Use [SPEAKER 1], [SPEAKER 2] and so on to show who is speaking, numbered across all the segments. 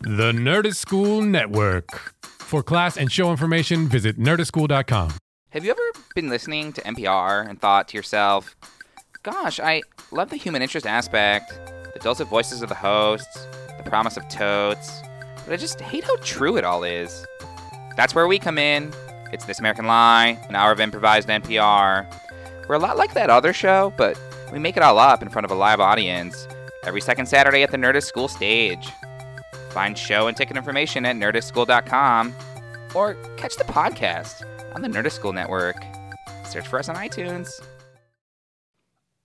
[SPEAKER 1] The Nerdist School Network. For class and show information, visit nerdistschool.com.
[SPEAKER 2] Have you ever been listening to NPR and thought to yourself, gosh, I love the human interest aspect, the dulcet voices of the hosts, the promise of totes, but I just hate how true it all is? That's where we come in. It's This American Lie, an hour of improvised NPR. We're a lot like that other show, but we make it all up in front of a live audience every second Saturday at the Nerdist School stage. Find show and ticket information at nerdistschool.com or catch the podcast on the Nerdist School Network. Search for us on iTunes.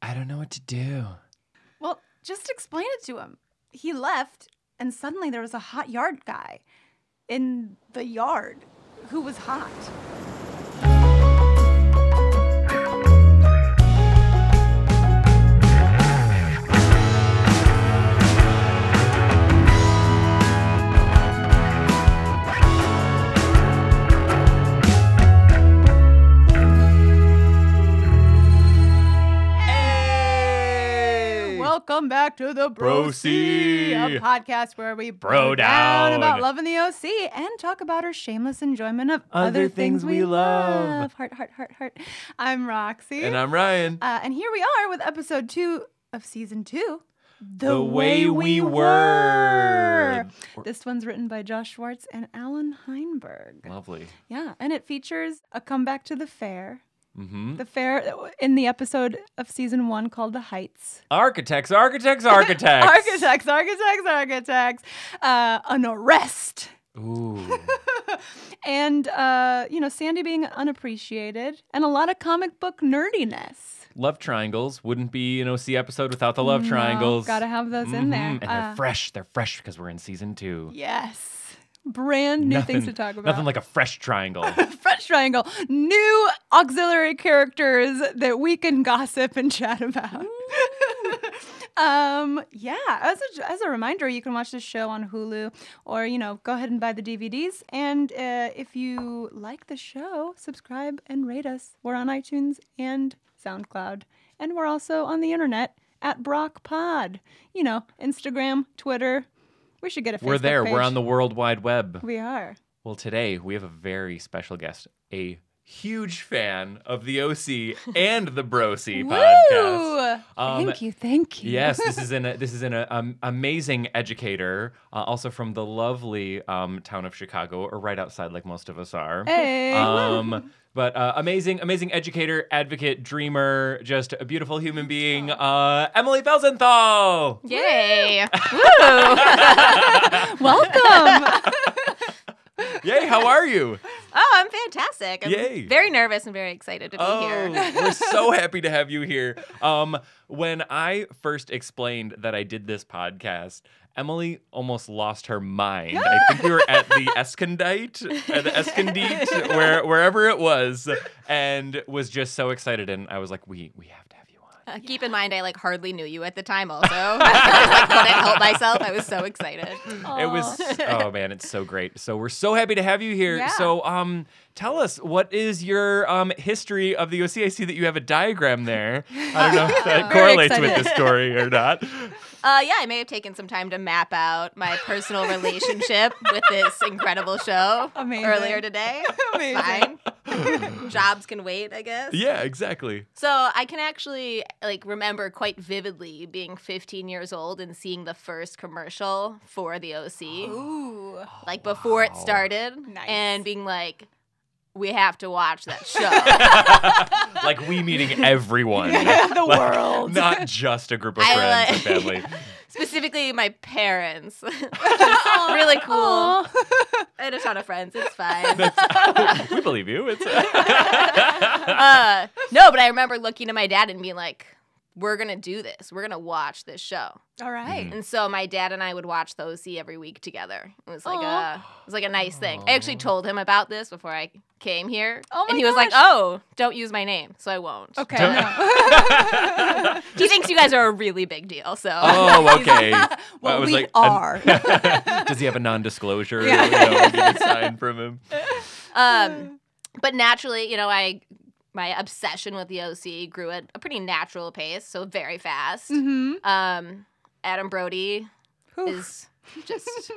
[SPEAKER 3] I don't know what to do.
[SPEAKER 4] Well, just explain it to him. He left, and suddenly there was a hot yard guy in the yard who was hot. Welcome back to the Bro C, a podcast where we bro down about loving the OC and talk about our shameless enjoyment of
[SPEAKER 3] Other things we love.
[SPEAKER 4] Heart, heart, heart, heart. I'm Roxy,
[SPEAKER 3] And I'm Ryan.
[SPEAKER 4] uh, and here we are with episode two of season two.
[SPEAKER 3] The Way We Were.
[SPEAKER 4] Were. This one's written by Josh Schwartz and Alan Heinberg.
[SPEAKER 3] Lovely.
[SPEAKER 4] Yeah, and it features a comeback to the fair.
[SPEAKER 3] Mm-hmm.
[SPEAKER 4] The fair in the episode of season one called The Heights.
[SPEAKER 3] Architects, architects, architects.
[SPEAKER 4] Architects, architects, architects. Uh, an arrest.
[SPEAKER 3] Ooh.
[SPEAKER 4] And, uh, you know, Sandy being unappreciated and a lot of comic book nerdiness.
[SPEAKER 3] love triangles wouldn't be an OC episode without the love
[SPEAKER 4] No,
[SPEAKER 3] triangles.
[SPEAKER 4] gotta have those in there.
[SPEAKER 3] Mhm. And they're
[SPEAKER 4] Uh,
[SPEAKER 3] fresh. They're fresh because we're in season two.
[SPEAKER 4] Yes. Brand new things to talk about.
[SPEAKER 3] Nothing like a fresh triangle.
[SPEAKER 4] Fresh Triangle, new auxiliary characters that we can gossip and chat about. um, yeah, as a, as a reminder, you can watch this show on Hulu or, you know, go ahead and buy the DVDs. And uh, if you like the show, subscribe and rate us. We're on iTunes and SoundCloud. And we're also on the internet at Brock Pod. You know, Instagram, Twitter. We should get a Facebook
[SPEAKER 3] we're there. We're
[SPEAKER 4] page.
[SPEAKER 3] on the World Wide Web.
[SPEAKER 4] We are.
[SPEAKER 3] Well, today we have a very special guest, a huge fan of the OC and the Bro C podcast.
[SPEAKER 4] Woo!
[SPEAKER 3] Um,
[SPEAKER 4] thank you, thank you.
[SPEAKER 3] Yes, this is an this is an um, amazing educator, uh, also from the lovely um, town of Chicago, or right outside, like most of us are.
[SPEAKER 4] Hey.
[SPEAKER 3] Um, but uh, amazing, amazing educator, advocate, dreamer, just a beautiful human being, uh, Emily Felsenthal.
[SPEAKER 5] Yay!
[SPEAKER 4] Welcome.
[SPEAKER 3] Yay! How are you?
[SPEAKER 5] Oh, I'm fantastic. I'm
[SPEAKER 3] Yay.
[SPEAKER 5] very nervous and very excited to be here.
[SPEAKER 3] Oh, we're so happy to have you here. Um, when I first explained that I did this podcast, Emily almost lost her mind. I think we were at the Eskendite, at the Eskendite, where wherever it was, and was just so excited. And I was like, we we have to have you on.
[SPEAKER 5] Uh, keep in mind, I like hardly knew you at the time. Also, I was, like, couldn't help myself. I was so excited.
[SPEAKER 3] It was oh man, it's so great. So we're so happy to have you here.
[SPEAKER 4] Yeah.
[SPEAKER 3] So um, tell us what is your um history of the OC? I see that you have a diagram there. I don't know if that
[SPEAKER 4] Very
[SPEAKER 3] correlates with
[SPEAKER 4] excited.
[SPEAKER 3] the story or not.
[SPEAKER 5] Uh, yeah, I may have taken some time to map out my personal relationship with this incredible show
[SPEAKER 4] Amazing.
[SPEAKER 5] earlier today. Fine. Jobs can wait, I guess.
[SPEAKER 3] Yeah, exactly.
[SPEAKER 5] So I can actually like remember quite vividly being 15 years old and seeing the first commercial for the OC.
[SPEAKER 3] Oh.
[SPEAKER 4] Ooh.
[SPEAKER 5] like before it
[SPEAKER 3] Wow.
[SPEAKER 5] started
[SPEAKER 4] Nice.
[SPEAKER 5] and being like we have to watch that show
[SPEAKER 3] like we meeting everyone.
[SPEAKER 4] the world.
[SPEAKER 3] Not just a group of
[SPEAKER 5] I
[SPEAKER 3] friends
[SPEAKER 5] like-
[SPEAKER 3] and family.
[SPEAKER 5] specifically my parents really cool i had a ton of friends it's fine
[SPEAKER 3] we believe you. It's
[SPEAKER 5] uh, no but i remember looking at my dad and being like we're gonna do this we're gonna watch this show
[SPEAKER 4] All right.
[SPEAKER 5] and so my dad and i would watch the oc every week together it was like
[SPEAKER 4] Aw.
[SPEAKER 5] a it was like a nice thing i actually told him about this before i came here
[SPEAKER 4] Oh my
[SPEAKER 5] and he was like
[SPEAKER 4] gosh. Oh.
[SPEAKER 5] oh don't use my name so i won't
[SPEAKER 4] Okay.
[SPEAKER 3] Mm. Don't-
[SPEAKER 4] no.
[SPEAKER 5] he thinks you guys are a really big deal so
[SPEAKER 3] oh, okay.
[SPEAKER 4] Well,
[SPEAKER 3] I was
[SPEAKER 4] we
[SPEAKER 3] like, an-
[SPEAKER 4] are.
[SPEAKER 3] Does he have a non-disclosure?
[SPEAKER 4] Yeah.
[SPEAKER 3] You know, we get a sign from him.
[SPEAKER 5] Um, but naturally, you know, I my obsession with the OC grew at a pretty natural pace, so very fast.
[SPEAKER 4] hmm
[SPEAKER 5] Um, Adam Brody is just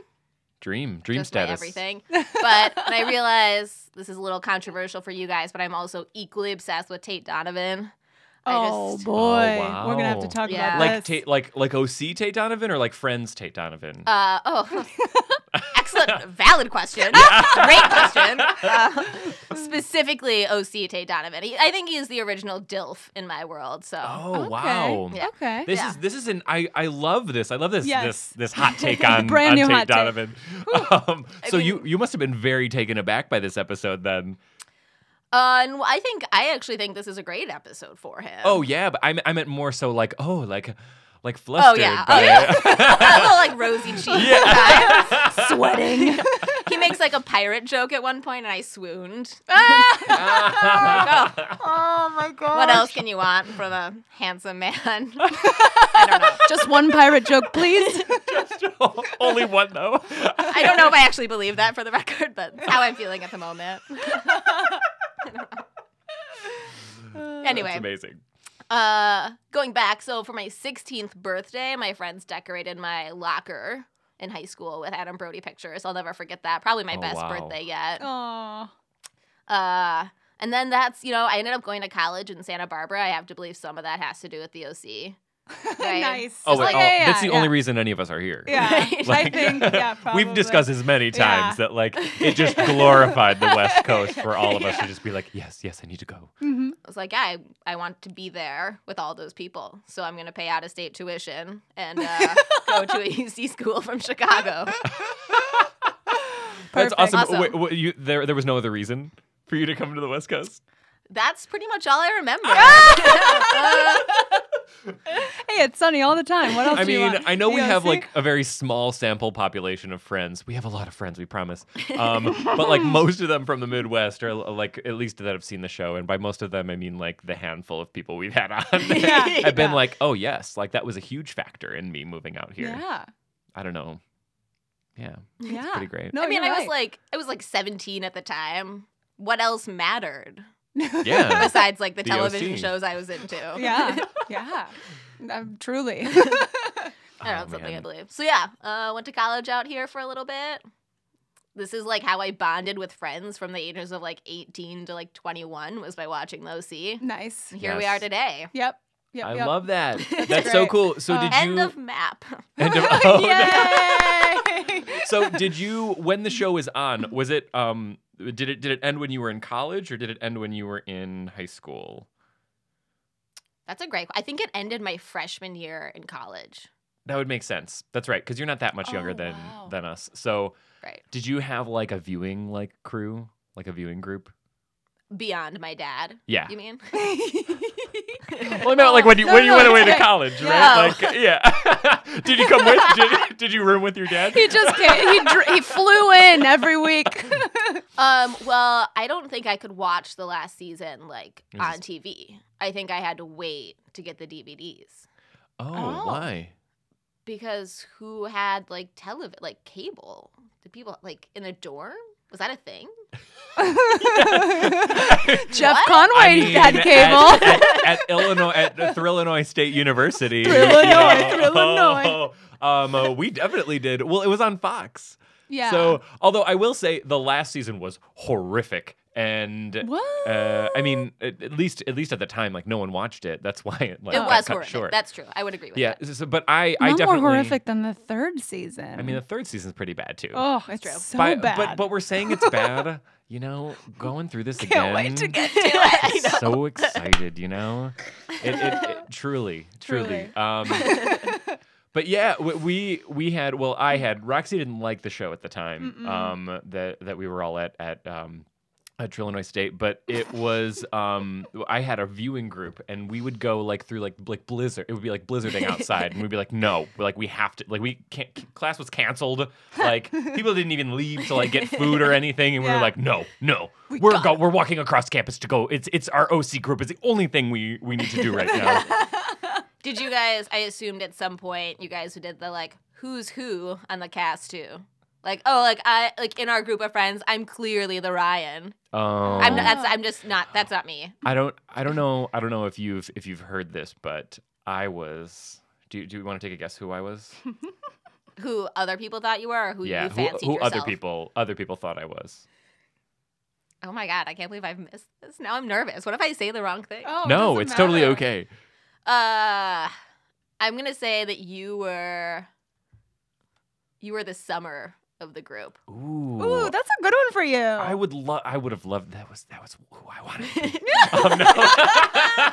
[SPEAKER 3] Dream, dream
[SPEAKER 5] just
[SPEAKER 3] status.
[SPEAKER 5] my everything. But and I realize this is a little controversial for you guys, but I'm also equally obsessed with Tate Donovan. I
[SPEAKER 4] oh
[SPEAKER 5] just-
[SPEAKER 4] boy,
[SPEAKER 3] Oh,
[SPEAKER 4] we're gonna have
[SPEAKER 3] wow.
[SPEAKER 4] to talk
[SPEAKER 5] Yeah.
[SPEAKER 4] about
[SPEAKER 3] Like
[SPEAKER 4] this.
[SPEAKER 3] Tate, like like OC Tate Donovan or like Friends Tate Donovan.
[SPEAKER 5] Uh, oh, excellent, valid question. Great question. Uh, specifically, OC Tate Donovan. He- I think he is the original DILF in my world. So
[SPEAKER 3] oh
[SPEAKER 4] Okay.
[SPEAKER 3] wow.
[SPEAKER 5] Yeah.
[SPEAKER 4] okay.
[SPEAKER 3] This
[SPEAKER 5] Yeah.
[SPEAKER 3] is this is an I I love this. I love this
[SPEAKER 4] Yes.
[SPEAKER 3] this this hot take on,
[SPEAKER 4] Brand
[SPEAKER 3] on
[SPEAKER 4] new
[SPEAKER 3] Tate
[SPEAKER 4] hot take.
[SPEAKER 3] Donovan. Um,
[SPEAKER 5] I
[SPEAKER 3] so
[SPEAKER 5] mean-
[SPEAKER 3] you you must have been very taken aback by this episode then.
[SPEAKER 5] Uh, and I think I actually think this is a great episode for him.
[SPEAKER 3] Oh yeah, but I, me- I meant more so like oh like like flustered.
[SPEAKER 5] yeah.
[SPEAKER 3] by-
[SPEAKER 5] Oh, a little like rosy cheeks.
[SPEAKER 3] Yeah.
[SPEAKER 4] sweating.
[SPEAKER 5] he makes like a pirate joke at one point, and I swooned. Ah! Like,
[SPEAKER 4] oh my
[SPEAKER 5] oh,
[SPEAKER 4] god.
[SPEAKER 5] what else can you want from a handsome man? I don't know.
[SPEAKER 4] Just one pirate joke, please. Uh,
[SPEAKER 3] Only one though.
[SPEAKER 5] I don't know if I actually believe that for the record, but that's how I'm feeling at the moment.
[SPEAKER 3] That's
[SPEAKER 5] anyway,
[SPEAKER 3] amazing.
[SPEAKER 5] uh, going back, so for my 16th birthday, my friends decorated my locker in high school with Adam Brody pictures. I'll never forget that. Probably my
[SPEAKER 3] Oh,
[SPEAKER 5] best
[SPEAKER 3] wow.
[SPEAKER 5] birthday yet.
[SPEAKER 4] Oh,
[SPEAKER 5] Uh, and then that's, you know, I ended up going to college in Santa Barbara. I have to believe some of that has to do with the OC. Right.
[SPEAKER 4] nice.
[SPEAKER 3] Oh,
[SPEAKER 4] Just
[SPEAKER 3] wait,
[SPEAKER 4] like,
[SPEAKER 3] oh,
[SPEAKER 4] yeah, yeah,
[SPEAKER 3] that's the
[SPEAKER 4] yeah.
[SPEAKER 3] only reason any of us are here.
[SPEAKER 4] Yeah,
[SPEAKER 5] Right.
[SPEAKER 4] I
[SPEAKER 3] Like-
[SPEAKER 4] think yeah. Probably.
[SPEAKER 3] We've discussed this many times
[SPEAKER 4] Yeah.
[SPEAKER 3] that like it just glorified the West Coast for all of us to just be like, yes, yes, I need to go.
[SPEAKER 4] hmm
[SPEAKER 5] I was like, yeah, I, I want to be there with all those people. So I'm going to pay out of state tuition and uh, go to a UC school from Chicago.
[SPEAKER 3] That's awesome.
[SPEAKER 5] Awesome.
[SPEAKER 3] Wait, what, you, there, there was no other reason for you to come to the West Coast.
[SPEAKER 5] That's pretty much all I remember.
[SPEAKER 4] Ah!
[SPEAKER 5] Uh,
[SPEAKER 4] Hey, it's sunny all the time. What else?
[SPEAKER 3] I
[SPEAKER 4] do you
[SPEAKER 3] mean,
[SPEAKER 4] want?
[SPEAKER 3] I know we
[SPEAKER 4] Yeah,
[SPEAKER 3] have
[SPEAKER 4] see?
[SPEAKER 3] like a very small sample population of friends. We have a lot of friends, we promise. Um, but like most of them from the Midwest, or like at least that have seen the show, and by most of them, I mean like the handful of people we've had on.
[SPEAKER 4] Yeah,
[SPEAKER 3] I've been
[SPEAKER 4] yeah.
[SPEAKER 3] like, oh yes, like that was a huge factor in me moving out here.
[SPEAKER 4] Yeah.
[SPEAKER 3] I don't know. Yeah,
[SPEAKER 4] Yeah.
[SPEAKER 3] pretty great.
[SPEAKER 4] No,
[SPEAKER 5] I mean,
[SPEAKER 4] you're
[SPEAKER 5] I was
[SPEAKER 4] right.
[SPEAKER 5] like, I was like 17 at the time. What else mattered
[SPEAKER 3] Yeah.
[SPEAKER 5] besides like the
[SPEAKER 3] The
[SPEAKER 5] television
[SPEAKER 3] OC.
[SPEAKER 5] shows I was into?
[SPEAKER 4] yeah, yeah. Um, truly.
[SPEAKER 5] I don't know,
[SPEAKER 3] Oh,
[SPEAKER 5] it's something I
[SPEAKER 3] man.
[SPEAKER 5] believe. So yeah, uh, went to college out here for a little bit. This is like how I bonded with friends from the ages of like 18 to like 21 was by watching the OC.
[SPEAKER 4] nice.
[SPEAKER 5] And here we are
[SPEAKER 3] Yes.
[SPEAKER 5] today.
[SPEAKER 4] Yep. Yep.
[SPEAKER 3] I
[SPEAKER 4] yep.
[SPEAKER 3] love that. That's,
[SPEAKER 5] That's
[SPEAKER 3] so
[SPEAKER 4] great.
[SPEAKER 3] cool. So
[SPEAKER 4] Uh,
[SPEAKER 3] did
[SPEAKER 5] End
[SPEAKER 3] you?
[SPEAKER 5] of map.
[SPEAKER 3] end of- oh, no.
[SPEAKER 4] Yay!
[SPEAKER 3] So did you? When the show was on, was it? Um, did it? Did it end when you were in college, or did it end when you were in high school?
[SPEAKER 5] That's a great. I think it ended my freshman year in college.
[SPEAKER 3] That would make sense. That's right, because you're not that much younger
[SPEAKER 4] Oh,
[SPEAKER 3] than
[SPEAKER 4] wow.
[SPEAKER 3] than us. So
[SPEAKER 5] Right.
[SPEAKER 3] did you have like a viewing like crew, like a viewing group?
[SPEAKER 5] Beyond my dad.
[SPEAKER 3] Yeah.
[SPEAKER 5] You mean?
[SPEAKER 3] Well, no, like when you
[SPEAKER 4] No,
[SPEAKER 3] when you
[SPEAKER 4] no,
[SPEAKER 3] went away
[SPEAKER 4] it's
[SPEAKER 3] to
[SPEAKER 4] okay.
[SPEAKER 3] college,
[SPEAKER 5] Yeah.
[SPEAKER 3] right? Like, yeah. did you come with? Did, did you room with your dad?
[SPEAKER 4] he just came, he dr- he flew in every week.
[SPEAKER 5] Um, well, I don't think I could watch the last season like
[SPEAKER 3] This
[SPEAKER 5] on
[SPEAKER 3] is-
[SPEAKER 5] TV. I think I had to wait to get the DVDs.
[SPEAKER 3] Oh,
[SPEAKER 4] Oh.
[SPEAKER 3] why?
[SPEAKER 5] because who had like television like cable did people like in a dorm was that a thing
[SPEAKER 4] Jeff
[SPEAKER 5] What?
[SPEAKER 4] Conway
[SPEAKER 3] I mean,
[SPEAKER 4] had
[SPEAKER 3] at-
[SPEAKER 4] cable.
[SPEAKER 3] At, at Illinois, at Thrillinois State University.
[SPEAKER 4] Thrillinois,
[SPEAKER 3] Oh,
[SPEAKER 4] Thrillinois.
[SPEAKER 3] Um, uh, we definitely did. Well, it was on Fox.
[SPEAKER 4] yeah.
[SPEAKER 3] So, although I will say the last season was horrific, and
[SPEAKER 4] what?
[SPEAKER 3] uh, I mean, at, at least at least at the time, like no one watched it. That's why it like
[SPEAKER 5] it
[SPEAKER 3] got
[SPEAKER 5] was
[SPEAKER 3] cut
[SPEAKER 5] horrific
[SPEAKER 3] short.
[SPEAKER 5] that's true i would agree with
[SPEAKER 3] yeah.
[SPEAKER 5] that
[SPEAKER 3] so- but I, I
[SPEAKER 4] None
[SPEAKER 3] definitely.
[SPEAKER 4] more horrific than the third season.
[SPEAKER 3] I mean, the third season's pretty bad too.
[SPEAKER 4] oh, it's
[SPEAKER 5] It's true.
[SPEAKER 4] so
[SPEAKER 3] But-
[SPEAKER 4] bad.
[SPEAKER 3] But but we're saying it's bad. You know, going through this
[SPEAKER 4] Can't
[SPEAKER 3] again.
[SPEAKER 4] wait to get
[SPEAKER 5] Do it. I know.
[SPEAKER 3] so excited, you know? It, it, it truly, truly.
[SPEAKER 4] Truly.
[SPEAKER 3] Um, but yeah, we, we we had well, I had Roxy didn't like the show at the time
[SPEAKER 4] Mm-mm.
[SPEAKER 3] um, that that we were all at at um, at Trillinois State, but it was um, I had a viewing group and we would go like through like like blizzard. It would be like blizzarding outside, and we'd be like, no, We're like we have to like we can't. c- Class was canceled. Like people didn't even leave to like get food or anything, and we
[SPEAKER 4] Yeah.
[SPEAKER 3] were like, no, no,
[SPEAKER 4] We
[SPEAKER 3] we are
[SPEAKER 4] got
[SPEAKER 3] go- we're walking across campus to go. It's it's our OC group. It's the only thing we we need to do right now.
[SPEAKER 5] did you guys i assumed at some point you guys who did the like who's who on the cast too like oh like i like in our group of friends i'm clearly the ryan
[SPEAKER 3] Um,
[SPEAKER 5] i'm
[SPEAKER 4] Oh.
[SPEAKER 5] not, that's i'm just not that's not me
[SPEAKER 3] I don't I don't know I don't know if you've if you've heard this, but I was. Do you, do you want to take a guess who I was?
[SPEAKER 5] who other people thought you were or who
[SPEAKER 3] yeah,
[SPEAKER 5] you
[SPEAKER 3] who,
[SPEAKER 5] fancied
[SPEAKER 3] who
[SPEAKER 5] yourself.
[SPEAKER 3] other people other people thought I was.
[SPEAKER 5] Oh my god, I can't believe I've missed this. Now I'm nervous. What if I say the wrong thing?
[SPEAKER 4] Oh, it
[SPEAKER 3] no,
[SPEAKER 4] doesn't
[SPEAKER 3] it's totally
[SPEAKER 4] matter.
[SPEAKER 3] okay.
[SPEAKER 5] Uh I'm gonna say that you were you were the summer of the group.
[SPEAKER 3] Ooh,
[SPEAKER 4] Ooh, that's a good one for you.
[SPEAKER 3] I would love. I would have loved that. Was that was who I wanted?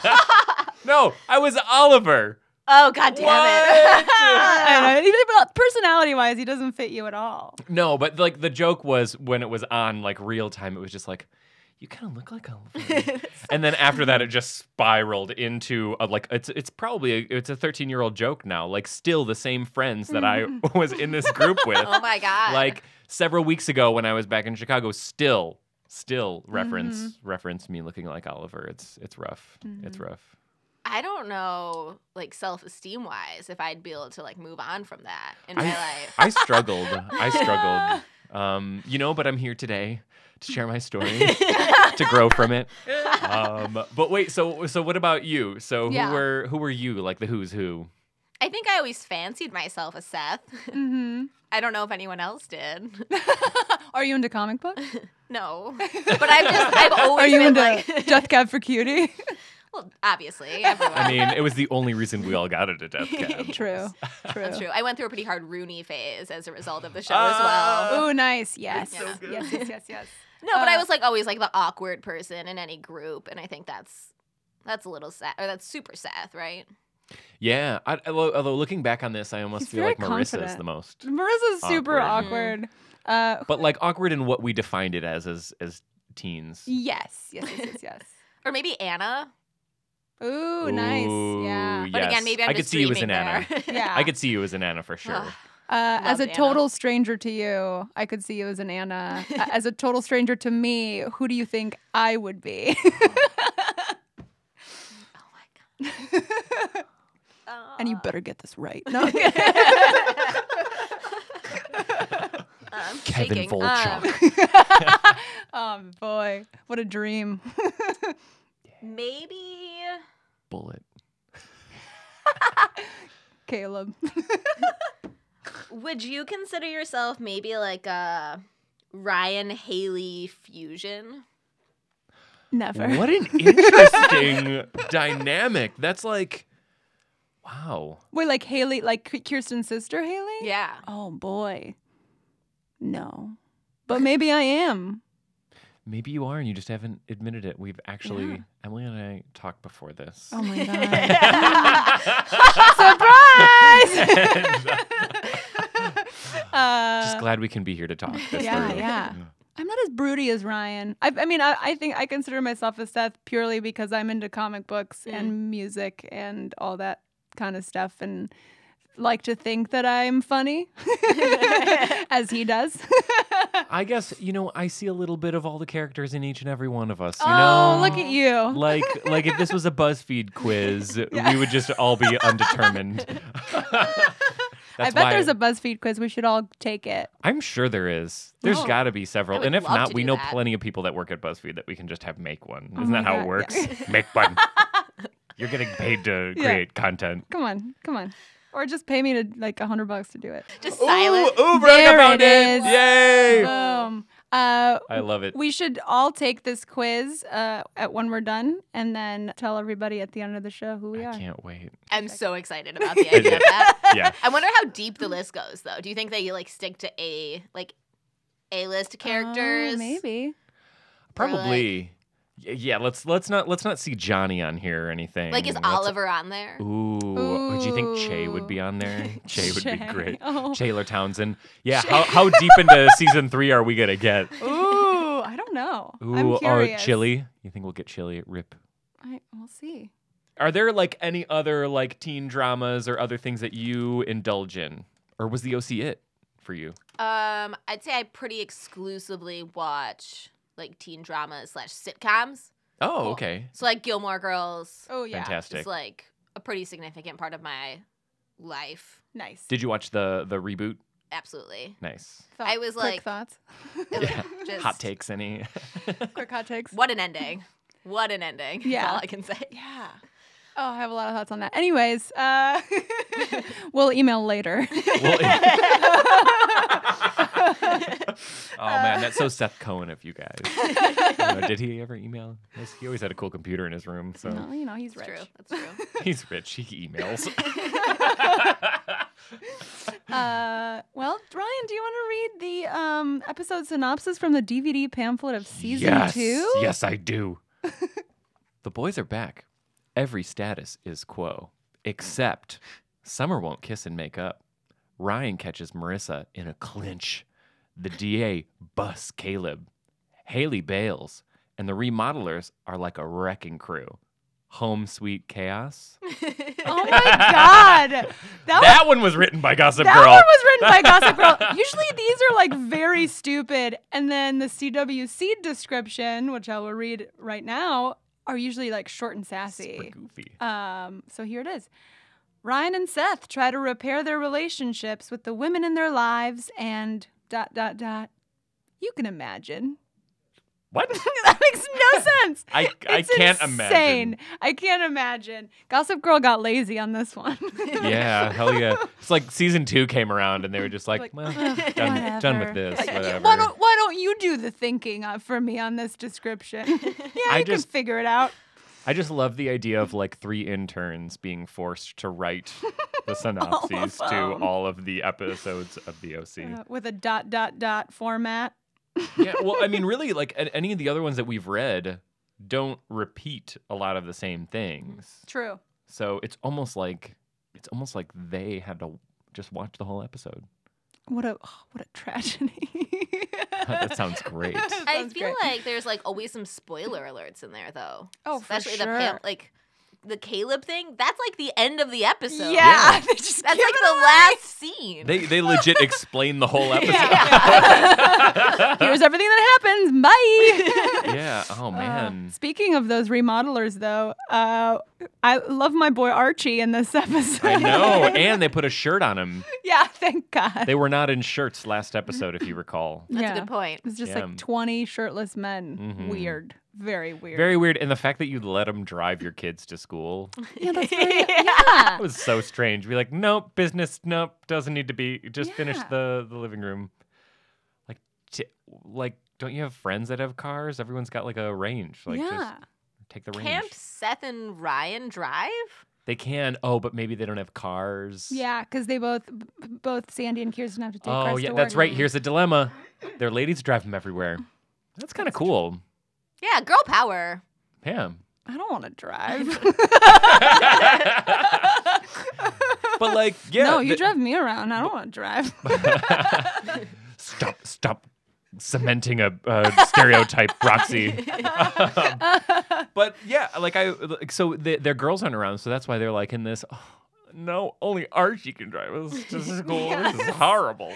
[SPEAKER 3] To be. um, no. no, I was Oliver.
[SPEAKER 5] Oh god damn it.
[SPEAKER 4] I know. Even about personality wise, he doesn't fit you at all.
[SPEAKER 3] No, but like the joke was when it was on like real time, it was just like, you kind of look like Oliver. and then after that, it just spiraled into a, like it's it's probably a, it's a thirteen year old joke now. Like still the same friends that I was in this group with.
[SPEAKER 5] oh my god.
[SPEAKER 3] like several weeks ago when I was back in Chicago, still, still reference
[SPEAKER 4] Mm-hmm.
[SPEAKER 3] reference me looking like Oliver. It's it's rough. It's rough.
[SPEAKER 5] I don't know, like self esteem wise, if I'd be able to like move on from that in my life.
[SPEAKER 3] I struggled. I struggled. Um, you know, but I'm here today to share my story, to grow from it. Um, but wait, so so what about you? So
[SPEAKER 5] Yeah.
[SPEAKER 3] who were who were you? Like the who's who?
[SPEAKER 5] I think I always fancied myself a Seth.
[SPEAKER 4] Mm-hmm.
[SPEAKER 5] I don't know if anyone else did.
[SPEAKER 4] Are you into comic books?
[SPEAKER 5] No, but I've just I've always
[SPEAKER 4] Are you
[SPEAKER 5] been
[SPEAKER 4] into
[SPEAKER 5] like
[SPEAKER 4] Death Cab for Cutie?
[SPEAKER 5] well, obviously everyone.
[SPEAKER 3] I mean, it was the only reason we all got into death cab.
[SPEAKER 4] True. True.
[SPEAKER 3] Oh.
[SPEAKER 5] That's true. I went through a pretty hard Rooney phase as a result of the show as
[SPEAKER 3] Ah.
[SPEAKER 5] well.
[SPEAKER 4] Oh, Ooh, nice. Yes.
[SPEAKER 5] Uh, so good.
[SPEAKER 4] yes. Yes. Yes. Yes.
[SPEAKER 5] No, but I
[SPEAKER 4] uh,
[SPEAKER 5] was like always like the awkward person in any group, and I think that's that's a little Seth or that's super Seth, right?
[SPEAKER 3] Yeah. I, although although looking back on this, I almost
[SPEAKER 4] He's
[SPEAKER 3] feel
[SPEAKER 4] very
[SPEAKER 3] like Marissa is
[SPEAKER 4] confident.
[SPEAKER 3] the most.
[SPEAKER 4] Marissa's super
[SPEAKER 3] Awkward. Mm-hmm.
[SPEAKER 4] awkward. Uh,
[SPEAKER 3] but like awkward in what we defined it as as as teens.
[SPEAKER 4] yes. Yes. Yes. Yes. yes.
[SPEAKER 5] Or maybe Anna.
[SPEAKER 4] Ooh, nice. Yeah.
[SPEAKER 3] Ooh,
[SPEAKER 5] But
[SPEAKER 3] yes.
[SPEAKER 5] again, maybe I'm
[SPEAKER 3] I could
[SPEAKER 5] just
[SPEAKER 3] see you as an
[SPEAKER 5] dreaming
[SPEAKER 3] Anna.
[SPEAKER 5] there.
[SPEAKER 4] Yeah.
[SPEAKER 3] I could see you as an Anna for sure.
[SPEAKER 5] Ugh.
[SPEAKER 4] Uh, as a
[SPEAKER 5] Loved Anna.
[SPEAKER 4] total stranger to you, I could see you as an Anna. Uh, as a total stranger to me, who do you think I would be?
[SPEAKER 5] Oh my god.
[SPEAKER 4] and you
[SPEAKER 5] Uh,
[SPEAKER 4] better get this right. No.
[SPEAKER 5] I'm
[SPEAKER 3] Kevin
[SPEAKER 5] shaking.
[SPEAKER 3] Volchok.
[SPEAKER 5] Um,
[SPEAKER 4] oh boy, what a dream.
[SPEAKER 5] maybe
[SPEAKER 3] Bullet.
[SPEAKER 4] Caleb.
[SPEAKER 5] would you consider yourself maybe like a Ryan Haley fusion?
[SPEAKER 4] Never.
[SPEAKER 3] What an interesting dynamic. That's like, wow.
[SPEAKER 4] Wait, like Haley, like Kirsten's sister Haley?
[SPEAKER 5] Yeah.
[SPEAKER 4] Oh boy. No. But maybe I am.
[SPEAKER 3] Maybe you are, and you just haven't admitted it. We've actually
[SPEAKER 4] Yeah.
[SPEAKER 3] Emily and I talked before this.
[SPEAKER 4] Oh my god. Surprise!
[SPEAKER 3] just
[SPEAKER 4] uh,
[SPEAKER 3] glad we can be here to talk. This
[SPEAKER 4] yeah,
[SPEAKER 3] through.
[SPEAKER 4] yeah. I'm not as broody as Ryan. I, I mean, I, I think I consider myself a Seth purely because I'm into comic books
[SPEAKER 5] Mm.
[SPEAKER 4] and music and all that kind of stuff and like to think that I'm funny, as he does.
[SPEAKER 3] I guess you know I see a little bit of all the characters in each and every one of us. You
[SPEAKER 4] oh,
[SPEAKER 3] know,
[SPEAKER 4] look at you.
[SPEAKER 3] like like if this was a BuzzFeed quiz, we would just all be undetermined.
[SPEAKER 4] I
[SPEAKER 3] That's
[SPEAKER 4] bet
[SPEAKER 3] why-
[SPEAKER 4] there's a BuzzFeed quiz. We should all take it.
[SPEAKER 3] I'm sure there is. There's
[SPEAKER 5] Oh.
[SPEAKER 3] got to be
[SPEAKER 5] I
[SPEAKER 3] several.
[SPEAKER 5] would
[SPEAKER 3] And if
[SPEAKER 5] love
[SPEAKER 3] not,
[SPEAKER 5] to
[SPEAKER 3] we
[SPEAKER 5] do
[SPEAKER 3] know
[SPEAKER 5] that.
[SPEAKER 3] plenty of people that work at BuzzFeed that we can just have make one.
[SPEAKER 4] Oh
[SPEAKER 3] Isn't that
[SPEAKER 4] my
[SPEAKER 3] how it
[SPEAKER 4] God,
[SPEAKER 3] works?
[SPEAKER 4] yeah.
[SPEAKER 3] Make one. You're getting paid to
[SPEAKER 4] Yeah.
[SPEAKER 3] create content.
[SPEAKER 4] Come on, come on. Or just pay me to like a hundred bucks to do it.
[SPEAKER 5] Just silent.
[SPEAKER 3] ooh,
[SPEAKER 4] There it is.
[SPEAKER 3] Yay!
[SPEAKER 4] Um, uh,
[SPEAKER 3] I love it.
[SPEAKER 4] we should all take this quiz uh, at when we're done, and then tell everybody at the end of the show who we
[SPEAKER 3] I
[SPEAKER 4] are.
[SPEAKER 3] can't wait.
[SPEAKER 5] I'm so excited about the idea of that.
[SPEAKER 3] Yeah.
[SPEAKER 5] I wonder how deep the list goes, though. Do you think that you like stick to a like a list characters?
[SPEAKER 4] Oh, maybe.
[SPEAKER 3] Probably. Y- Yeah, let's let's not let's not see Johnny on here or anything.
[SPEAKER 5] Like is
[SPEAKER 3] Let's-
[SPEAKER 5] Oliver on there?
[SPEAKER 3] Ooh, would you think Che would be
[SPEAKER 4] Ooh.
[SPEAKER 3] on there? Che would be
[SPEAKER 4] Che.
[SPEAKER 3] great.
[SPEAKER 4] Oh.
[SPEAKER 3] Taylor Townsend. Yeah, how, how deep into season three are we gonna get?
[SPEAKER 4] Ooh, I don't know. Oh, I'm
[SPEAKER 3] Ooh, oh, or
[SPEAKER 4] curious.
[SPEAKER 3] chili? You think we'll get chili at Rip?
[SPEAKER 4] I, we'll see.
[SPEAKER 3] Are there like any other like teen dramas or other things that you indulge in, or was the OC it for you?
[SPEAKER 5] Um, I'd say I pretty exclusively watch like teen dramas slash sitcoms.
[SPEAKER 3] Oh, okay,
[SPEAKER 5] So like Gilmore Girls
[SPEAKER 4] Oh yeah,
[SPEAKER 3] fantastic.
[SPEAKER 5] is like a pretty significant part of my life.
[SPEAKER 4] nice.
[SPEAKER 3] Did you watch the the reboot?
[SPEAKER 5] Absolutely.
[SPEAKER 3] Nice.
[SPEAKER 4] Thought-
[SPEAKER 5] I was
[SPEAKER 4] quick
[SPEAKER 5] like-
[SPEAKER 4] thoughts.
[SPEAKER 5] It was
[SPEAKER 3] Yeah.
[SPEAKER 5] just-
[SPEAKER 3] Hot takes? Any?
[SPEAKER 4] quick hot takes.
[SPEAKER 5] What an ending. What an ending. That's
[SPEAKER 4] Yeah.
[SPEAKER 5] all I can say.
[SPEAKER 4] Yeah. Oh, I have a lot of thoughts on that. Anyways, uh, we'll email later.
[SPEAKER 3] Well, oh man, that's so Seth Cohen of you guys. You know, did he ever email? us? He always had a cool computer in his room, so
[SPEAKER 4] No, you know, he's
[SPEAKER 5] It's
[SPEAKER 4] rich.
[SPEAKER 5] true. That's true.
[SPEAKER 3] he's rich. He emails.
[SPEAKER 4] Uh, well, Ryan, do you want to read the um, episode synopsis from the DVD pamphlet of season
[SPEAKER 3] yes,
[SPEAKER 4] two?
[SPEAKER 3] yes, I do. the boys are back. Every status is quo, except Summer won't kiss and make up. Ryan catches Marissa in a clinch. The DA busts Caleb. Haley bails, and the remodelers are like a wrecking crew. Home sweet chaos.
[SPEAKER 4] Oh my God. That,
[SPEAKER 3] That one was written by Gossip
[SPEAKER 4] that
[SPEAKER 3] Girl.
[SPEAKER 4] one was written by Gossip Girl. Usually these are like very stupid. And then the CWC description, which I will read right now, are usually like short and sassy.
[SPEAKER 3] Super goofy.
[SPEAKER 4] Um, so here it is. Ryan and Seth try to repair their relationships with the women in their lives and dot dot dot. You can imagine.
[SPEAKER 3] What?
[SPEAKER 4] that makes no sense.
[SPEAKER 3] I, I
[SPEAKER 4] It's
[SPEAKER 3] can't
[SPEAKER 4] insane.
[SPEAKER 3] imagine.
[SPEAKER 4] I can't imagine. Gossip Girl got lazy on this one.
[SPEAKER 3] Yeah, hell yeah. It's like season two came around and they were just like,
[SPEAKER 4] Like,
[SPEAKER 3] well,
[SPEAKER 4] ugh,
[SPEAKER 3] done, done with
[SPEAKER 4] whatever.
[SPEAKER 3] this,
[SPEAKER 4] Like,
[SPEAKER 3] whatever.
[SPEAKER 4] Why don't, why don't you do the thinking uh, for me on this description? yeah,
[SPEAKER 3] I
[SPEAKER 4] you
[SPEAKER 3] just-
[SPEAKER 4] can figure it out.
[SPEAKER 3] I just love the idea of like three interns being forced to write the synopses to
[SPEAKER 4] them.
[SPEAKER 3] all of the episodes of the OC.
[SPEAKER 4] Uh, with a dot dot dot format.
[SPEAKER 3] yeah, well, I mean, really, like a- any of the other ones that we've read don't repeat a lot of the same things.
[SPEAKER 4] True.
[SPEAKER 3] So it's almost like it's almost like they had to just watch the whole episode.
[SPEAKER 4] What a oh, what a tragedy.
[SPEAKER 3] that sounds great.
[SPEAKER 5] I
[SPEAKER 4] Sounds
[SPEAKER 5] feel
[SPEAKER 4] great.
[SPEAKER 5] like there's like always some spoiler alerts in there though.
[SPEAKER 4] Oh, for
[SPEAKER 5] especially the
[SPEAKER 4] sure.
[SPEAKER 5] pam- like the Caleb thing. That's like the end of the episode.
[SPEAKER 4] yeah,
[SPEAKER 3] Yeah.
[SPEAKER 4] they just
[SPEAKER 5] that's
[SPEAKER 4] give
[SPEAKER 5] like
[SPEAKER 4] it
[SPEAKER 5] the
[SPEAKER 4] away.
[SPEAKER 5] last scene.
[SPEAKER 3] They they legit explain the whole episode.
[SPEAKER 4] Yeah. Here's everything that happens. Bye.
[SPEAKER 3] yeah.
[SPEAKER 4] Uh,
[SPEAKER 3] Oh man.
[SPEAKER 4] Speaking of those remodelers, though, uh, I love my boy Archie in this episode.
[SPEAKER 3] I know. And they put a shirt on him.
[SPEAKER 4] yeah, thank God.
[SPEAKER 3] They were not in shirts last episode, if you recall.
[SPEAKER 5] That's
[SPEAKER 4] yeah.
[SPEAKER 5] a good point.
[SPEAKER 4] It was just
[SPEAKER 3] Yeah.
[SPEAKER 4] like 20 shirtless men.
[SPEAKER 3] Mhm.
[SPEAKER 4] Weird. Very weird.
[SPEAKER 3] Very weird. And the fact that you let them drive your kids to school
[SPEAKER 4] yeah, that's very, yeah.
[SPEAKER 3] that was so strange. Be like, nope, business, nope, doesn't need to be. Just finish
[SPEAKER 4] Yeah.
[SPEAKER 3] the the living room. Like, t- like, don't you have friends that have cars? Everyone's got like a range. Like,
[SPEAKER 4] yeah.
[SPEAKER 3] just take the range.
[SPEAKER 5] Camp Seth and Ryan drive.
[SPEAKER 3] They can. Oh, but maybe they don't have cars.
[SPEAKER 4] Yeah, because they both, b- both Sandy and Kirsten have to take
[SPEAKER 3] Oh,
[SPEAKER 4] Christ
[SPEAKER 3] yeah.
[SPEAKER 4] to
[SPEAKER 3] That's
[SPEAKER 4] work.
[SPEAKER 3] right. Here's a dilemma. Their ladies drive them everywhere. That's kind of cool.
[SPEAKER 5] Yeah, girl power.
[SPEAKER 3] Pam.
[SPEAKER 4] I don't want to drive.
[SPEAKER 3] But like, yeah.
[SPEAKER 4] no, you
[SPEAKER 3] the-
[SPEAKER 4] drive me around. I don't want to drive.
[SPEAKER 3] stop stop cementing a, a stereotype roxy but yeah like i like, so the, their girls aren't around so that's why they're like in this "Oh, no only archie can drive us to school this is horrible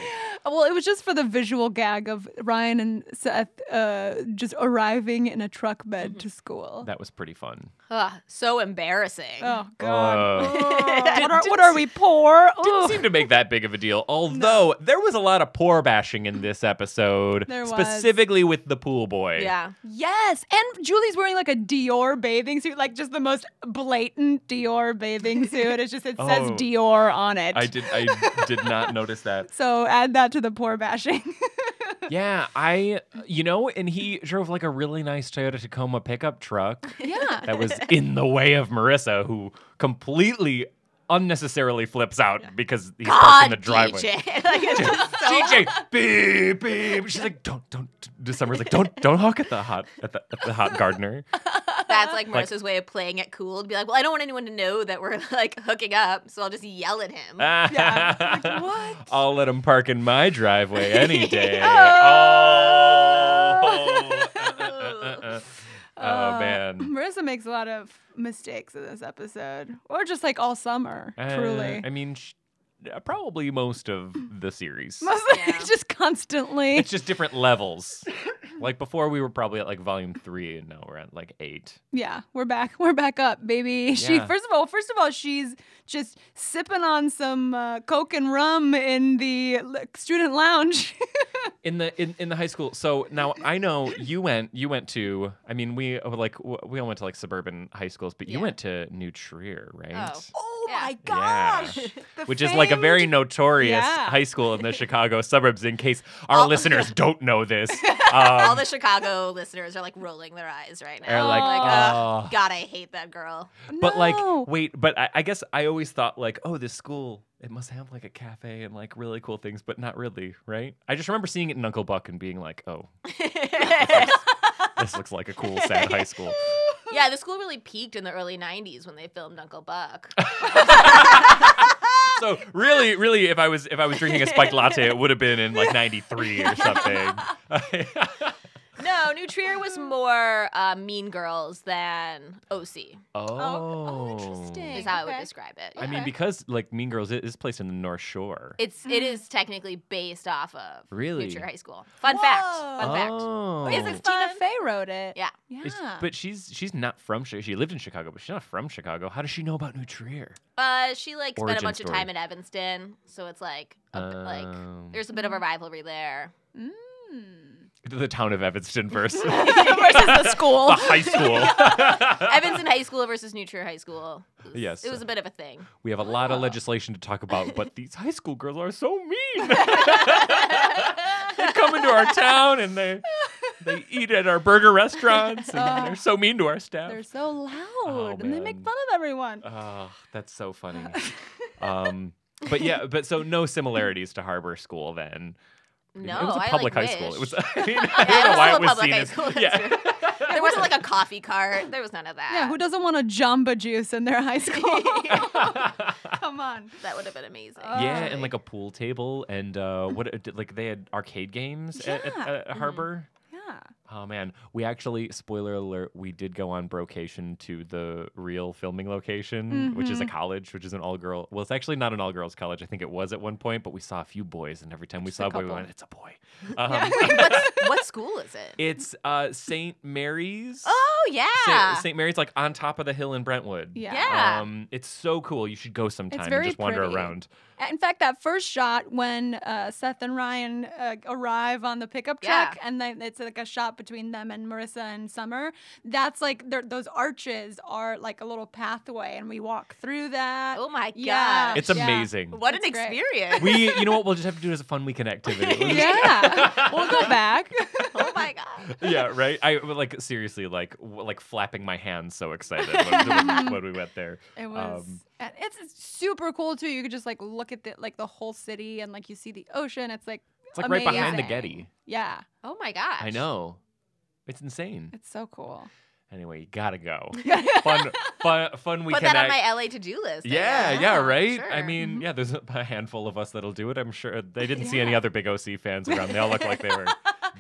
[SPEAKER 4] Well, it was just for the visual gag of Ryan and Seth uh, just arriving in a truck bed to school.
[SPEAKER 3] that was pretty fun
[SPEAKER 5] Ugh, so embarrassing.
[SPEAKER 4] oh God!
[SPEAKER 3] uh,
[SPEAKER 4] Ugh, what, are, what are we poor?
[SPEAKER 3] didn't
[SPEAKER 4] Ugh.
[SPEAKER 3] seem Uh, to make that big of a deal although there was a lot of poor bashing in this episode
[SPEAKER 4] There was.
[SPEAKER 3] specifically with the pool boy
[SPEAKER 5] Yeah.
[SPEAKER 4] Yes, and Julie's wearing like a Dior bathing suit, like just the most blatant Dior bathing suit. It's just it says
[SPEAKER 3] Oh.
[SPEAKER 4] Dior on it.
[SPEAKER 3] i did i did not notice that
[SPEAKER 4] So add that to the poor bashing.
[SPEAKER 3] Yeah, I, you know, and he drove like a really nice Toyota Tacoma pickup truck
[SPEAKER 4] yeah.
[SPEAKER 3] that was in the way of Marissa, who completely unnecessarily flips out because he's parked in
[SPEAKER 5] God,
[SPEAKER 3] the driveway.
[SPEAKER 5] DJ. like, it's just so-
[SPEAKER 3] DJ, beep beep. She's like, don't, don't. This summer's like, don't, don't honk at the hot, at the, at the hot gardener.
[SPEAKER 5] That's like Marissa's way of playing it cool to be like, well, I don't want anyone to know that we're like hooking up, so I'll just yell at him.
[SPEAKER 4] Yeah. Like, what?
[SPEAKER 3] I'll let him park in my driveway any day. oh.
[SPEAKER 5] Oh.
[SPEAKER 3] Oh,
[SPEAKER 4] Uh,
[SPEAKER 3] man.
[SPEAKER 4] Marissa makes a lot of mistakes in this episode, or just like all summer.
[SPEAKER 3] Uh,
[SPEAKER 4] truly,
[SPEAKER 3] I mean, sh- uh, probably most of the series.
[SPEAKER 4] mostly
[SPEAKER 5] Yeah.
[SPEAKER 4] just constantly.
[SPEAKER 3] it's just different levels. Like before, we were probably at like volume three, and now we're at like eight.
[SPEAKER 4] Yeah, we're back. We're back up, baby. She
[SPEAKER 3] Yeah.
[SPEAKER 4] first of all, first of all, she's just sipping on some uh, coke and rum in the l- student lounge.
[SPEAKER 3] in the in, in the high school. So now I know you went you went to I mean we uh, like w- we all went to like suburban high schools, but you
[SPEAKER 5] Yeah.
[SPEAKER 3] went to New Trier, right?
[SPEAKER 5] Oh.
[SPEAKER 4] oh
[SPEAKER 5] Yeah.
[SPEAKER 4] my
[SPEAKER 3] Yeah.
[SPEAKER 4] gosh! The
[SPEAKER 3] Which is like a very
[SPEAKER 4] famed-
[SPEAKER 3] notorious
[SPEAKER 4] Yeah.
[SPEAKER 3] high school in the Chicago suburbs. In case our listeners don't know this, um,
[SPEAKER 5] All the Chicago listeners are like rolling their eyes right now.
[SPEAKER 3] are like,
[SPEAKER 4] Oh.
[SPEAKER 5] uh,
[SPEAKER 3] "Oh."
[SPEAKER 5] God, I hate that girl.
[SPEAKER 3] but
[SPEAKER 4] No.
[SPEAKER 3] like wait, but I, I guess I always thought like, oh, this school it must have like a cafe and like really cool things, but not really, right? I just remember seeing it in Uncle Buck and being like, oh, this looks like a cool sad high school.
[SPEAKER 5] yeah, the school really peaked in the early 90s when they filmed Uncle Buck.
[SPEAKER 3] So really, really, if I was if I was drinking a spiked latte, it would have been in like '93 or something.
[SPEAKER 5] no, New Trier was more uh, Mean Girls than OC,
[SPEAKER 3] oh.
[SPEAKER 4] oh, interesting.
[SPEAKER 5] is how I
[SPEAKER 4] Okay.
[SPEAKER 5] would describe it.
[SPEAKER 3] I mean,
[SPEAKER 4] Okay.
[SPEAKER 3] because like Mean Girls i- is placed in the North Shore.
[SPEAKER 5] It's it is technically based off of
[SPEAKER 3] Really?
[SPEAKER 5] New Trier High School. Fun fact. Fun fact.
[SPEAKER 3] oh.
[SPEAKER 5] Is
[SPEAKER 4] Because
[SPEAKER 5] it
[SPEAKER 4] Tina
[SPEAKER 5] fun?
[SPEAKER 4] Fey wrote it.
[SPEAKER 5] Yeah.
[SPEAKER 4] Yeah.
[SPEAKER 3] It's- but she's she's not from Chicago. She lived in Chicago, but she's not from Chicago. How does she know about New Trier?
[SPEAKER 5] Uh, she like spent
[SPEAKER 3] Origin
[SPEAKER 5] a bunch
[SPEAKER 3] story.
[SPEAKER 5] of time in Evanston, so it's like a, bit like
[SPEAKER 3] Um,
[SPEAKER 5] there's a bit of a rivalry there.
[SPEAKER 4] Mm.
[SPEAKER 3] the town of Evanston versus
[SPEAKER 5] versus the school.
[SPEAKER 3] the high school.
[SPEAKER 5] Evanston High School versus New Trier High School. It was-
[SPEAKER 3] Yes.
[SPEAKER 5] It was a bit of a thing.
[SPEAKER 3] we have a lot of legislation to talk about, but these high school girls are so mean. they come into our town and they they eat at our burger restaurants and
[SPEAKER 5] Uh,
[SPEAKER 4] Oh.
[SPEAKER 3] they're so mean to our staff.
[SPEAKER 4] They're so loud, and they make
[SPEAKER 3] Oh, man.
[SPEAKER 4] fun of everyone.
[SPEAKER 3] Oh, that's so funny. um, but yeah, but so no similarities to Harbor School then.
[SPEAKER 5] No,
[SPEAKER 3] it was a
[SPEAKER 5] I,
[SPEAKER 3] public
[SPEAKER 5] like,
[SPEAKER 3] high school. It was.
[SPEAKER 5] wish.
[SPEAKER 3] I, mean, I
[SPEAKER 5] Yeah,
[SPEAKER 3] don't know why it
[SPEAKER 5] still a
[SPEAKER 3] was
[SPEAKER 5] public
[SPEAKER 3] seen
[SPEAKER 5] high
[SPEAKER 3] as.
[SPEAKER 5] school, that's
[SPEAKER 3] Yeah.
[SPEAKER 5] true. There wasn't like a coffee cart. There was none of that.
[SPEAKER 4] yeah, who doesn't want a Jamba Juice in their high school? Come on.
[SPEAKER 5] That would have been amazing.
[SPEAKER 3] Yeah, and like a pool table, and uh, what it did- like they had arcade games at, at,
[SPEAKER 4] Yeah.
[SPEAKER 3] at
[SPEAKER 5] mm-hmm.
[SPEAKER 3] Harbor.
[SPEAKER 4] Yeah.
[SPEAKER 3] Oh man, we actually spoiler alert, we did go on brocation to the real filming location, which is a
[SPEAKER 4] Mm-hmm.
[SPEAKER 3] college, which is an all girl. Well, it's actually not an all girls college. I think it was at one point, but we saw a few boys, and every time we saw a boy, we
[SPEAKER 4] couple.
[SPEAKER 3] went, "It's a boy." Um,
[SPEAKER 5] what school is it?
[SPEAKER 3] It's uh, St. Mary's.
[SPEAKER 4] Ah!
[SPEAKER 5] oh yeah.
[SPEAKER 3] St. Mary's, like on top of the hill in Brentwood.
[SPEAKER 4] Yeah.
[SPEAKER 5] Yeah.
[SPEAKER 3] Um, it's so cool. You should go sometime and
[SPEAKER 4] very
[SPEAKER 3] just wander
[SPEAKER 4] pretty.
[SPEAKER 3] around.
[SPEAKER 4] In fact, that first shot when uh, Seth and Ryan uh, arrive on the pickup
[SPEAKER 5] Yeah.
[SPEAKER 4] truck, and then it's like a shot between them and Marissa and Summer. That's like they're- those arches are like a little pathway, and we walk through that.
[SPEAKER 5] oh my god.
[SPEAKER 4] Yeah.
[SPEAKER 3] It's
[SPEAKER 4] Yeah.
[SPEAKER 3] amazing.
[SPEAKER 5] What an
[SPEAKER 4] It's great.
[SPEAKER 5] experience.
[SPEAKER 3] We, you know what? We'll just have to do it as a fun weekend activity. We'll just
[SPEAKER 4] yeah, we'll go back.
[SPEAKER 5] oh my god.
[SPEAKER 3] yeah, right. I but, like seriously, like w- like flapping my hands, so excited when, when, when we went there.
[SPEAKER 4] It was,
[SPEAKER 3] Um,
[SPEAKER 4] and it's it's super cool too. You could just like look at the like the whole city, and like you see the ocean. It's like
[SPEAKER 3] It's like right behind the Getty.
[SPEAKER 4] yeah,
[SPEAKER 5] Oh my gosh.
[SPEAKER 3] I know, it's insane.
[SPEAKER 4] it's so cool.
[SPEAKER 3] Anyway, you gotta go. fun, fun, fun
[SPEAKER 5] Put
[SPEAKER 3] weekend.
[SPEAKER 5] that on
[SPEAKER 3] act-
[SPEAKER 5] my LA to do list. I
[SPEAKER 3] yeah,
[SPEAKER 5] guess.
[SPEAKER 3] yeah, right. I
[SPEAKER 5] sure.
[SPEAKER 3] mean, yeah, there's a a handful of us that'll do it. I'm sure they didn't see any other big OC fans around. They all look like they were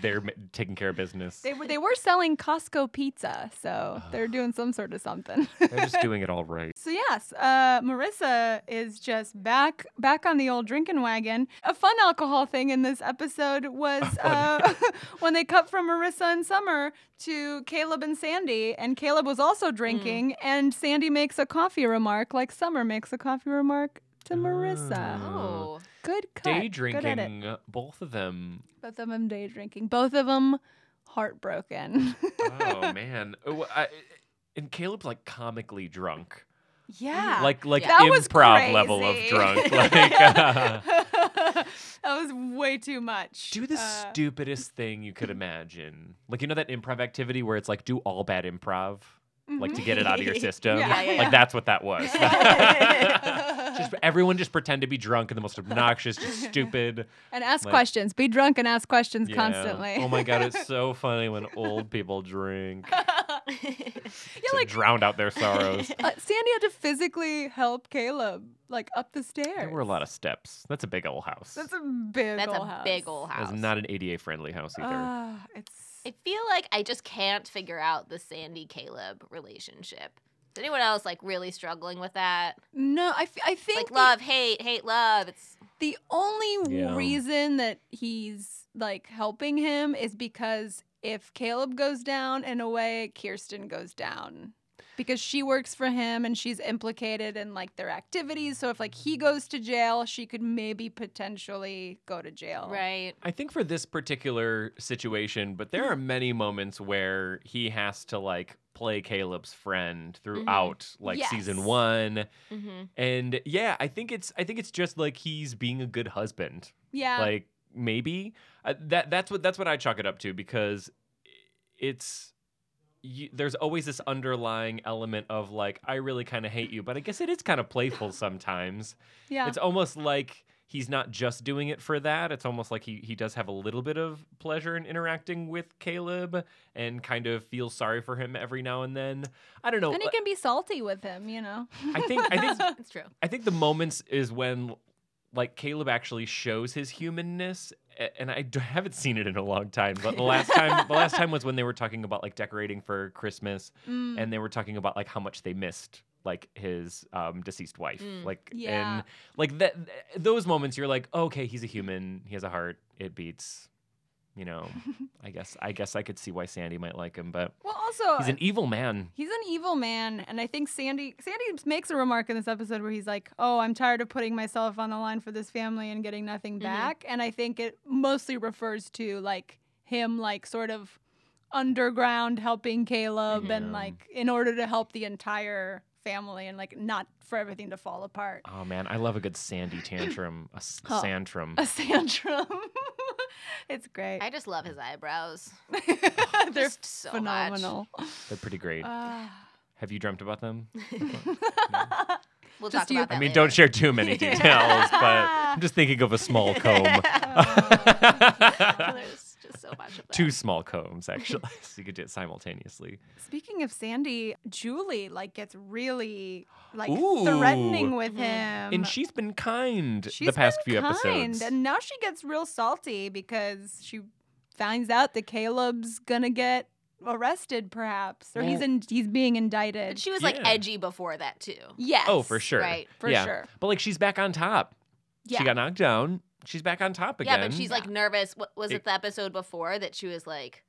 [SPEAKER 3] they're m- taking care of business.
[SPEAKER 4] They were they were selling Costco pizza, so they're doing some sort of something.
[SPEAKER 3] They're just doing it all right.
[SPEAKER 4] So yes, uh, Marissa is just back back on the old drinking wagon. A fun alcohol thing in this episode was uh, when they cut from Marissa and Summer to Caleb and Sandy, and Caleb was also drinking, and Sandy makes a coffee remark like Summer makes a coffee remark to Marissa.
[SPEAKER 5] Oh.
[SPEAKER 4] Good cut.
[SPEAKER 3] Ah. Day
[SPEAKER 4] Good edit.
[SPEAKER 3] drinking, both of them.
[SPEAKER 4] Both of them day drinking. Both of them heartbroken.
[SPEAKER 3] Oh man, Oh, I- and Caleb's like comically drunk.
[SPEAKER 4] yeah.
[SPEAKER 3] like like
[SPEAKER 4] That was
[SPEAKER 3] improv level of
[SPEAKER 4] crazy.
[SPEAKER 3] drunk. Like uh,
[SPEAKER 4] that was way too much.
[SPEAKER 3] do the
[SPEAKER 4] Uh,
[SPEAKER 3] stupidest thing you could imagine. Like you know that improv activity where it's like do all bad improv, like to get it out of your system.
[SPEAKER 4] Mm-hmm. Yeah, yeah,
[SPEAKER 3] Like
[SPEAKER 5] yeah.
[SPEAKER 3] that's what that was. just everyone just pretend to be drunk and the most obnoxious, just stupid.
[SPEAKER 4] and ask
[SPEAKER 3] Like-
[SPEAKER 4] questions. Be drunk and ask questions
[SPEAKER 3] Yeah.
[SPEAKER 4] constantly.
[SPEAKER 3] Oh my god, it's so funny when old people drink. to
[SPEAKER 4] like-
[SPEAKER 3] drown out their sorrows.
[SPEAKER 4] Uh, Sandy had to physically help Caleb like up the stairs.
[SPEAKER 3] There were a lot of steps. That's a big old house.
[SPEAKER 4] That's a big.
[SPEAKER 5] That's
[SPEAKER 4] ol'
[SPEAKER 5] a
[SPEAKER 4] house.
[SPEAKER 5] big old house.
[SPEAKER 3] That's not an ADA friendly house either.
[SPEAKER 4] Ah, it's.
[SPEAKER 5] I feel like I just can't figure out the Sandy Caleb relationship. Is anyone else like really struggling with that?
[SPEAKER 4] No, I, f- I think
[SPEAKER 5] Like
[SPEAKER 4] the-
[SPEAKER 5] love, hate, hate, love. It's
[SPEAKER 4] The only w-
[SPEAKER 3] Yeah.
[SPEAKER 4] reason that he's like helping him is because if Caleb goes down, in a way, Kirsten goes down because she works for him and she's implicated in like their activities. So if like he goes to jail, she could maybe potentially go to jail.
[SPEAKER 5] Right.
[SPEAKER 3] I think for this particular situation, but there are many moments where he has to like play Caleb's friend throughout like
[SPEAKER 4] Yes.
[SPEAKER 3] season 1
[SPEAKER 5] Mm-hmm.
[SPEAKER 3] and yeah, I think it's I think it's just like he's being a good husband.
[SPEAKER 4] Yeah.
[SPEAKER 3] like maybe uh, that that's what that's what I chalk it up to because it's you, there's always this underlying element of like I really kind of hate you, but I guess it is kind of playful sometimes.
[SPEAKER 4] yeah.
[SPEAKER 3] It's almost like he's not just doing it for that. It's almost like he he does have a little bit of pleasure in interacting with Caleb and kind of feels sorry for him every now and then. I don't know.
[SPEAKER 4] and he can be salty with him, you know.
[SPEAKER 3] I think I think
[SPEAKER 5] It's true.
[SPEAKER 3] I think the moments is when like Caleb actually shows his humanness a- and I d- haven't seen it in a long time but the last time the last time was when they were talking about like decorating for Christmas
[SPEAKER 4] Mm.
[SPEAKER 3] and they were talking about like how much they missed like his um, deceased wife
[SPEAKER 5] Mm.
[SPEAKER 3] like
[SPEAKER 4] Yeah.
[SPEAKER 3] and like that those moments you're like okay he's a human he has a heart it beats you know I guess I guess I could see why Sandy might like him but
[SPEAKER 4] well, also
[SPEAKER 3] he's an evil man
[SPEAKER 4] He's an evil man, and I think Sandy Sandy makes a remark in this episode where he's like, "Oh, I'm tired of putting myself on the line for this family and getting nothing
[SPEAKER 3] Mm-hmm.
[SPEAKER 4] back." And I think it mostly refers to like him like sort of underground helping Caleb
[SPEAKER 3] Yeah.
[SPEAKER 4] and like in order to help the entire family and like not for everything to fall apart.
[SPEAKER 3] oh man I love a good Sandy tantrum a s-
[SPEAKER 4] Oh.
[SPEAKER 3] santrum
[SPEAKER 4] A tantrum. it's great.
[SPEAKER 5] I just love his eyebrows.
[SPEAKER 4] They're
[SPEAKER 5] Just so much.
[SPEAKER 4] phenomenal.
[SPEAKER 3] they're pretty great
[SPEAKER 4] Ah.
[SPEAKER 3] Have you dreamt about them?
[SPEAKER 5] We'll
[SPEAKER 4] Just
[SPEAKER 5] talk
[SPEAKER 4] you.
[SPEAKER 5] about that.
[SPEAKER 3] I mean,
[SPEAKER 5] later.
[SPEAKER 3] don't share too many details, but I'm just thinking of a small comb.
[SPEAKER 5] There's just so much of that.
[SPEAKER 3] Two small combs, actually. So you could do it simultaneously.
[SPEAKER 4] Speaking of Sandy, Julie like gets really like
[SPEAKER 3] Ooh.
[SPEAKER 4] threatening with
[SPEAKER 5] Mhm.
[SPEAKER 4] him.
[SPEAKER 3] and she's been kind
[SPEAKER 4] She's
[SPEAKER 3] the past
[SPEAKER 4] been
[SPEAKER 3] few
[SPEAKER 4] kind,
[SPEAKER 3] episodes.
[SPEAKER 4] And now she gets real salty because she finds out that Caleb's gonna get arrested perhaps. Or he's
[SPEAKER 3] Well-
[SPEAKER 4] in he's being indicted.
[SPEAKER 5] But she was like
[SPEAKER 3] Yeah.
[SPEAKER 5] edgy before that too.
[SPEAKER 4] yes.
[SPEAKER 3] oh, for sure.
[SPEAKER 5] right,
[SPEAKER 4] For
[SPEAKER 3] yeah.
[SPEAKER 4] sure.
[SPEAKER 3] But like she's back on top.
[SPEAKER 4] Yeah.
[SPEAKER 3] She got knocked down. She's back on top again.
[SPEAKER 5] Yeah, but she's like nervous. What was
[SPEAKER 3] It-
[SPEAKER 5] it the episode before that she was like,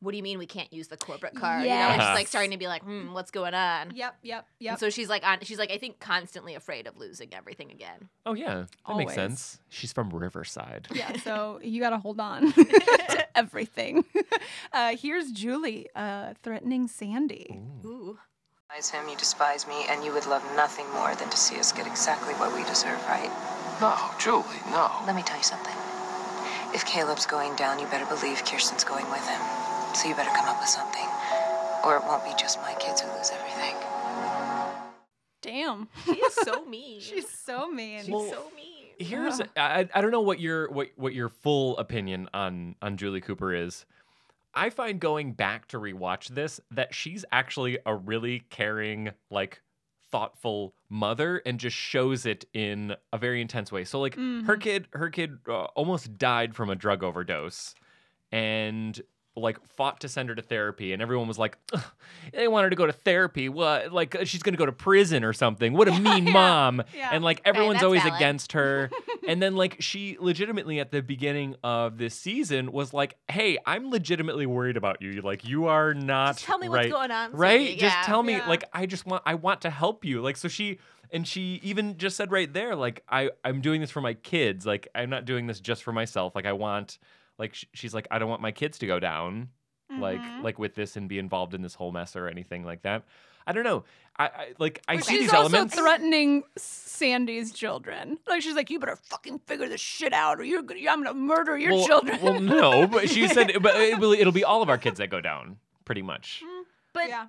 [SPEAKER 5] "What do you mean we can't use the corporate card?" You know, and
[SPEAKER 3] Yes.
[SPEAKER 5] she's like starting to be like, "Hmm, what's going on?" And
[SPEAKER 4] Yep, yep, yep.
[SPEAKER 5] so she's like on. She's like, I think constantly afraid of losing everything again.
[SPEAKER 3] oh, yeah. That makes
[SPEAKER 4] Always.
[SPEAKER 3] sense. She's from Riverside.
[SPEAKER 4] yeah, so you got to hold on to everything. Uh, here's Julie uh, threatening Sandy.
[SPEAKER 3] Hmm.
[SPEAKER 5] Ooh.
[SPEAKER 6] despise him, you despise me, and you would love nothing more than to see us get exactly what we deserve, right?
[SPEAKER 7] No, Julie, no.
[SPEAKER 6] Let me tell you something. If Caleb's going down, you better believe Kirsten's going with him. So you better come up with something, or it won't be just my kids who lose everything.
[SPEAKER 4] Damn.
[SPEAKER 5] She's so mean.
[SPEAKER 4] She's so mean.
[SPEAKER 3] Well,
[SPEAKER 5] so mean.
[SPEAKER 3] Here's I, I don't know what your what what your full opinion on on Julie Cooper is. I find going back to rewatch this that she's actually a really caring, like thoughtful mother and just shows it in a very intense way. So like her kid her kid uh, almost died from a drug overdose and like fought to send her to therapy and everyone was like "Ugh, they want her to go to therapy what like uh, she's going to go to prison or something what a mean mom
[SPEAKER 4] yeah.
[SPEAKER 3] and like everyone's
[SPEAKER 5] that's
[SPEAKER 3] always
[SPEAKER 5] valid.
[SPEAKER 3] against her and then like she legitimately at the beginning of this season was like hey i'm legitimately worried about you like you are not
[SPEAKER 5] Just tell me
[SPEAKER 3] right
[SPEAKER 5] what's going on.
[SPEAKER 3] right
[SPEAKER 5] Sadie.
[SPEAKER 3] just
[SPEAKER 5] Yeah.
[SPEAKER 3] tell me
[SPEAKER 4] Yeah.
[SPEAKER 3] like i just want i want to help you like so she and she even just said right there like i i'm doing this for my kids like i'm not doing this just for myself like i want like sh- she's like i don't want my kids to go down like
[SPEAKER 5] Mm-hmm.
[SPEAKER 4] Mhm.
[SPEAKER 3] like with this and be involved in this whole mess or anything like that i don't know i, I like i
[SPEAKER 5] Well,
[SPEAKER 3] see
[SPEAKER 4] she's
[SPEAKER 3] these
[SPEAKER 4] also
[SPEAKER 3] elements
[SPEAKER 4] threatening Sandy's children. Like she's like, you better fucking figure this shit out, or you're gonna, I'm gonna murder your
[SPEAKER 3] well,
[SPEAKER 4] children.
[SPEAKER 3] well no but she said but it will, it'll be all of our kids that go down pretty much
[SPEAKER 5] But
[SPEAKER 4] yeah,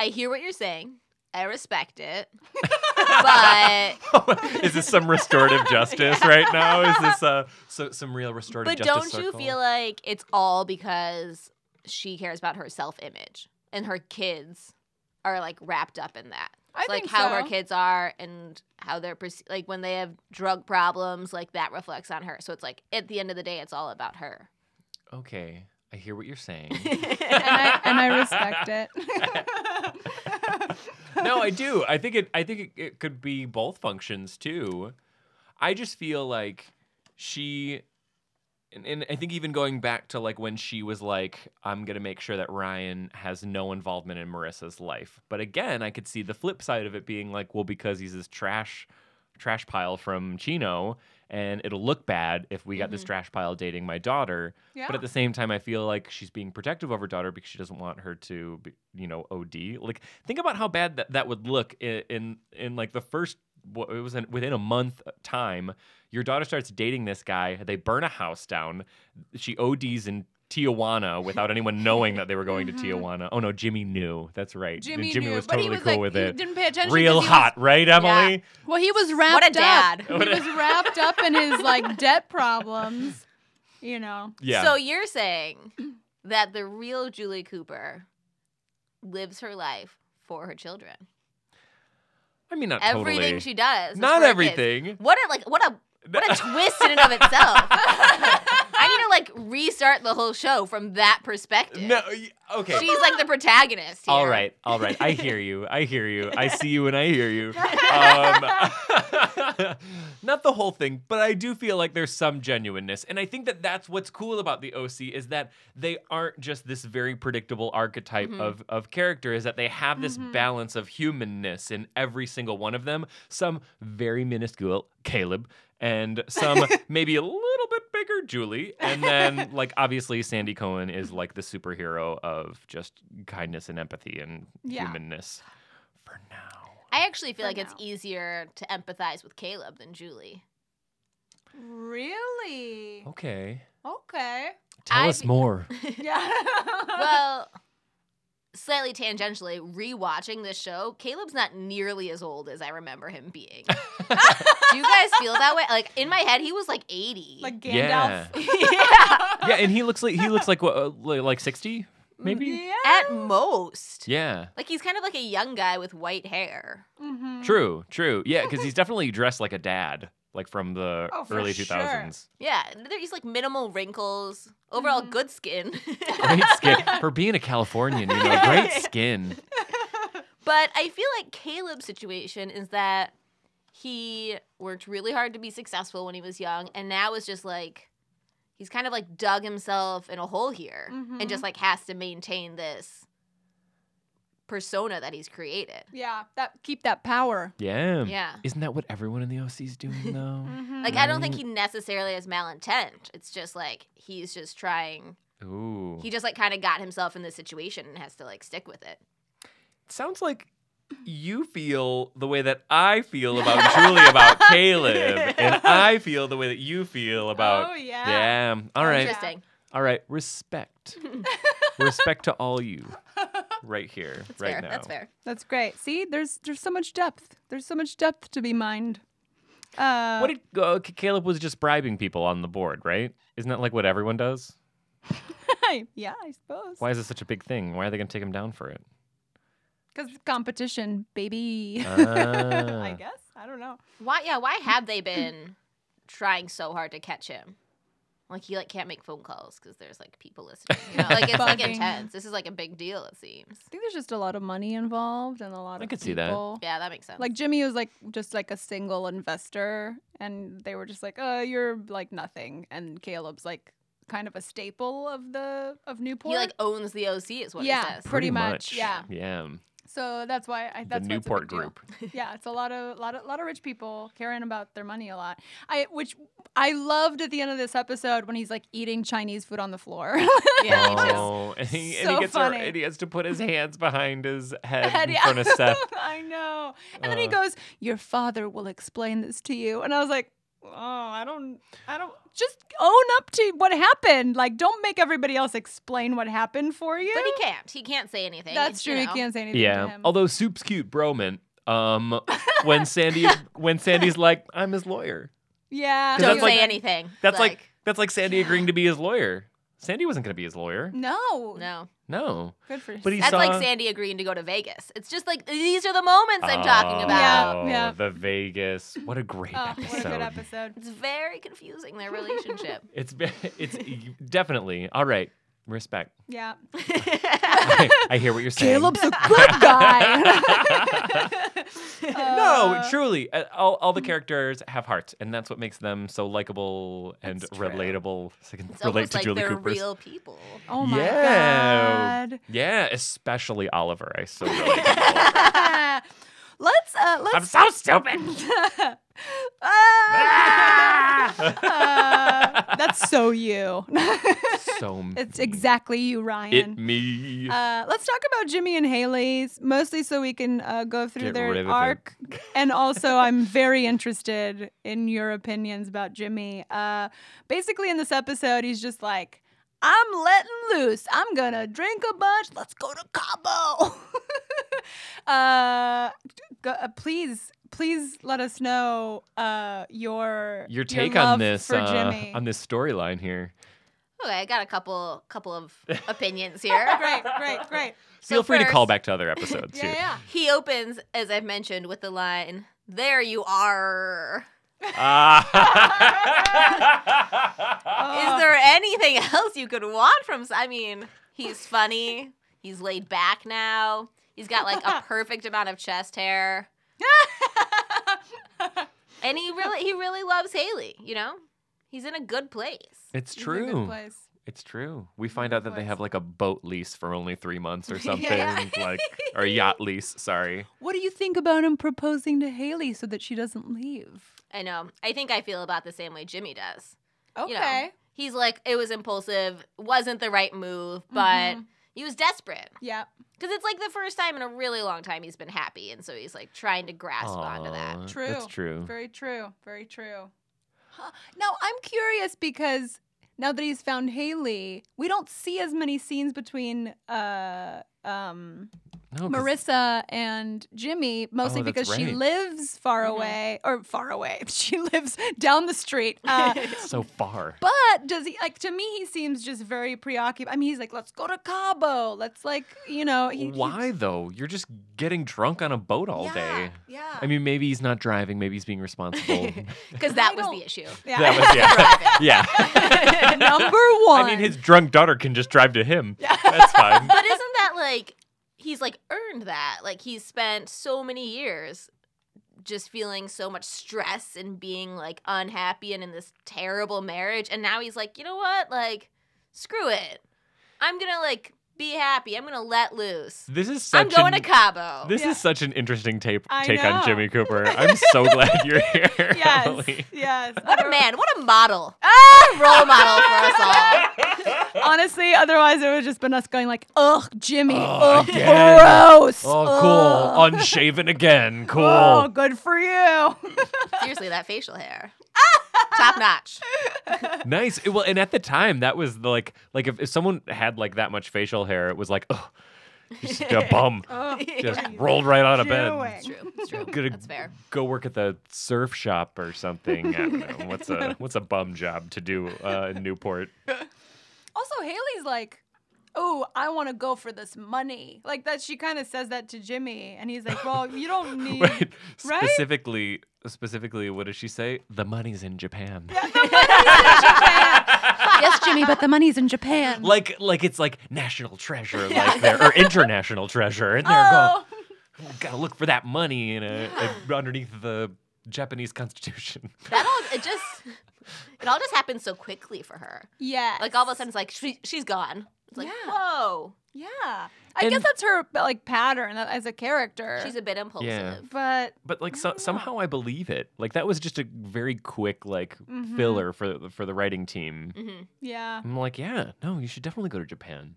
[SPEAKER 5] I hear what you're saying. I respect it. but Mm.
[SPEAKER 3] is this some restorative justice right now is this uh so some real restorative
[SPEAKER 5] but don't
[SPEAKER 3] justice
[SPEAKER 5] you
[SPEAKER 3] circle?
[SPEAKER 5] feel like it's all because she cares about her self-image and her kids are like wrapped up in that
[SPEAKER 4] I
[SPEAKER 5] like
[SPEAKER 4] think
[SPEAKER 5] how her
[SPEAKER 4] so.
[SPEAKER 5] kids are and how they're perce- like when they have drug problems like that reflects on her so it's like at the end of the day it's all about her
[SPEAKER 3] Okay, I hear what you're saying.
[SPEAKER 4] and I, and I respect it.
[SPEAKER 3] no, I do. I think it. I think it, it could be both functions too. I just feel like she and, and I think even going back to like when she was like, I'm gonna make sure that Ryan has no involvement in Marissa's life. But again, I could see the flip side of it being like, well, because he's this trash trash pile from Chino, and it'll look bad if we got this trash pile dating my daughter. But
[SPEAKER 4] Yeah.
[SPEAKER 3] at the same time, I feel like she's being protective of her daughter because she doesn't want her to, be, you know, OD. Like, think about how bad that, that would look in, in in like the first. wha- It was in, within a month time. Your daughter starts dating this guy. They burn a house down. She ODs in Tijuana without anyone knowing that they were going to Tijuana. Oh no, Jimmy knew. That's right.
[SPEAKER 4] Mm-hmm. Jimmy, knew,
[SPEAKER 3] was
[SPEAKER 4] but
[SPEAKER 3] totally
[SPEAKER 4] he was
[SPEAKER 3] cool
[SPEAKER 4] like,
[SPEAKER 3] with
[SPEAKER 4] he
[SPEAKER 3] it.
[SPEAKER 4] didn't pay attention. 'cause he
[SPEAKER 3] Real
[SPEAKER 4] was-
[SPEAKER 3] hot, right, Emily?
[SPEAKER 4] well, he was wrapped
[SPEAKER 5] What a
[SPEAKER 4] up.
[SPEAKER 5] dad.
[SPEAKER 4] He was wrapped up in his like debt problems. You know.
[SPEAKER 3] Yeah.
[SPEAKER 5] So you're saying that the real Julie Cooper lives her life for her children.
[SPEAKER 3] I mean, not
[SPEAKER 5] everything
[SPEAKER 3] totally.
[SPEAKER 5] she does. is
[SPEAKER 3] not
[SPEAKER 5] for her kids.
[SPEAKER 3] everything.
[SPEAKER 5] What a like what a what a twist in and of itself. I need to like restart the whole show from that perspective.
[SPEAKER 3] No. y- Okay.
[SPEAKER 5] She's like the protagonist here.
[SPEAKER 3] All right, all right. I hear you. I hear you. I see you and I hear you. Um, not the whole thing, but I do feel like there's some genuineness. And I think that that's what's cool about the OC is that they aren't just this very predictable archetype of, of character, is that they have this balance of humanness in every single one of them. Some very minuscule, Caleb. And some maybe a little bit bigger, Julie. And then, like, obviously, Sandy Cohen is like the superhero of just kindness and empathy and
[SPEAKER 4] Yeah.
[SPEAKER 3] humanness for now.
[SPEAKER 5] I actually feel
[SPEAKER 4] For
[SPEAKER 5] like it's
[SPEAKER 4] now.
[SPEAKER 5] easier to empathize with Caleb than Julie.
[SPEAKER 4] Really?
[SPEAKER 3] Oh. Okay.
[SPEAKER 4] Okay.
[SPEAKER 5] Tell I us be-
[SPEAKER 3] more.
[SPEAKER 4] Yeah.
[SPEAKER 5] Well, slightly tangentially, rewatching this show, Caleb's not nearly as old as I remember him being. Do you guys feel that way? Like in my head, he was like 80.
[SPEAKER 4] like
[SPEAKER 3] Yeah.
[SPEAKER 4] Gandalf.
[SPEAKER 5] yeah.
[SPEAKER 3] yeah, and he looks like he looks like what, uh, li- like sixty, maybe.
[SPEAKER 4] Yeah.
[SPEAKER 5] At most.
[SPEAKER 3] Yeah.
[SPEAKER 5] Like he's kind of like a young guy with white hair.
[SPEAKER 4] Mhm.
[SPEAKER 3] True. True. Yeah, because he's definitely dressed like a dad, like from the
[SPEAKER 4] Oh, for
[SPEAKER 3] early two
[SPEAKER 4] sure.
[SPEAKER 3] thousands.
[SPEAKER 5] Yeah, there- he's like minimal wrinkles, overall
[SPEAKER 4] Mhm.
[SPEAKER 5] good skin.
[SPEAKER 3] Great skin for being a Californian. You know, great skin.
[SPEAKER 5] but I feel like Caleb's situation is that he worked really hard to be successful when he was young, and now is just like he's kind of like dug himself in a hole here, and just like has to maintain this persona that he's created.
[SPEAKER 4] Yeah. That keep that power.
[SPEAKER 3] Yeah.
[SPEAKER 5] Yeah.
[SPEAKER 3] Isn't that what everyone in the OC is doing though?
[SPEAKER 4] Hmm.
[SPEAKER 5] Like I don't think he necessarily has malintent. It's just like he's just trying.
[SPEAKER 3] Ooh.
[SPEAKER 5] He just like kind of got himself in this situation and has to like stick with it.
[SPEAKER 3] sounds like you feel the way that I feel about Julie about Caleb, and I feel the way that you feel about.
[SPEAKER 4] Oh yeah.
[SPEAKER 3] yeah. All right.
[SPEAKER 5] Interesting.
[SPEAKER 3] All right. Respect. respect to all you, right here,
[SPEAKER 5] That's
[SPEAKER 3] right
[SPEAKER 5] fair.
[SPEAKER 3] now.
[SPEAKER 5] That's fair.
[SPEAKER 4] That's great. See, there's there's so much depth. There's so much depth to be mined. Uh,
[SPEAKER 3] What did uh, C- Caleb was just bribing people on the board, right? Isn't that like what everyone does?
[SPEAKER 4] yeah, I suppose.
[SPEAKER 3] Why is this such a big thing? Why are they going to take him down for it?
[SPEAKER 4] Because competition, baby. I
[SPEAKER 3] Ah.
[SPEAKER 4] guess. I don't know.
[SPEAKER 5] Why? Yeah. Why have they been trying so hard to catch him? Like he like can't make phone calls because there's like people listening. You know? Like it's like
[SPEAKER 4] Bugging.
[SPEAKER 5] intense. This is like a big deal. It seems.
[SPEAKER 4] I think there's just a lot of money involved and a lot
[SPEAKER 3] I
[SPEAKER 4] of
[SPEAKER 3] could see that.
[SPEAKER 4] people.
[SPEAKER 5] Yeah, that makes sense.
[SPEAKER 4] Like Jimmy was like just like a single investor, and they were just like, "Uh, you're like nothing," and Caleb's like kind of a staple of the of Newport.
[SPEAKER 5] he like owns the OC is what
[SPEAKER 4] yeah,
[SPEAKER 5] he says.
[SPEAKER 4] pretty much. Yeah.
[SPEAKER 3] Yeah.
[SPEAKER 4] So that's why I.
[SPEAKER 3] The
[SPEAKER 4] That's why it's a
[SPEAKER 3] Newport
[SPEAKER 4] big deal.
[SPEAKER 3] group.
[SPEAKER 4] yeah, it's a lot of lot of lot of rich people caring about their money a lot. I which I loved at the end of this episode when he's like eating Chinese food on the floor.
[SPEAKER 5] Yeah, me too.
[SPEAKER 3] oh, and he, and
[SPEAKER 4] so
[SPEAKER 3] he gets her-
[SPEAKER 4] funny.
[SPEAKER 3] and he has to put his hands behind his head,
[SPEAKER 4] head,
[SPEAKER 3] in
[SPEAKER 4] yeah.
[SPEAKER 3] front of Seth.
[SPEAKER 4] I know. And then he
[SPEAKER 3] Uh.
[SPEAKER 4] goes, "Your father will explain this to you." And I was like, "Oh, I don't I don't just own up to what happened. Like don't make everybody else explain what happened for you."
[SPEAKER 5] But he can't. He can't say anything.
[SPEAKER 4] That's
[SPEAKER 5] you
[SPEAKER 4] true. He
[SPEAKER 5] know.
[SPEAKER 4] can't say anything
[SPEAKER 3] Yeah.
[SPEAKER 4] to him.
[SPEAKER 3] Although soup's cute, Broman. Um, when Sandy, when Sandy's like, I'm his lawyer.
[SPEAKER 4] yeah.
[SPEAKER 3] Cause
[SPEAKER 5] Don't
[SPEAKER 3] that's
[SPEAKER 5] say
[SPEAKER 3] like-
[SPEAKER 5] anything.
[SPEAKER 3] That's like, that's like Sandy agreeing to be his lawyer. Sandy wasn't gonna be his lawyer.
[SPEAKER 4] No.
[SPEAKER 5] no.
[SPEAKER 3] No.
[SPEAKER 4] Good for
[SPEAKER 3] But he
[SPEAKER 5] That's
[SPEAKER 3] saw.
[SPEAKER 5] like Sandy agreeing to go to Vegas. It's just like these are the moments I'm talking about.
[SPEAKER 4] Yeah,
[SPEAKER 3] Oh,
[SPEAKER 4] yeah.
[SPEAKER 3] The Vegas. What a great
[SPEAKER 4] Oh,
[SPEAKER 3] episode.
[SPEAKER 4] what a good episode.
[SPEAKER 5] It's very confusing their relationship.
[SPEAKER 3] It's been- it's definitely all right. Respect.
[SPEAKER 4] Yeah.
[SPEAKER 3] I, I hear what you're saying.
[SPEAKER 4] Caleb's a good guy.
[SPEAKER 3] no, truly, uh, all, all the characters have hearts, and that's what makes them so likable and
[SPEAKER 5] That's true.
[SPEAKER 3] relatable. So I can
[SPEAKER 5] It's
[SPEAKER 3] relate
[SPEAKER 5] almost
[SPEAKER 3] to
[SPEAKER 5] like
[SPEAKER 3] Julie
[SPEAKER 5] they're
[SPEAKER 3] Cooper's.
[SPEAKER 5] real people.
[SPEAKER 4] oh my
[SPEAKER 3] Yeah.
[SPEAKER 4] god.
[SPEAKER 3] Yeah, especially Oliver. I so relate. to Oliver.
[SPEAKER 4] let's uh let's
[SPEAKER 3] I'm so stupid.
[SPEAKER 4] Ah! Uh, that's so you.
[SPEAKER 3] so m-
[SPEAKER 4] it's exactly you,
[SPEAKER 3] it
[SPEAKER 4] Ryan.
[SPEAKER 3] me.
[SPEAKER 4] Uh, let's talk about Jimmy and Haley's, mostly so we can uh, go through
[SPEAKER 3] Get rid
[SPEAKER 4] their
[SPEAKER 3] of it.
[SPEAKER 4] arc. and also, I'm very interested in your opinions about Jimmy. Uh, basically, in this episode, he's just like, I'm letting loose. I'm going to drink a bunch. Let's go to Cabo. uh, go, uh, please. Please let us know uh, your
[SPEAKER 3] your take
[SPEAKER 4] love
[SPEAKER 3] on this
[SPEAKER 4] for
[SPEAKER 3] uh,
[SPEAKER 4] Jimmy.
[SPEAKER 3] on this storyline here.
[SPEAKER 5] Okay, I got a couple couple of opinions here.
[SPEAKER 4] great, great, great.
[SPEAKER 5] So
[SPEAKER 3] Feel free to call
[SPEAKER 5] first-
[SPEAKER 3] back to other episodes
[SPEAKER 4] Yeah,
[SPEAKER 3] too.
[SPEAKER 4] yeah.
[SPEAKER 5] He opens, as I've mentioned, with the line, "There you are."
[SPEAKER 3] Ah.
[SPEAKER 5] Is
[SPEAKER 4] Oh,
[SPEAKER 5] there anything else you could want from? s- I mean, he's funny. He's laid back now. He's got like a perfect amount of chest hair. and he really, he really loves Haley. You know, he's in a good place.
[SPEAKER 3] it's
[SPEAKER 4] He's in a good
[SPEAKER 3] true.
[SPEAKER 4] place.
[SPEAKER 3] It's true. We find out that they have like a boat lease for only three months or something, like or a yacht lease. Sorry.
[SPEAKER 4] What do you think about him proposing to Haley so that she doesn't leave?
[SPEAKER 5] I know. I think I feel about the same way Jimmy does.
[SPEAKER 4] Okay.
[SPEAKER 5] You know, He's like, it was impulsive, wasn't the right move, but
[SPEAKER 4] Mm-hmm.
[SPEAKER 5] he was desperate.
[SPEAKER 4] Yeah.
[SPEAKER 5] Because it's like the first time in a really long time he's been happy. And so he's like trying to grasp onto that.
[SPEAKER 3] Aw,
[SPEAKER 4] True.
[SPEAKER 3] That's true.
[SPEAKER 4] Very true. Very true. Huh. Now, I'm curious because now that he's found Haley, we don't see as many scenes between uh, um,
[SPEAKER 3] No, 'cause-
[SPEAKER 4] Marissa and Jimmy, mostly
[SPEAKER 3] Oh, that's
[SPEAKER 4] because she
[SPEAKER 3] right.
[SPEAKER 4] lives far
[SPEAKER 5] Mhm.
[SPEAKER 4] away, or far away. She lives down the street. Uh,
[SPEAKER 3] so far.
[SPEAKER 4] But does he like to me? He seems just very preoccupied. I mean, he's like, let's go to Cabo. Let's like, you know, he, he-
[SPEAKER 3] Why though? You're just getting drunk on a boat all
[SPEAKER 4] yeah,
[SPEAKER 3] day.
[SPEAKER 4] Yeah.
[SPEAKER 3] I mean, maybe he's not driving. Maybe he's being responsible.
[SPEAKER 5] Because that
[SPEAKER 4] I
[SPEAKER 5] was
[SPEAKER 4] don't-
[SPEAKER 5] the issue.
[SPEAKER 4] yeah.
[SPEAKER 3] that was yeah, yeah.
[SPEAKER 4] number one.
[SPEAKER 3] I mean, his drunk daughter can just drive to him. That's fine.
[SPEAKER 5] But isn't that like, he's like earned that? Like he's spent so many years just feeling so much stress and being like unhappy and in this terrible marriage. And now he's like, you know what? Like, screw it. I'm going to like be happy. I'm going to let loose.
[SPEAKER 3] This is such
[SPEAKER 5] I'm going
[SPEAKER 3] an,
[SPEAKER 5] to Cabo.
[SPEAKER 3] This
[SPEAKER 4] Yeah.
[SPEAKER 3] is such an interesting tape,
[SPEAKER 4] I
[SPEAKER 3] take on
[SPEAKER 4] know.
[SPEAKER 3] Jimmy Cooper. I'm so glad you're here.
[SPEAKER 4] yes,
[SPEAKER 3] Emily.
[SPEAKER 4] yes.
[SPEAKER 5] What a
[SPEAKER 4] Other-
[SPEAKER 5] man. What a model. What a role model for us all.
[SPEAKER 4] Honestly, otherwise it would have just been us going like, ugh, Jimmy,
[SPEAKER 3] Oh,
[SPEAKER 4] ugh,
[SPEAKER 3] again.
[SPEAKER 4] gross.
[SPEAKER 3] Oh, cool.
[SPEAKER 4] ugh.
[SPEAKER 3] Unshaven again. Cool.
[SPEAKER 4] Oh, good for you.
[SPEAKER 5] Seriously, that facial hair. Top notch.
[SPEAKER 3] Nice. Well, and at the time, that was the, like, like if, if someone had like that much facial hair, it was like, oh, just a bum.
[SPEAKER 4] Ugh.
[SPEAKER 3] Just
[SPEAKER 4] what are you
[SPEAKER 3] rolled right out of
[SPEAKER 4] doing?
[SPEAKER 3] bed.
[SPEAKER 5] It's true. It's true.
[SPEAKER 3] Gonna
[SPEAKER 5] Oh, That's fair.
[SPEAKER 3] Go work at the surf shop or something. I don't know. What's a what's a bum job to do uh, in Newport?
[SPEAKER 4] Also, Haley's like, "Oh, I want to go for this money." Like that, she kind of says that to Jimmy, and he's like, "Well, you don't need
[SPEAKER 3] Wait,
[SPEAKER 4] Right?
[SPEAKER 3] specifically, specifically, what does she say? The money's in Japan.
[SPEAKER 4] yes, Jimmy, but the money's in Japan."
[SPEAKER 3] like, like it's like national treasure, like there or international treasure, and they're
[SPEAKER 4] oh,
[SPEAKER 3] going, gotta look for that money in a, a- underneath the Japanese constitution.
[SPEAKER 5] That all, it just, it all just happened so quickly for her.
[SPEAKER 4] yeah.
[SPEAKER 5] Like all of a sudden, it's like, she, she's gone. It's like,
[SPEAKER 4] Yeah.
[SPEAKER 5] whoa.
[SPEAKER 4] yeah. I guess
[SPEAKER 3] And-
[SPEAKER 4] that's her like pattern that- as a character.
[SPEAKER 5] She's a bit impulsive.
[SPEAKER 4] but
[SPEAKER 3] But like so, somehow I believe it. Like that was just a very quick like
[SPEAKER 4] Mm-hmm.
[SPEAKER 3] filler for the- for the writing team.
[SPEAKER 4] Mm.
[SPEAKER 5] hmm
[SPEAKER 4] yeah.
[SPEAKER 3] I'm like, yeah, no, you should definitely go to Japan.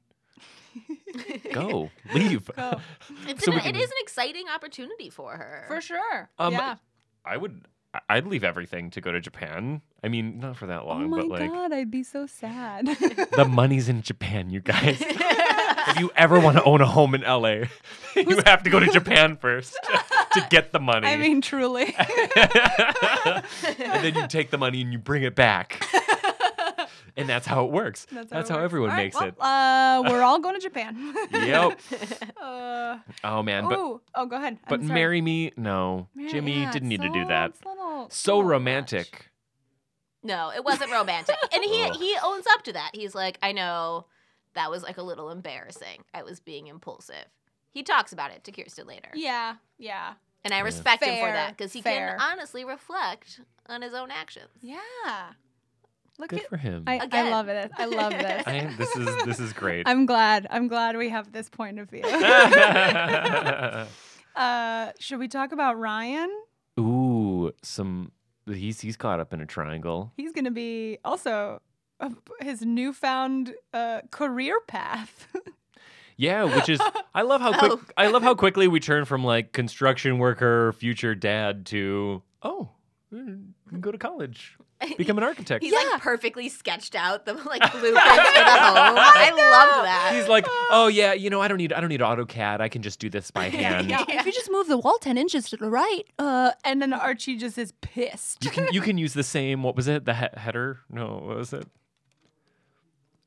[SPEAKER 3] go, leave.
[SPEAKER 4] Go.
[SPEAKER 5] It's
[SPEAKER 3] So
[SPEAKER 5] an,
[SPEAKER 3] we can-
[SPEAKER 5] It is an exciting opportunity for her.
[SPEAKER 4] For sure.
[SPEAKER 3] Um,
[SPEAKER 4] yeah.
[SPEAKER 3] I would. I- I'd leave everything to go to Japan. I mean, not for
[SPEAKER 4] Oh
[SPEAKER 3] that long, but like
[SPEAKER 4] I'd be so sad.
[SPEAKER 3] the money's in Japan, you guys. if you ever want to own a home in LA, you have to go to Japan first to get the money.
[SPEAKER 4] I mean, truly.
[SPEAKER 3] and then you take the money and you bring it back. and that's how it works. That's how,
[SPEAKER 4] it works.
[SPEAKER 3] everyone
[SPEAKER 4] All right,
[SPEAKER 3] makes
[SPEAKER 4] well,
[SPEAKER 3] it.
[SPEAKER 4] Uh, we're all going to Japan.
[SPEAKER 3] Yep.
[SPEAKER 4] Uh,
[SPEAKER 3] Oh man, but
[SPEAKER 4] ooh. Oh, go ahead. I'm
[SPEAKER 3] but
[SPEAKER 4] sorry.
[SPEAKER 3] marry me? No,
[SPEAKER 4] Mar-
[SPEAKER 3] Jimmy
[SPEAKER 4] yeah,
[SPEAKER 3] didn't need to do
[SPEAKER 4] so-
[SPEAKER 3] that.
[SPEAKER 4] it's little-
[SPEAKER 3] So
[SPEAKER 4] little much.
[SPEAKER 3] romantic.
[SPEAKER 5] No, it wasn't romantic. and he
[SPEAKER 3] Ugh.
[SPEAKER 5] he owns up to that. He's like, I know that was like a little embarrassing. I was being impulsive. He talks about it to Kirsten later.
[SPEAKER 4] Yeah, yeah,
[SPEAKER 5] And I respect him for
[SPEAKER 4] Fair,
[SPEAKER 5] that because he
[SPEAKER 4] fair.
[SPEAKER 5] can honestly reflect on his own actions.
[SPEAKER 4] yeah. Look
[SPEAKER 3] Good
[SPEAKER 4] at
[SPEAKER 3] for him.
[SPEAKER 4] I, I
[SPEAKER 5] Again.
[SPEAKER 4] love this. I love this.
[SPEAKER 3] I am- this is this is great.
[SPEAKER 4] I'm glad. I'm glad we have this point of view. uh, should we talk about Ryan?
[SPEAKER 3] Ooh, some he's he's caught up in a triangle.
[SPEAKER 4] He's going to be also uh, his newfound uh, career path.
[SPEAKER 3] Yeah, which is I love how quick
[SPEAKER 5] Oh.
[SPEAKER 3] I love how quickly we turn from like construction worker, future dad to oh, mm, go to college, become an architect.
[SPEAKER 5] He's like perfectly sketched out the like blueprints for the home. I love that.
[SPEAKER 3] He's like, oh yeah, you know, I don't need I don't need AutoCAD. I can just do this by hand.
[SPEAKER 4] if you just move the wall 10 inches to the right, uh, and then Archie just is pissed.
[SPEAKER 3] You can you can use the same what was it the he- header? No, what was it?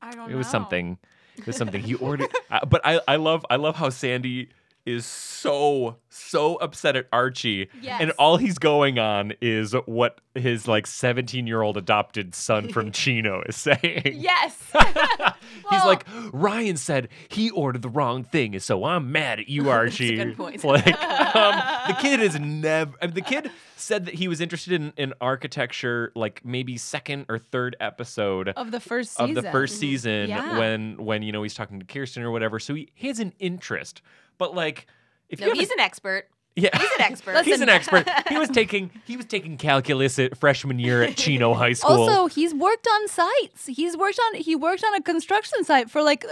[SPEAKER 4] I don't know.
[SPEAKER 3] It was something. It was something. He ordered, uh, but I, I love I love how Sandy is so so upset at Archie, and
[SPEAKER 4] Yes.
[SPEAKER 3] all he's going on is what his like seventeen year old adopted son from Chino is saying.
[SPEAKER 4] Yes.
[SPEAKER 3] he's like Ryan said he ordered the wrong thing, so I'm mad at you, Archie.
[SPEAKER 5] good point.
[SPEAKER 3] Like um, the kid is never. I mean, the kid said that he was interested in, in architecture, like maybe second or third episode
[SPEAKER 4] of the first
[SPEAKER 3] of
[SPEAKER 4] season.
[SPEAKER 3] the first
[SPEAKER 5] Mm-hmm.
[SPEAKER 3] season
[SPEAKER 4] Yeah.
[SPEAKER 3] when when you know he's talking to Kirsten or whatever. So he, he has an interest, but like if you
[SPEAKER 5] no,
[SPEAKER 3] have
[SPEAKER 5] he's
[SPEAKER 3] a-
[SPEAKER 5] an expert.
[SPEAKER 3] yeah.
[SPEAKER 5] He's an expert.
[SPEAKER 3] He's an expert. He was taking he was taking calculus at freshman year at Chino High School.
[SPEAKER 4] Also, he's worked on sites. He's worked on he worked on a construction site for like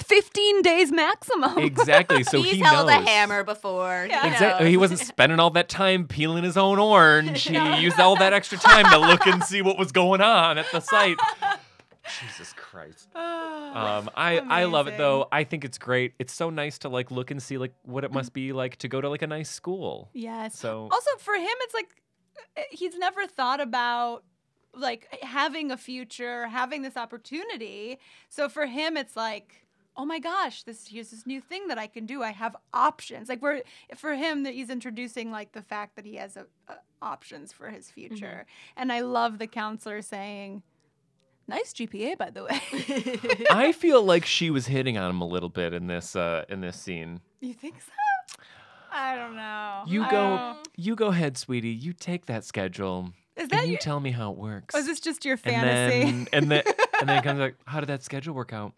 [SPEAKER 4] 15 days maximum.
[SPEAKER 3] exactly. So
[SPEAKER 5] he's
[SPEAKER 3] he
[SPEAKER 5] held
[SPEAKER 3] knows.
[SPEAKER 5] a hammer before.
[SPEAKER 4] Yeah.
[SPEAKER 5] He
[SPEAKER 3] Exactly.
[SPEAKER 5] knows.
[SPEAKER 3] He wasn't spending all that time peeling his own orange. He used all that extra time to look and see what was going on at the site. Jesus Christ. Um, I I love it though. I think it's great. It's so nice to like look and see like what it must be like to go to like a nice school.
[SPEAKER 4] yes.
[SPEAKER 3] So
[SPEAKER 4] Also, for him, it's like uh, he's never thought about like having a future, having this opportunity. So for him, it's like, oh my gosh, this here's this new thing that I can do. I have options. Like we're for him that he's introducing like the fact that he has a, a, options for his future. And I love the counselor saying, "Nice GPA, by the way."
[SPEAKER 3] I feel like she was hitting on him a little bit in this uh in this scene.
[SPEAKER 4] you think so? I don't know.
[SPEAKER 3] You
[SPEAKER 4] I
[SPEAKER 3] go
[SPEAKER 4] don't-
[SPEAKER 3] you go ahead, sweetie. You take that schedule.
[SPEAKER 4] Um, Is
[SPEAKER 3] and
[SPEAKER 4] that
[SPEAKER 3] you
[SPEAKER 4] your,
[SPEAKER 3] tell me how it works.
[SPEAKER 4] or is this just your
[SPEAKER 3] and
[SPEAKER 4] fantasy?
[SPEAKER 3] then and then and then it comes like, how did that schedule work out?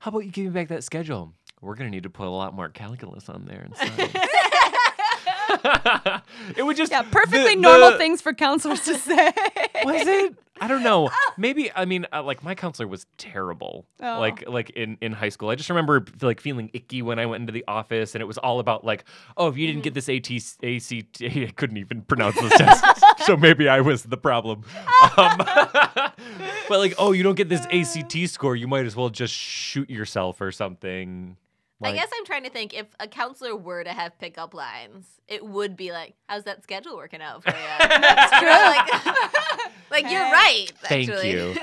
[SPEAKER 3] How about you give me back that schedule? We're gonna need to put a lot more calculus on there and science. it would just
[SPEAKER 4] Yeah, perfectly
[SPEAKER 3] the-
[SPEAKER 4] normal
[SPEAKER 3] the-
[SPEAKER 4] things for counselors to say.
[SPEAKER 3] was it? I don't know.
[SPEAKER 5] Oh.
[SPEAKER 3] Maybe I mean, uh, like my counselor was terrible.
[SPEAKER 4] Oh.
[SPEAKER 3] Like like in in high school, I just remember like feeling icky when I went into the office, and it was all about like, oh, if you didn't
[SPEAKER 5] Mm-hmm.
[SPEAKER 3] get this AT ACT, I couldn't even pronounce this test, so maybe I was the problem. Um, but like, oh, you don't get
[SPEAKER 5] Uh.
[SPEAKER 3] this ACT score, you might as well just shoot yourself or something.
[SPEAKER 5] I guess I'm trying to think if a counselor were to have pickup lines, it would be like, "How's that schedule working out for you?" That's true. like, like, you're
[SPEAKER 4] Hey.
[SPEAKER 5] right.
[SPEAKER 3] Thank
[SPEAKER 5] actually.
[SPEAKER 3] you.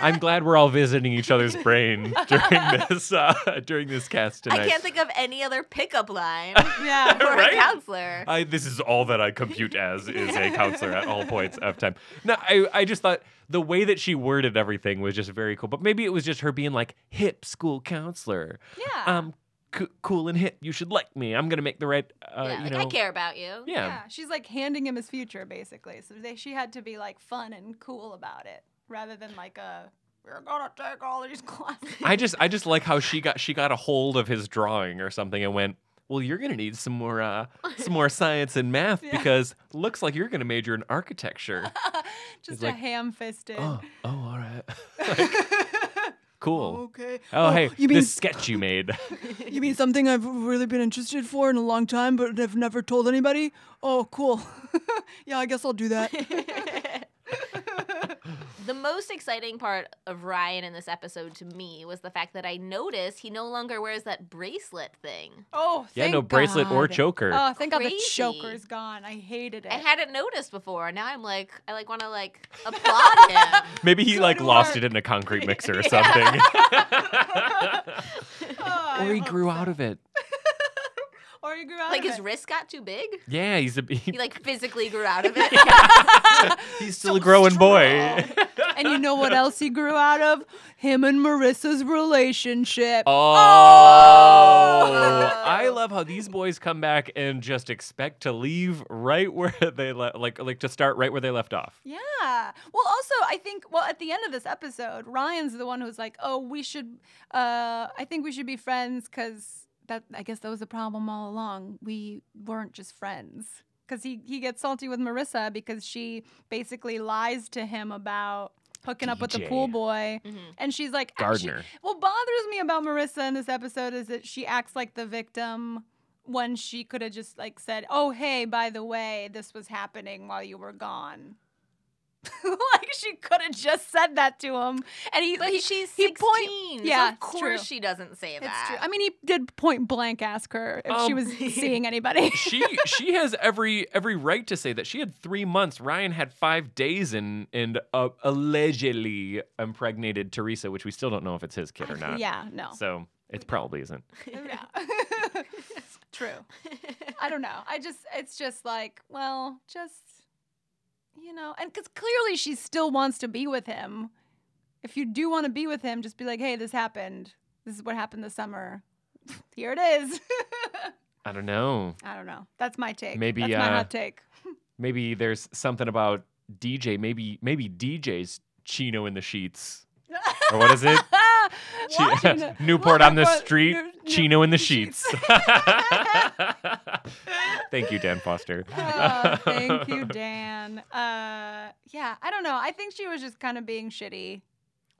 [SPEAKER 3] I'm glad we're all visiting each other's brain during this uh, during this cast tonight.
[SPEAKER 5] I can't think of any other pickup line
[SPEAKER 4] yeah.
[SPEAKER 5] for
[SPEAKER 3] Right? Uh,
[SPEAKER 5] a counselor.
[SPEAKER 3] I this is all that I compute as is a counselor at all points of time. No, I I just thought the way that she worded everything was just very cool. But maybe it was just her being like hip school counselor.
[SPEAKER 4] Yeah.
[SPEAKER 5] Ah.
[SPEAKER 3] Um, c- cool and hip. You should like me. I'm gonna make the right. Uh,
[SPEAKER 5] yeah,
[SPEAKER 3] you
[SPEAKER 5] like
[SPEAKER 3] know.
[SPEAKER 5] I care about you.
[SPEAKER 3] Yeah.
[SPEAKER 4] yeah. She's like handing him his future, basically. So they, she had to be like fun and cool about it rather than like a, we're going to take all these classes.
[SPEAKER 3] I just I just like how she got she got a hold of his drawing or something and went. Well, you're gonna need some more uh, some more science and math
[SPEAKER 4] Yeah.
[SPEAKER 3] because looks like you're gonna major in architecture.
[SPEAKER 4] just
[SPEAKER 3] It's
[SPEAKER 4] a
[SPEAKER 3] like,
[SPEAKER 4] ham fisted.
[SPEAKER 3] oh, oh, all right. cool.
[SPEAKER 4] Okay.
[SPEAKER 3] Oh,
[SPEAKER 4] Oh,
[SPEAKER 3] hey,
[SPEAKER 4] you mean-
[SPEAKER 3] this sketch you made.
[SPEAKER 4] You mean something I've really been interested for in a long time, but I've never told anybody? Oh, cool. yeah, I guess I'll do that.
[SPEAKER 5] The most exciting part of Ryan in this episode to me was the fact that I noticed he no longer wears that bracelet thing.
[SPEAKER 4] oh,
[SPEAKER 3] yeah,
[SPEAKER 4] thank
[SPEAKER 3] no bracelet or
[SPEAKER 4] God.
[SPEAKER 3] choker.
[SPEAKER 4] Oh, thank God the
[SPEAKER 5] Crazy.
[SPEAKER 4] choker's gone. I hated it.
[SPEAKER 5] I hadn't noticed before. Now I'm like, I like want to like applaud him.
[SPEAKER 3] Maybe he
[SPEAKER 4] go
[SPEAKER 3] like
[SPEAKER 4] to
[SPEAKER 3] lost
[SPEAKER 4] work.
[SPEAKER 3] it in a concrete mixer or
[SPEAKER 5] Yeah.
[SPEAKER 3] something.
[SPEAKER 4] Oh, I
[SPEAKER 3] or he
[SPEAKER 4] hope
[SPEAKER 3] grew
[SPEAKER 4] so.
[SPEAKER 3] out of it.
[SPEAKER 4] Oh, Or he grew out
[SPEAKER 5] Like
[SPEAKER 4] of
[SPEAKER 5] his
[SPEAKER 4] it.
[SPEAKER 5] wrist got too big.
[SPEAKER 3] Yeah, he's a he,
[SPEAKER 5] He like physically grew out of it.
[SPEAKER 3] he's still
[SPEAKER 5] so
[SPEAKER 3] a growing boy.
[SPEAKER 5] strong.
[SPEAKER 4] And you know what else he grew out of? Him and Marissa's relationship.
[SPEAKER 3] Oh, I love how these boys come back and just expect to leave right where they left, like like to start right where they left off.
[SPEAKER 4] Yeah. Well, also, I think, well, at the end of this episode, Ryan's the one who's like, oh, we should, uh, I think we should be friends because that, I guess that was the problem all along. We weren't just friends. Because he, he gets salty with Marissa because she basically lies to him about hooking up with the
[SPEAKER 3] DJ.
[SPEAKER 4] pool boy.
[SPEAKER 5] Mhm.
[SPEAKER 4] And she's like, actually-
[SPEAKER 3] Gardner.
[SPEAKER 4] what bothers me about Marissa in this episode is that she acts like the victim when she could have just like said, "Oh hey, by the way, this was happening while you were gone." like she could have just said that to him, and he
[SPEAKER 5] But
[SPEAKER 4] he,
[SPEAKER 5] she's
[SPEAKER 4] he
[SPEAKER 5] 16.
[SPEAKER 4] point-
[SPEAKER 5] so
[SPEAKER 4] Yeah,
[SPEAKER 5] of
[SPEAKER 4] it's
[SPEAKER 5] course
[SPEAKER 4] true.
[SPEAKER 5] she doesn't say
[SPEAKER 4] it's
[SPEAKER 5] that. Oh,
[SPEAKER 4] true. I mean, he did point blank ask her if
[SPEAKER 3] Um,
[SPEAKER 4] she was seeing anybody.
[SPEAKER 3] She she has every every right to say that. She had three months. Ryan had five days and and uh, allegedly impregnated Teresa, which we still don't know if it's his kid or not.
[SPEAKER 4] yeah, no,
[SPEAKER 3] So it probably isn't.
[SPEAKER 4] yeah. true. I don't know. I just, it's just like, well, just, you know, and because clearly she still wants to be with him. If you do want to be with him, just be like, hey, this happened. This is what happened this summer. Here it is.
[SPEAKER 3] I don't know.
[SPEAKER 4] I don't know. That's my take.
[SPEAKER 3] Maybe,
[SPEAKER 4] That's my
[SPEAKER 3] uh,
[SPEAKER 4] hot take.
[SPEAKER 3] Maybe there's something about DJ. Maybe maybe DJ's Chino in the sheets. Or what is it? Chi-
[SPEAKER 4] What? Chino-
[SPEAKER 3] Newport on the street,
[SPEAKER 4] New- New-
[SPEAKER 3] Chino in the sheets. Thank you, Dan Foster.
[SPEAKER 4] oh, thank you, Dan. Uh, yeah, I don't know. I think she was just kind of being shitty.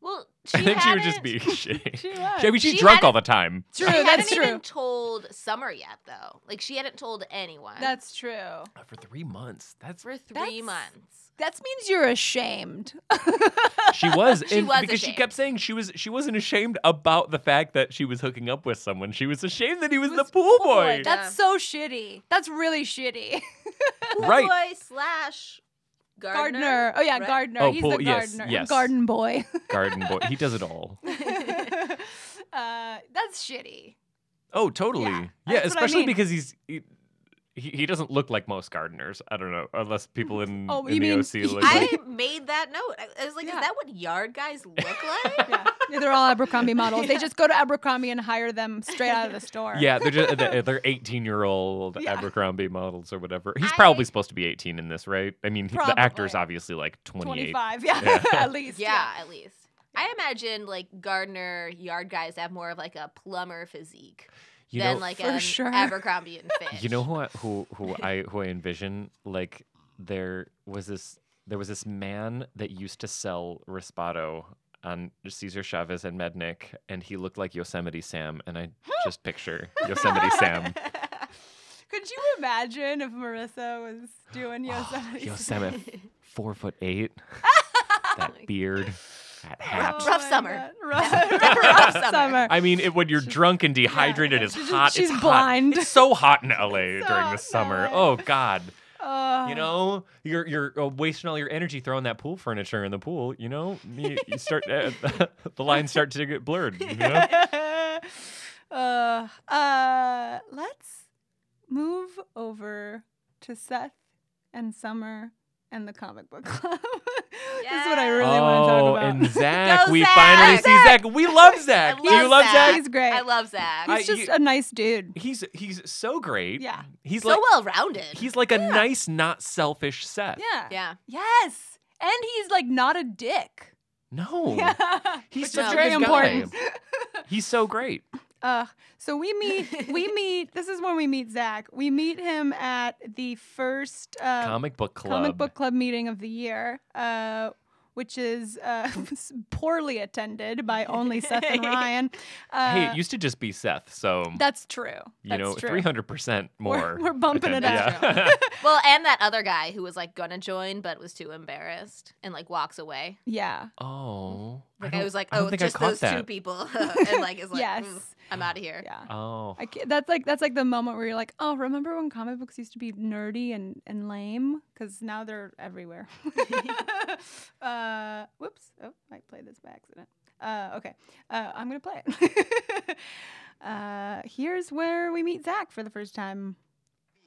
[SPEAKER 5] well, she
[SPEAKER 3] I think she would just
[SPEAKER 5] hadn't-
[SPEAKER 3] be shitty.
[SPEAKER 4] She was.
[SPEAKER 3] I mean, she's
[SPEAKER 5] She
[SPEAKER 3] drunk
[SPEAKER 5] hadn't-
[SPEAKER 3] all the time.
[SPEAKER 4] True,
[SPEAKER 5] She
[SPEAKER 4] that's
[SPEAKER 5] hadn't even
[SPEAKER 4] true.
[SPEAKER 5] told Summer yet, though. Like she hadn't told anyone.
[SPEAKER 4] That's true.
[SPEAKER 3] Oh, For three months. That's
[SPEAKER 5] for three
[SPEAKER 4] That's-
[SPEAKER 5] months.
[SPEAKER 4] That means you're ashamed.
[SPEAKER 3] she was,
[SPEAKER 5] She
[SPEAKER 3] and
[SPEAKER 5] was
[SPEAKER 3] because she
[SPEAKER 5] ashamed.
[SPEAKER 3] kept saying she was she wasn't ashamed about the fact that she was hooking up with someone. She was ashamed that he was,
[SPEAKER 4] was
[SPEAKER 3] the pool
[SPEAKER 4] pool
[SPEAKER 3] boy.
[SPEAKER 5] boy.
[SPEAKER 4] That's so shitty. That's really shitty.
[SPEAKER 3] Right.
[SPEAKER 5] Boy slash
[SPEAKER 4] Gardner.
[SPEAKER 5] gardener.
[SPEAKER 4] Oh yeah,
[SPEAKER 5] right?
[SPEAKER 4] Gardner.
[SPEAKER 3] Oh,
[SPEAKER 4] He's
[SPEAKER 3] pool-
[SPEAKER 4] the
[SPEAKER 3] yes,
[SPEAKER 4] gardener.
[SPEAKER 3] yes.
[SPEAKER 4] Garden boy.
[SPEAKER 3] Garden boy. He does it all.
[SPEAKER 4] uh, that's shitty.
[SPEAKER 3] Oh, totally.
[SPEAKER 4] Yeah,
[SPEAKER 3] Yeah,
[SPEAKER 4] that's what I
[SPEAKER 3] especially
[SPEAKER 4] mean.
[SPEAKER 3] because he's he, he he doesn't look like most gardeners. I don't know, unless people in,
[SPEAKER 4] Oh,
[SPEAKER 3] in
[SPEAKER 4] you
[SPEAKER 3] the
[SPEAKER 4] mean-
[SPEAKER 3] OC look
[SPEAKER 5] I
[SPEAKER 3] like.
[SPEAKER 5] made that note. I I was like,
[SPEAKER 4] Yeah.
[SPEAKER 5] is that what yard guys look like?
[SPEAKER 4] Yeah. They're all Abercrombie models. They just go to Abercrombie and hire them straight out of the store.
[SPEAKER 3] Yeah, they're just they're- they're eighteen year old
[SPEAKER 4] Yeah.
[SPEAKER 3] Abercrombie models or whatever. He's probably
[SPEAKER 5] I-
[SPEAKER 3] supposed to be eighteen in this, right? I mean, he- the actor's
[SPEAKER 4] Probably.
[SPEAKER 3] obviously like twenty eight.
[SPEAKER 4] 25. Yeah.
[SPEAKER 3] Yeah.
[SPEAKER 4] At least.
[SPEAKER 5] yeah, at least. I imagine like gardener yard guys have more of like a plumber physique
[SPEAKER 3] You
[SPEAKER 5] than
[SPEAKER 3] know,
[SPEAKER 5] like
[SPEAKER 4] For
[SPEAKER 5] an
[SPEAKER 4] sure.
[SPEAKER 5] Abercrombie and Fitch.
[SPEAKER 3] you know who I, who who I who I envision like there was this there was this man that used to sell Respado on Cesar Chavez and Mednick, and he looked like Yosemite Sam, and I just picture Yosemite Sam.
[SPEAKER 4] Could you imagine if Marissa was doing
[SPEAKER 3] Oh,
[SPEAKER 4] Yosemite?
[SPEAKER 3] Yosemite, four foot eight, that beard, that hat.
[SPEAKER 4] Oh
[SPEAKER 5] Rough
[SPEAKER 4] my
[SPEAKER 5] summer.
[SPEAKER 4] God. Rough,
[SPEAKER 5] Rough
[SPEAKER 4] rough
[SPEAKER 5] summer.
[SPEAKER 4] summer.
[SPEAKER 3] I mean, it, when you're drunk and dehydrated, it's hot.
[SPEAKER 4] she's
[SPEAKER 3] it's hot.
[SPEAKER 4] blind.
[SPEAKER 3] It's so hot in LA
[SPEAKER 4] so
[SPEAKER 3] during
[SPEAKER 4] hot in
[SPEAKER 3] the summer.
[SPEAKER 4] LA.
[SPEAKER 3] Oh God,
[SPEAKER 4] Oh.
[SPEAKER 3] you know, you're you're uh, wasting all your energy throwing that pool furniture in the pool. You know, you, you start uh, the lines start to get blurred. You know?
[SPEAKER 4] uh, uh, let's move over to Seth and Summer and the comic book club. this is what I
[SPEAKER 5] Yes.
[SPEAKER 4] really want to
[SPEAKER 3] oh,
[SPEAKER 4] talk about.
[SPEAKER 3] and Zach,
[SPEAKER 5] Go,
[SPEAKER 3] we
[SPEAKER 5] Zach!
[SPEAKER 3] finally see Zach. We love
[SPEAKER 5] I
[SPEAKER 3] Zach.
[SPEAKER 5] love
[SPEAKER 3] Do you love Zach?
[SPEAKER 4] He's great.
[SPEAKER 5] I love Zach.
[SPEAKER 3] I-
[SPEAKER 4] He's just
[SPEAKER 3] you-
[SPEAKER 4] a nice dude.
[SPEAKER 3] He's he's so great.
[SPEAKER 4] Yeah.
[SPEAKER 3] He's
[SPEAKER 5] so
[SPEAKER 3] like
[SPEAKER 5] well rounded.
[SPEAKER 3] he's like a nice, not selfish Seth.
[SPEAKER 4] Yeah.
[SPEAKER 5] yeah.
[SPEAKER 4] Yes. And he's like not a dick.
[SPEAKER 3] No.
[SPEAKER 4] Yeah.
[SPEAKER 3] He's
[SPEAKER 4] Which
[SPEAKER 3] such
[SPEAKER 4] is
[SPEAKER 3] a
[SPEAKER 4] very
[SPEAKER 3] good
[SPEAKER 4] important.
[SPEAKER 3] guy. He's so great.
[SPEAKER 4] Uh, so we meet, we meet, this is when we meet Zach. We meet him at the first uh,
[SPEAKER 3] comic book club.
[SPEAKER 4] comic book club meeting of the year, uh, which is uh, poorly attended by only Seth and Ryan. Uh,
[SPEAKER 3] hey, it used to just be Seth, so
[SPEAKER 4] that's true.
[SPEAKER 3] you
[SPEAKER 4] That's
[SPEAKER 3] know,
[SPEAKER 4] true.
[SPEAKER 3] three hundred percent more.
[SPEAKER 4] We're, we're bumping it
[SPEAKER 3] attendance.
[SPEAKER 4] up.
[SPEAKER 3] Yeah.
[SPEAKER 5] Well, and that other guy who was like gonna join but was too embarrassed and like walks away.
[SPEAKER 4] Yeah.
[SPEAKER 3] oh,
[SPEAKER 5] Like I,
[SPEAKER 3] don't-
[SPEAKER 5] was like,
[SPEAKER 3] I don't
[SPEAKER 5] oh,
[SPEAKER 3] think I
[SPEAKER 5] just
[SPEAKER 3] caught
[SPEAKER 5] those two
[SPEAKER 3] that.
[SPEAKER 5] people, and like is like,
[SPEAKER 4] Yes.
[SPEAKER 5] "Mm, I'm out of here.
[SPEAKER 4] Yeah.
[SPEAKER 3] Oh,
[SPEAKER 4] I ca- that's like that's like the moment where you're like, oh, remember when comic books used to be nerdy and and lame? Because now they're everywhere. uh, whoops! Oh, I played this by accident. Uh, okay, uh, I'm gonna play it. uh, here's where we meet Zach for the first time.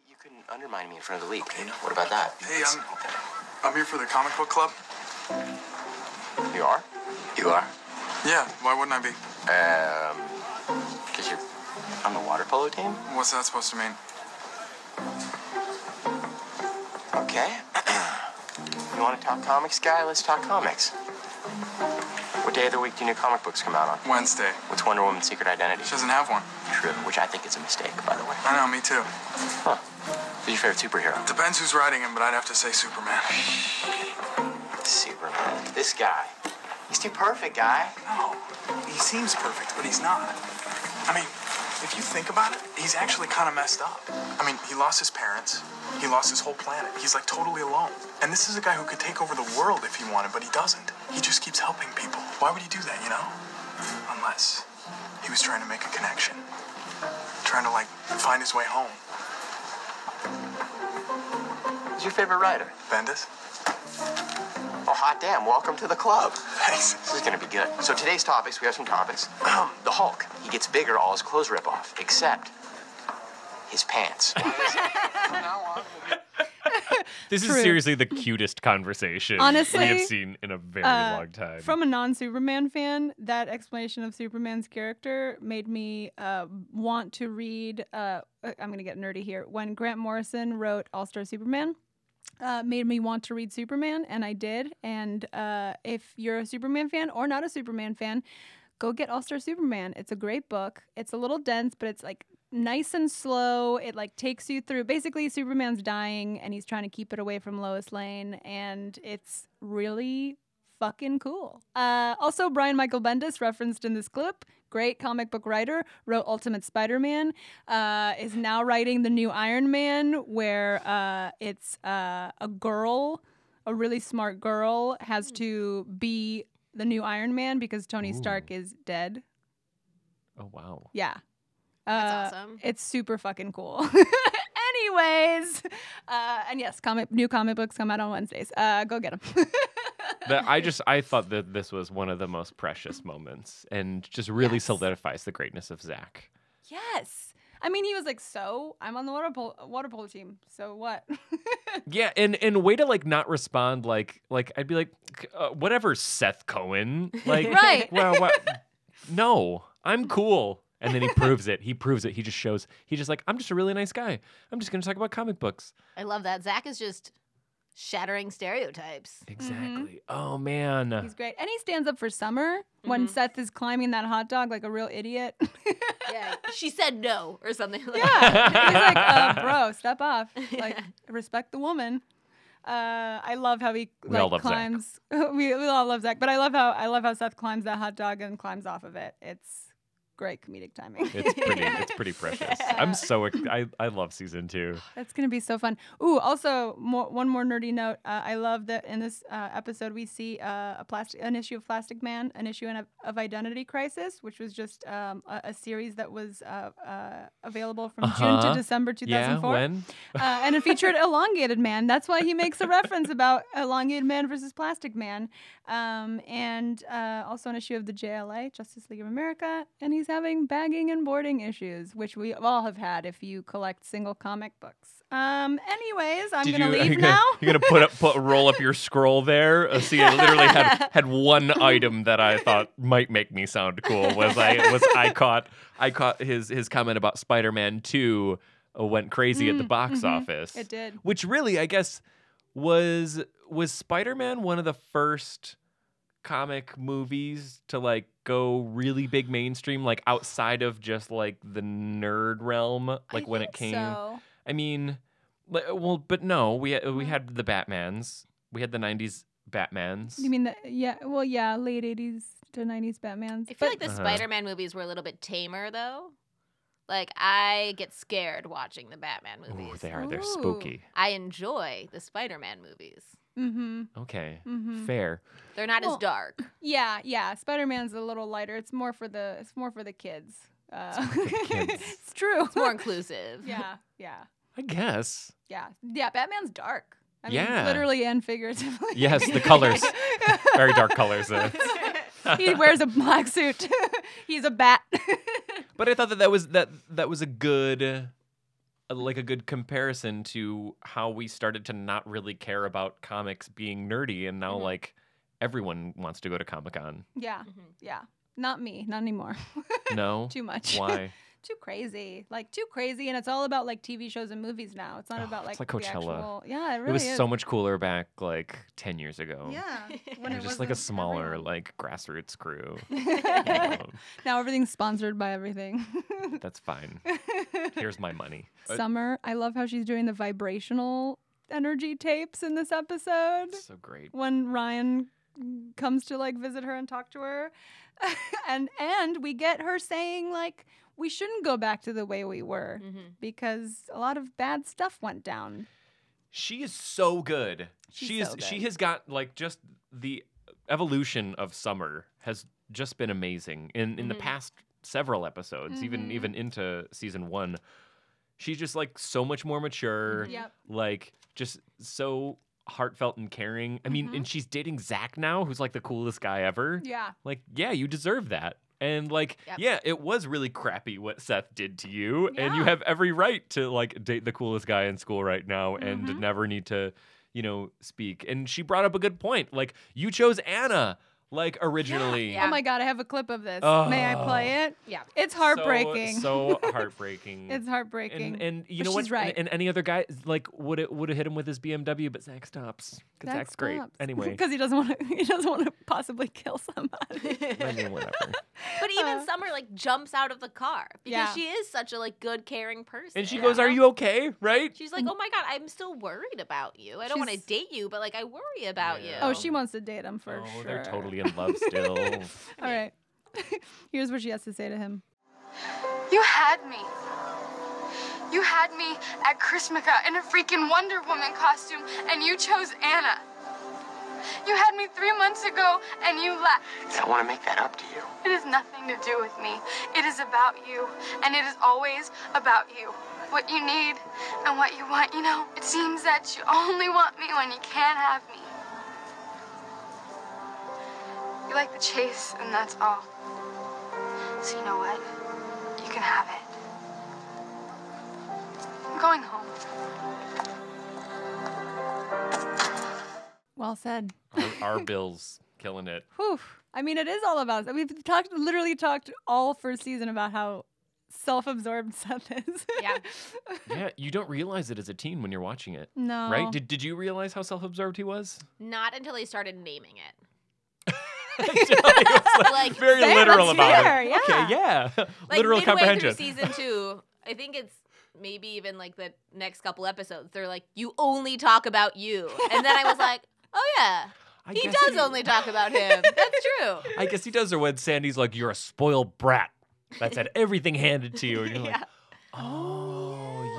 [SPEAKER 7] You couldn't undermine me in front of the league, you know? What about that?
[SPEAKER 8] Hey, I'm, I'm here for the comic book club.
[SPEAKER 7] You are? You are?
[SPEAKER 8] Yeah, why wouldn't I be?
[SPEAKER 7] Um, because you're on the water polo team?
[SPEAKER 8] What's that supposed to mean?
[SPEAKER 7] Okay. you want to talk comics, guy? Let's talk comics. What day of the week do new comic books come out on?
[SPEAKER 8] Wednesday.
[SPEAKER 7] What's Wonder Woman's secret identity?
[SPEAKER 8] She doesn't have one.
[SPEAKER 7] True, which I think is a mistake, by the way.
[SPEAKER 8] I know, me too.
[SPEAKER 7] Huh. Who's your favorite superhero?
[SPEAKER 8] Depends who's writing him, but I'd have to say Superman.
[SPEAKER 7] Superman. This guy. He's too perfect, guy.
[SPEAKER 8] No, he seems perfect, but he's not. I mean, if you think about it, he's actually kind of messed up. I mean, he lost his parents, he lost his whole planet. He's like totally alone. And this is a guy who could take over the world if he wanted, but he doesn't. He just keeps helping people. Why would he do that, you know? Unless he was trying to make a connection, trying to like find his way home.
[SPEAKER 7] Who's your favorite writer?
[SPEAKER 8] Bendis?
[SPEAKER 7] Oh, hot damn, welcome to the club.
[SPEAKER 8] Thanks.
[SPEAKER 7] This is gonna be good. So today's topics, we have some topics. Um, the Hulk. He gets bigger, all his clothes rip off, except his pants.
[SPEAKER 3] This
[SPEAKER 4] True.
[SPEAKER 3] is seriously the cutest conversation we have
[SPEAKER 4] Honestly,
[SPEAKER 3] seen in a very
[SPEAKER 4] uh,
[SPEAKER 3] long time.
[SPEAKER 4] From a non Superman fan, that explanation of Superman's character made me uh, want to read. Uh, I- I'm going to get nerdy here. When Grant Morrison wrote All Star Superman, uh, made me want to read Superman, and I did. And uh, if you're a Superman fan or not a Superman fan, go get All Star Superman. It's a great book. It's a little dense, but it's like nice and slow. It like takes you through. Basically, Superman's dying, and he's trying to keep it away from Lois Lane, and it's really fucking cool. Uh, also, Brian Michael Bendis, referenced in this clip, great comic book writer, wrote Ultimate Spider Man, uh, is now writing the new Iron Man, where uh, it's uh, a girl, a really smart girl, has to be the new Iron Man because Tony Stark is dead.
[SPEAKER 3] oh wow.
[SPEAKER 4] Yeah.
[SPEAKER 5] That's
[SPEAKER 4] Uh,
[SPEAKER 5] awesome.
[SPEAKER 4] It's super fucking cool. Anyways, uh, and yes, comic new comic books come out on Wednesdays. Uh, go get them.
[SPEAKER 3] That I just I thought that this was one of the most precious moments and just really
[SPEAKER 4] Yes.
[SPEAKER 3] solidifies the greatness of Zach.
[SPEAKER 4] Yes. I mean, he was like, "So I'm on the water polo, water polo team. So what?"
[SPEAKER 3] Yeah, and and way to like not respond like like I'd be like uh, whatever Seth Cohen like
[SPEAKER 4] Right.
[SPEAKER 3] well what no I'm cool and then he proves it he proves it he just shows he just like I'm just a really nice guy I'm just gonna talk about comic books
[SPEAKER 5] I love that. Zach is just shattering stereotypes.
[SPEAKER 3] exactly oh man
[SPEAKER 4] Mm-hmm. He's great, and he stands up for Summer when
[SPEAKER 3] Mm-hmm.
[SPEAKER 4] Seth is climbing that hot dog like a real idiot.
[SPEAKER 5] Yeah. she said no or something. Like
[SPEAKER 4] yeah, he's like, uh, "Bro, step off. Like, respect the woman." Uh, I love how he
[SPEAKER 3] We
[SPEAKER 4] like,
[SPEAKER 3] all love Zach.
[SPEAKER 4] climbs. we, we all love Zach, but I love how I love how Seth climbs that hot dog and climbs off of it. It's great comedic timing.
[SPEAKER 3] It's pretty. It's pretty precious. I'm so. ex- I I love season two.
[SPEAKER 4] That's gonna be so fun. Ooh, also more, one more nerdy note. Uh, I love that in this uh, episode we see uh, a plastic, an issue of Plastic Man, an issue in, of Identity Crisis, which was just um, a, a series that was uh, uh, available from June
[SPEAKER 3] Uh-huh.
[SPEAKER 4] to December
[SPEAKER 3] Yeah.
[SPEAKER 4] 2004,
[SPEAKER 3] When?
[SPEAKER 4] Uh, and it featured Elongated Man. That's why he makes a reference about Elongated Man versus Plastic Man, um, and uh, also an issue of the JLA, Justice League of America, and he's having bagging and boarding issues, which we all have had if you collect single comic books. Um, anyways, I'm
[SPEAKER 3] Did
[SPEAKER 4] gonna
[SPEAKER 3] you,
[SPEAKER 4] leave
[SPEAKER 3] you're gonna,
[SPEAKER 4] now.
[SPEAKER 3] You're gonna put up, put roll up your scroll there. Uh, see, I literally had had one item that I thought might make me sound cool. Was I was I caught I caught his his comment about Spider Man Two uh, went crazy at the box office.
[SPEAKER 4] Mm, mm-hmm. It did.
[SPEAKER 3] Which really, I guess, was was Spider Man one of the first comic movies to like go really big mainstream, like outside of just like the nerd realm, like
[SPEAKER 4] I
[SPEAKER 3] when it came.
[SPEAKER 4] think so.
[SPEAKER 3] I mean, li- well, but no, we had,
[SPEAKER 4] Mm-hmm.
[SPEAKER 3] we had the Batmans, we had the '90s Batmans.
[SPEAKER 4] You mean the yeah? Well, yeah, late '80s to '90s Batman's.
[SPEAKER 5] I feel
[SPEAKER 4] but
[SPEAKER 5] like the
[SPEAKER 3] Uh-huh.
[SPEAKER 5] Spider-Man movies were a little bit tamer though. Like I get scared watching the Batman
[SPEAKER 3] Ooh,
[SPEAKER 5] movies.
[SPEAKER 3] they are. They're
[SPEAKER 4] Ooh.
[SPEAKER 3] spooky.
[SPEAKER 5] I enjoy the Spider-Man movies.
[SPEAKER 4] mm-hmm,
[SPEAKER 3] Okay,
[SPEAKER 4] mm-hmm.
[SPEAKER 3] fair.
[SPEAKER 5] They're not
[SPEAKER 4] Well,
[SPEAKER 5] as dark.
[SPEAKER 4] Yeah, yeah. Spider Man's a little lighter. It's more for the it's more for the kids. Uh,
[SPEAKER 3] kids.
[SPEAKER 4] it's true.
[SPEAKER 5] It's more inclusive.
[SPEAKER 4] yeah, yeah,
[SPEAKER 3] I guess.
[SPEAKER 4] yeah, yeah. Batman's dark. I mean,
[SPEAKER 3] Yeah.
[SPEAKER 4] literally and figuratively.
[SPEAKER 3] Yes, the colors. Very dark colors. uh,
[SPEAKER 4] he wears a black suit. He's a bat.
[SPEAKER 3] But I thought that that was that that was a good, uh, like a good comparison to how we started to not really care about comics being nerdy, and now
[SPEAKER 4] Mm-hmm.
[SPEAKER 5] Mhm.
[SPEAKER 3] like everyone wants to go to Comic Con.
[SPEAKER 4] Yeah,
[SPEAKER 5] Mhm.
[SPEAKER 4] yeah. Not me, not anymore.
[SPEAKER 3] No,
[SPEAKER 4] too much.
[SPEAKER 3] why?
[SPEAKER 4] too crazy. Like too crazy, and it's all about like TV shows and movies now. It's not
[SPEAKER 3] Oh,
[SPEAKER 4] about
[SPEAKER 3] it's
[SPEAKER 4] like,
[SPEAKER 3] like
[SPEAKER 4] the
[SPEAKER 3] Coachella.
[SPEAKER 4] actual. Yeah, it really
[SPEAKER 3] it was
[SPEAKER 4] is.
[SPEAKER 3] so much cooler back like ten years ago.
[SPEAKER 4] Yeah,
[SPEAKER 3] It was just like a
[SPEAKER 4] wasn't
[SPEAKER 3] smaller,
[SPEAKER 4] everyone.
[SPEAKER 3] like grassroots crew. You
[SPEAKER 4] now
[SPEAKER 3] know,
[SPEAKER 4] everything's sponsored by everything.
[SPEAKER 3] that's fine. Here's my money.
[SPEAKER 4] Summer, I love how she's doing the vibrational energy tapes in this episode.
[SPEAKER 3] It's so great.
[SPEAKER 4] When Ryan comes to like visit her and talk to her, and and we get her saying like we shouldn't go back to the way we were
[SPEAKER 5] Mhm.
[SPEAKER 4] because a lot of bad stuff went down.
[SPEAKER 3] She is so good.
[SPEAKER 4] She's
[SPEAKER 3] she is.
[SPEAKER 4] so
[SPEAKER 3] She
[SPEAKER 4] good.
[SPEAKER 3] has got like just the evolution of summer has just been amazing in in the
[SPEAKER 4] Mm-hmm.
[SPEAKER 5] Mhm.
[SPEAKER 3] past several episodes, even
[SPEAKER 4] Mhm.
[SPEAKER 3] even into season one. She's just like so much more mature,
[SPEAKER 5] Mhm.
[SPEAKER 4] Yep.
[SPEAKER 3] like just so heartfelt and caring. I mean,
[SPEAKER 4] Mhm.
[SPEAKER 3] and she's dating Zach now, who's like the coolest guy ever.
[SPEAKER 4] Yeah.
[SPEAKER 3] Like, yeah, you deserve that. And like,
[SPEAKER 5] Yep.
[SPEAKER 3] yeah, it was really crappy what Seth did to you, and you
[SPEAKER 4] Yeah.
[SPEAKER 3] have every right to like date the coolest guy in school right now and
[SPEAKER 4] Mhm.
[SPEAKER 3] never need to, you know, speak. And she brought up a good point. Like, you chose Anna like originally.
[SPEAKER 5] Yeah.
[SPEAKER 4] Oh my god, I have a clip of this. May I play it?
[SPEAKER 5] Yeah.
[SPEAKER 4] It's
[SPEAKER 3] So-
[SPEAKER 4] heartbreaking.
[SPEAKER 3] So, heartbreaking.
[SPEAKER 4] it's heartbreaking.
[SPEAKER 3] and, and you
[SPEAKER 4] But
[SPEAKER 3] know what?
[SPEAKER 4] she's right.
[SPEAKER 3] And, and any other guy like would it would have hit him with his BMW, but Zach stops. 'Cause Zach's great. Anyway,
[SPEAKER 4] because he doesn't want to. He doesn't want to possibly kill somebody.
[SPEAKER 3] I mean, whatever.
[SPEAKER 5] But even
[SPEAKER 4] Uh.
[SPEAKER 5] Summer like jumps out of the car because
[SPEAKER 4] Yeah.
[SPEAKER 5] she is such a like good, caring person.
[SPEAKER 3] And she goes, "Are you okay? Right?
[SPEAKER 5] She's like, "Oh my god, I'm still worried about you. I don't want to
[SPEAKER 4] She's-
[SPEAKER 5] date you, but like I worry about
[SPEAKER 3] Yeah.
[SPEAKER 5] you."
[SPEAKER 4] oh, she wants to date him for
[SPEAKER 3] oh,
[SPEAKER 4] sure.
[SPEAKER 3] they're totally in love still.
[SPEAKER 4] All right. Here's what she has to say to him.
[SPEAKER 9] You had me. You had me at Chrismica in a freaking Wonder Woman costume, and you chose Anna. You had me three months ago, and you left.
[SPEAKER 7] I want to make that up to you.
[SPEAKER 9] It has nothing to do with me. It is about you, and it is always about you. What you need and what you want, you know? It seems that you only want me when you can't have me. You like the chase, and that's all. So you know what? You can have it. I'm going home.
[SPEAKER 4] Well said.
[SPEAKER 3] our, our bills killing it.
[SPEAKER 4] Whew. I mean, it is all about us. We've talked, literally talked all first season about how self-absorbed Seth is.
[SPEAKER 5] Yeah.
[SPEAKER 3] Yeah, you don't realize it as a teen when you're watching it.
[SPEAKER 4] no.
[SPEAKER 3] Right? Did, did you realize how self-absorbed he was?
[SPEAKER 5] Not until they started naming it.
[SPEAKER 3] He was,
[SPEAKER 5] Like,
[SPEAKER 3] very
[SPEAKER 4] fair,
[SPEAKER 3] literal
[SPEAKER 4] that's
[SPEAKER 3] about
[SPEAKER 4] fair,
[SPEAKER 3] it.
[SPEAKER 4] yeah.
[SPEAKER 3] Okay, yeah.
[SPEAKER 5] Like
[SPEAKER 3] literal
[SPEAKER 5] midway
[SPEAKER 3] comprehension.
[SPEAKER 5] through season two, I think it's maybe even like the next couple episodes. They're like, "You only talk about you," and then I was like, "Oh yeah,
[SPEAKER 3] I
[SPEAKER 5] he
[SPEAKER 3] guess
[SPEAKER 5] does only talk about him. That's true."
[SPEAKER 3] I guess he does. Or when Sandy's like, "You're a spoiled brat that's had everything handed to you," and you're like, "Oh,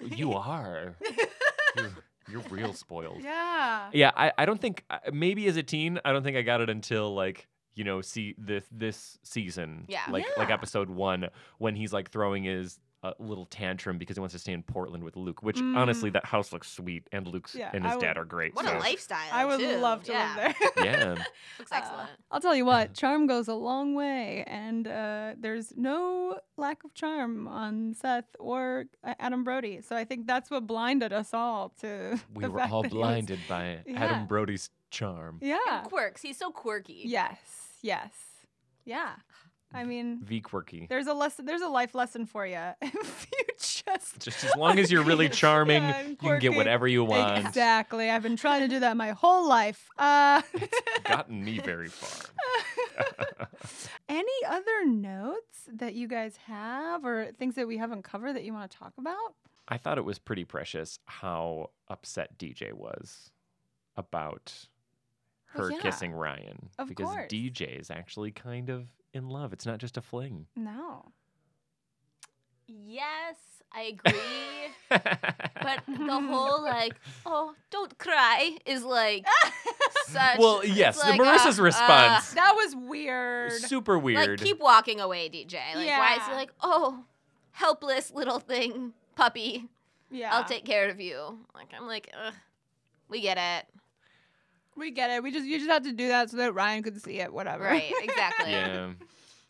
[SPEAKER 3] you you are. You're, you're real spoiled."
[SPEAKER 4] Yeah.
[SPEAKER 3] Yeah, I, I don't think I- maybe as a teen, I don't think I got it until like you know see this this season,
[SPEAKER 5] Yeah.
[SPEAKER 3] like like
[SPEAKER 4] Yeah.
[SPEAKER 3] episode one when he's like throwing his uh, little tantrum because he wants to stay in Portland with Luke. Which honestly, that house looks sweet, and Luke's
[SPEAKER 4] Yeah,
[SPEAKER 3] and his
[SPEAKER 4] I
[SPEAKER 3] dad
[SPEAKER 4] would-
[SPEAKER 3] are great.
[SPEAKER 5] What
[SPEAKER 3] so-
[SPEAKER 5] a lifestyle!
[SPEAKER 4] I would
[SPEAKER 5] too.
[SPEAKER 4] love to
[SPEAKER 5] yeah.
[SPEAKER 4] live there.
[SPEAKER 3] Yeah,
[SPEAKER 5] Looks
[SPEAKER 4] Uh,
[SPEAKER 5] excellent.
[SPEAKER 4] I'll tell you what, charm goes a long way, and uh, there's no lack of charm on Seth or uh, Adam Brody. So I think that's what blinded us all to.
[SPEAKER 3] we
[SPEAKER 4] the
[SPEAKER 3] were
[SPEAKER 4] fact
[SPEAKER 3] all
[SPEAKER 4] that he was-
[SPEAKER 3] blinded by
[SPEAKER 4] Yeah.
[SPEAKER 3] Adam Brody's charm.
[SPEAKER 5] And
[SPEAKER 4] Yeah.
[SPEAKER 5] quirks. He's so quirky.
[SPEAKER 4] Yes. Yes. Yeah. I mean,
[SPEAKER 3] V quirky.
[SPEAKER 4] there's a lesson. There's a life lesson for you. if you just.
[SPEAKER 3] Just as long as you're really charming,
[SPEAKER 4] Yeah, I'm
[SPEAKER 3] you can get
[SPEAKER 4] quirky.
[SPEAKER 3] whatever you want.
[SPEAKER 4] Exactly. I've been trying to do that my whole life. Uh,
[SPEAKER 3] Gotten me very far.
[SPEAKER 4] any other notes that you guys have or things that we haven't covered that you want to talk about?
[SPEAKER 3] I thought it was pretty precious how upset DJ was about
[SPEAKER 4] Well,
[SPEAKER 3] her
[SPEAKER 4] yeah.
[SPEAKER 3] kissing Ryan.
[SPEAKER 4] Of
[SPEAKER 3] because
[SPEAKER 4] course.
[SPEAKER 3] DJ is actually kind of in love. It's not just a fling.
[SPEAKER 4] No.
[SPEAKER 5] Yes, I agree. but uh, the whole like, oh, don't cry is like such.
[SPEAKER 3] well,
[SPEAKER 5] it's
[SPEAKER 3] yes,
[SPEAKER 5] like,
[SPEAKER 3] Marissa's
[SPEAKER 5] uh, uh,
[SPEAKER 3] response
[SPEAKER 4] That was weird.
[SPEAKER 3] super weird.
[SPEAKER 5] Like, keep walking away, DJ. Like, why is
[SPEAKER 4] Yeah.
[SPEAKER 5] it like, oh, helpless little thing, puppy?
[SPEAKER 4] yeah.
[SPEAKER 5] I'll take care of you. Like, I'm like, Ugh, we get it,
[SPEAKER 4] We get it. We just you just have to do that so that Ryan could see it. Whatever.
[SPEAKER 5] right? Exactly.
[SPEAKER 3] yeah.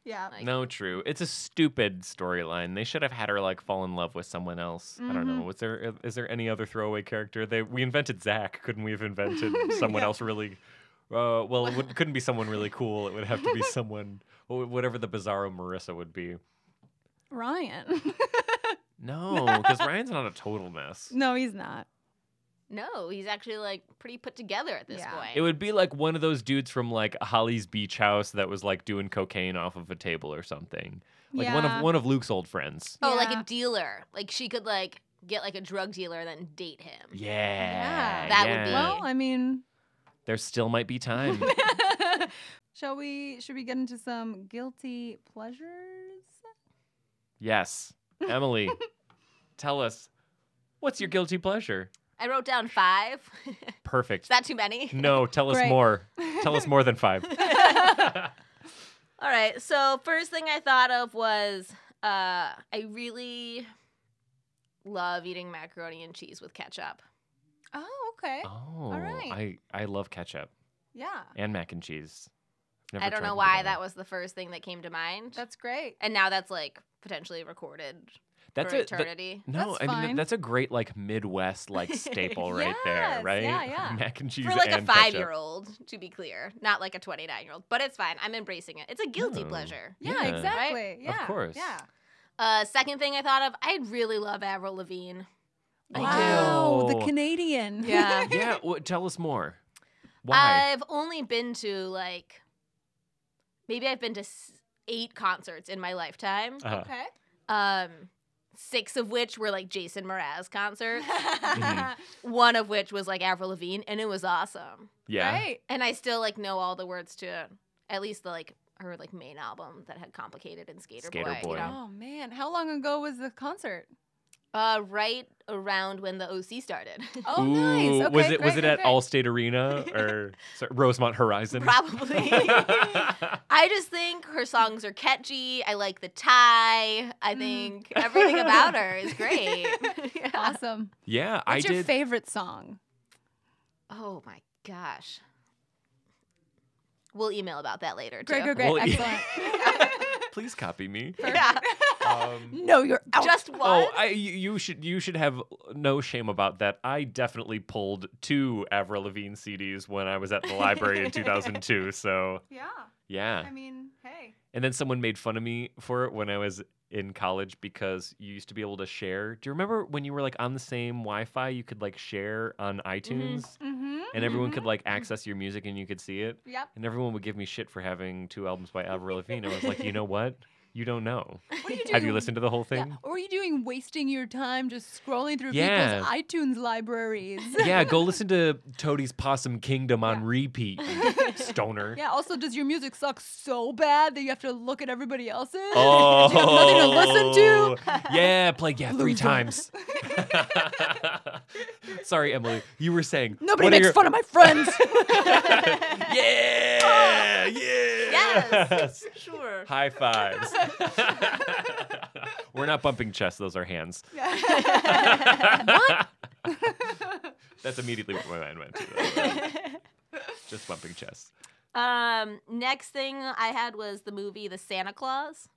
[SPEAKER 4] Yeah.
[SPEAKER 5] Like-
[SPEAKER 3] No, true. It's a stupid storyline. They should have had her like fall in love with someone else. I don't know. Was there is there any other throwaway character? They we invented Zach. Couldn't we have invented someone else really? Uh, well, it would, couldn't be someone really cool. It would have to be someone wh- whatever the Bizarro Marissa would be.
[SPEAKER 4] Ryan.
[SPEAKER 3] No, because Ryan's not a total mess.
[SPEAKER 4] no, he's not.
[SPEAKER 5] No, he's actually like pretty put together at this
[SPEAKER 4] Yeah.
[SPEAKER 5] point.
[SPEAKER 3] It would be like one of those dudes from like Holly's beach house that was like doing cocaine off of a table or something. Like one
[SPEAKER 4] Yeah.
[SPEAKER 3] of one of Luke's old friends.
[SPEAKER 5] oh, like
[SPEAKER 4] Yeah.
[SPEAKER 5] a dealer. Like she could like get like a drug dealer and then date him.
[SPEAKER 3] Yeah.
[SPEAKER 5] That would be-
[SPEAKER 3] yeah.
[SPEAKER 4] Well, I mean,
[SPEAKER 3] There still might be time.
[SPEAKER 4] shall we? Should we get into some guilty pleasures?
[SPEAKER 3] yes. Emily, tell us what's your guilty pleasure?
[SPEAKER 5] I wrote down five. Is
[SPEAKER 3] Perfect.
[SPEAKER 5] that too many?
[SPEAKER 3] No, tell us
[SPEAKER 4] Great.
[SPEAKER 3] more. Tell us more than five.
[SPEAKER 5] All right. So first thing I thought of was uh, I really love eating macaroni and cheese with ketchup.
[SPEAKER 4] Oh, okay.
[SPEAKER 3] Oh,
[SPEAKER 4] right.
[SPEAKER 3] I, I love ketchup
[SPEAKER 4] Yeah,
[SPEAKER 3] and mac and cheese. Never
[SPEAKER 5] I don't
[SPEAKER 3] tried
[SPEAKER 5] know
[SPEAKER 3] them
[SPEAKER 5] why
[SPEAKER 3] together.
[SPEAKER 5] that was the first thing that came to mind.
[SPEAKER 4] that's great.
[SPEAKER 5] and now that's like potentially recorded
[SPEAKER 3] That's
[SPEAKER 5] for
[SPEAKER 3] a, that-
[SPEAKER 5] eternity.
[SPEAKER 3] No,
[SPEAKER 4] That's
[SPEAKER 3] I mean
[SPEAKER 4] fine.
[SPEAKER 3] th- that's a great like Midwest like staple right there,
[SPEAKER 4] Yes,
[SPEAKER 3] right?
[SPEAKER 4] yeah, yeah.
[SPEAKER 3] Mac and cheese
[SPEAKER 5] for like a
[SPEAKER 3] and ketchup.
[SPEAKER 5] five year old, to be clear, not like a 29 year old, but it's fine. I'm embracing it. It's a guilty
[SPEAKER 3] No.
[SPEAKER 5] pleasure.
[SPEAKER 4] Yeah,
[SPEAKER 3] Yeah.
[SPEAKER 4] exactly.
[SPEAKER 5] Right?
[SPEAKER 4] Yeah,
[SPEAKER 3] Of course.
[SPEAKER 4] Yeah.
[SPEAKER 5] Uh, second thing I thought of, I really love Avril Lavigne. I
[SPEAKER 4] Wow, the
[SPEAKER 3] Wow.
[SPEAKER 4] Canadian.
[SPEAKER 5] Yeah.
[SPEAKER 3] yeah, w- tell us more.
[SPEAKER 4] Uh,
[SPEAKER 3] Why?
[SPEAKER 5] I've only been to like, maybe I've been to s- eight concerts in my lifetime,
[SPEAKER 3] Uh-huh.
[SPEAKER 4] okay.
[SPEAKER 5] um, six of which were like Jason Mraz concerts,
[SPEAKER 3] Mm-hmm.
[SPEAKER 5] one of which was like Avril Lavigne, and it was awesome.
[SPEAKER 3] Yeah.
[SPEAKER 4] Right.
[SPEAKER 5] and I still like know all the words to at least the like her like main album that had complicated and Skater,
[SPEAKER 3] Skater
[SPEAKER 5] Boy.
[SPEAKER 3] Boy.
[SPEAKER 5] You know?
[SPEAKER 4] Oh man, how long ago was the concert?
[SPEAKER 5] uh, right around when the OC started,
[SPEAKER 4] Oh,
[SPEAKER 3] Ooh,
[SPEAKER 4] nice. Okay,
[SPEAKER 3] was it was
[SPEAKER 4] great,
[SPEAKER 3] it
[SPEAKER 4] great,
[SPEAKER 3] at
[SPEAKER 4] great.
[SPEAKER 3] Allstate Arena or sorry, Rosemont Horizon?
[SPEAKER 5] probably. I just think her songs are catchy. I like the tie. I think everything about her is great. Mm. Yeah.
[SPEAKER 4] Awesome.
[SPEAKER 3] yeah, I
[SPEAKER 4] What's your
[SPEAKER 3] did.
[SPEAKER 4] favorite song?
[SPEAKER 5] Oh my gosh. We'll email about that later too.
[SPEAKER 4] Great, great, great.
[SPEAKER 3] Well, yeah.
[SPEAKER 4] Excellent.
[SPEAKER 3] Please copy me.
[SPEAKER 5] Yeah.
[SPEAKER 3] Um,
[SPEAKER 4] no, you're out.
[SPEAKER 5] Just one.
[SPEAKER 3] oh, I you you should you should have no shame about that. I definitely pulled two Avril Lavigne CDs when I was at the library in 2002. So
[SPEAKER 4] yeah.
[SPEAKER 3] yeah.
[SPEAKER 4] mean, hey.
[SPEAKER 3] And then someone made fun of me for it when I was in college because you used to be able to share. Do you remember when you were like on the same Wi-Fi, you could like share on iTunes,
[SPEAKER 4] Mm-hmm.
[SPEAKER 3] and everyone could like access your music and you could see it.
[SPEAKER 4] Yep.
[SPEAKER 3] And everyone would give me shit for having two albums by Avril Lavigne. I was like, you know what? You don't know.
[SPEAKER 4] What are you doing?
[SPEAKER 3] Have you listened to the whole thing?
[SPEAKER 4] Or are you doing wasting your time just scrolling through
[SPEAKER 3] Yeah.
[SPEAKER 4] people's iTunes libraries?
[SPEAKER 3] Yeah, go listen to Toadie's Possum Kingdom on repeat, you stoner.
[SPEAKER 4] yeah. Also, does your music suck so bad that you have to look at everybody else's?
[SPEAKER 3] Oh,
[SPEAKER 4] You have nothing to listen to?
[SPEAKER 3] Yeah, play yeah three
[SPEAKER 4] Loser.
[SPEAKER 3] times. Sorry, Emily, you were saying
[SPEAKER 4] Nobody
[SPEAKER 3] what are
[SPEAKER 4] makes
[SPEAKER 3] your-
[SPEAKER 4] fun of my friends.
[SPEAKER 3] Yeah, yeah.
[SPEAKER 5] Yes. sure.
[SPEAKER 3] High fives. we're not bumping chests; those are hands. That's immediately what my mind went to. Just bumping chests.
[SPEAKER 5] Um, next thing I had was the movie The Santa Claus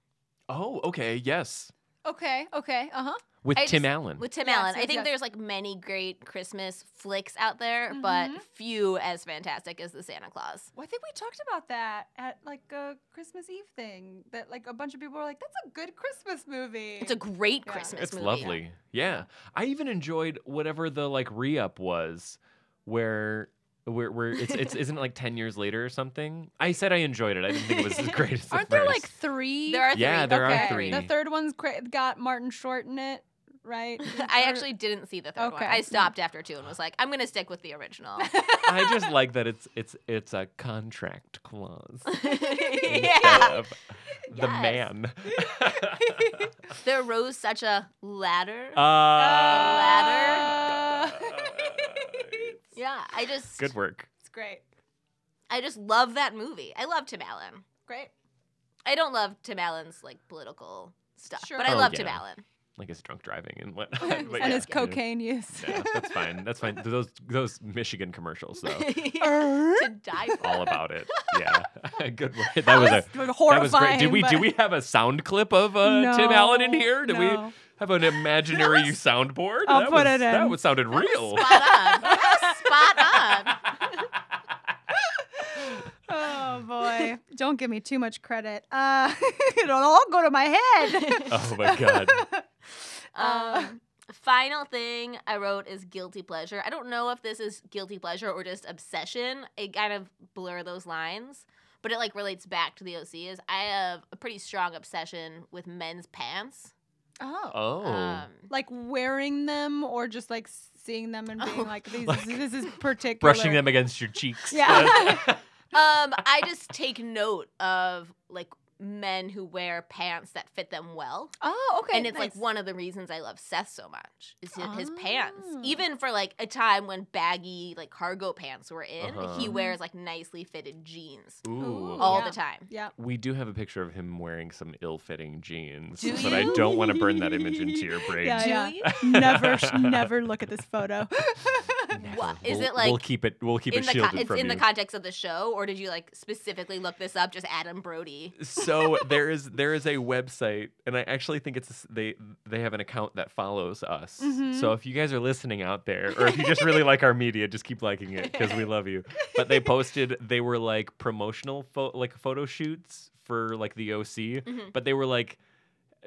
[SPEAKER 3] Oh, okay, yes,
[SPEAKER 4] okay. Okay. Uh huh.
[SPEAKER 3] with
[SPEAKER 5] I
[SPEAKER 3] Tim
[SPEAKER 5] just-
[SPEAKER 3] Allen.
[SPEAKER 5] with Tim
[SPEAKER 4] Yes,
[SPEAKER 5] Allen. I
[SPEAKER 4] yes,
[SPEAKER 5] think
[SPEAKER 4] yes.
[SPEAKER 5] there's like many great Christmas flicks out there,
[SPEAKER 4] Mm-hmm.
[SPEAKER 5] but few as fantastic as The Santa Claus.
[SPEAKER 4] Well, I think we talked about that at like a Christmas Eve thing. That like a bunch of people were like, "That's a good Christmas movie."
[SPEAKER 5] It's a great
[SPEAKER 4] Yeah.
[SPEAKER 5] Christmas
[SPEAKER 3] It's
[SPEAKER 5] movie.
[SPEAKER 3] lovely. Yeah. I even enjoyed whatever the like re up was where where where it's it's isn't it like ten years later or something. I said I enjoyed it. I didn't think it was the greatest. at
[SPEAKER 4] Aren't there like
[SPEAKER 3] first.
[SPEAKER 4] three?
[SPEAKER 5] There are three.
[SPEAKER 3] Yeah, there
[SPEAKER 5] Okay.
[SPEAKER 3] are three.
[SPEAKER 4] The third one's cra- got Martin Short in it, right?
[SPEAKER 5] I actually didn't see the third one.
[SPEAKER 4] Okay. Mm.
[SPEAKER 5] I stopped after two and was like, I'm gonna stick with the original.
[SPEAKER 3] I just like that it's it's it's a contract clause. instead
[SPEAKER 5] yeah.
[SPEAKER 3] of The
[SPEAKER 5] Yes.
[SPEAKER 3] man.
[SPEAKER 5] There rose such a ladder.
[SPEAKER 3] uh,
[SPEAKER 4] Uh,
[SPEAKER 5] Ladder. yeah. I just
[SPEAKER 3] Good work.
[SPEAKER 4] It's great.
[SPEAKER 5] I just love that movie. I love Tim Allen.
[SPEAKER 4] Great.
[SPEAKER 5] I don't love Tim Allen's like political stuff,
[SPEAKER 4] Sure.
[SPEAKER 5] but I
[SPEAKER 3] Oh,
[SPEAKER 5] love
[SPEAKER 3] yeah.
[SPEAKER 5] Tim Allen.
[SPEAKER 3] like his drunk driving and whatnot. But
[SPEAKER 4] and
[SPEAKER 3] yeah,
[SPEAKER 4] his
[SPEAKER 3] you know,
[SPEAKER 4] cocaine use.
[SPEAKER 3] Yeah, that's fine. That's fine. Those those Michigan commercials though,
[SPEAKER 5] to die for.
[SPEAKER 3] all about it. Yeah, good word. That was a that was great.
[SPEAKER 4] horrifying.
[SPEAKER 3] Did we
[SPEAKER 4] but-
[SPEAKER 3] do we have a sound clip of uh, Tim Allen in
[SPEAKER 4] No,
[SPEAKER 3] here? Did we
[SPEAKER 4] no.
[SPEAKER 3] have an imaginary soundboard?
[SPEAKER 4] I'll
[SPEAKER 3] that
[SPEAKER 4] put
[SPEAKER 3] was,
[SPEAKER 4] it
[SPEAKER 3] That
[SPEAKER 4] in.
[SPEAKER 3] was sounded real.
[SPEAKER 5] Spot on. That was spot on.
[SPEAKER 4] Oh boy! Don't give me too much credit. Uh, it'll all go to my head.
[SPEAKER 3] Oh my god.
[SPEAKER 5] Um, final thing I wrote is guilty pleasure. I don't know if this is guilty pleasure or just obsession. It kind of blur those lines, but it like relates back to the OC. Is I have a pretty strong obsession with men's pants.
[SPEAKER 4] oh.
[SPEAKER 3] Oh.
[SPEAKER 5] Um,
[SPEAKER 4] like wearing them or just like seeing them and being
[SPEAKER 5] Oh,
[SPEAKER 4] like, these,
[SPEAKER 3] like,
[SPEAKER 4] this is particular.
[SPEAKER 3] Brushing them against your cheeks.
[SPEAKER 4] Yeah.
[SPEAKER 5] um, I just take note of like men who wear pants that fit them well.
[SPEAKER 4] Oh, okay.
[SPEAKER 5] and it's like
[SPEAKER 4] nice.
[SPEAKER 5] one of the reasons I love Seth so much is his, his pants.
[SPEAKER 4] Oh.
[SPEAKER 5] Even for like a time when baggy like cargo pants were in,
[SPEAKER 3] Uh-huh.
[SPEAKER 5] he wears like nicely fitted jeans
[SPEAKER 3] Ooh.
[SPEAKER 4] Ooh.
[SPEAKER 5] all
[SPEAKER 4] yeah.
[SPEAKER 5] the time.
[SPEAKER 4] Yeah.
[SPEAKER 3] We do have a picture of him wearing some ill-fitting jeans,
[SPEAKER 5] Do
[SPEAKER 3] but I
[SPEAKER 5] you?
[SPEAKER 3] don't want to burn that image into your brain.
[SPEAKER 4] Yeah,
[SPEAKER 5] Do
[SPEAKER 4] Oh, yeah.
[SPEAKER 5] you?
[SPEAKER 4] never, sh- never look at this photo.
[SPEAKER 5] What-
[SPEAKER 3] We'll,
[SPEAKER 5] is it
[SPEAKER 3] We'll
[SPEAKER 5] like
[SPEAKER 3] keep it. We'll keep
[SPEAKER 5] in
[SPEAKER 3] it
[SPEAKER 5] the co-
[SPEAKER 3] shielded
[SPEAKER 5] it's
[SPEAKER 3] from
[SPEAKER 5] in
[SPEAKER 3] you.
[SPEAKER 5] the context of the show, or did you like specifically look this up? Just Adam Brody.
[SPEAKER 3] so there is there is a website and i actually think it's they they have an account that follows us
[SPEAKER 4] Mm-hmm.
[SPEAKER 3] so if you guys are listening out there or if you just really like our media just keep liking it because we love you but they posted they were like promotional pho- like photo shoots for like the oc
[SPEAKER 4] Mm-hmm.
[SPEAKER 3] but they were like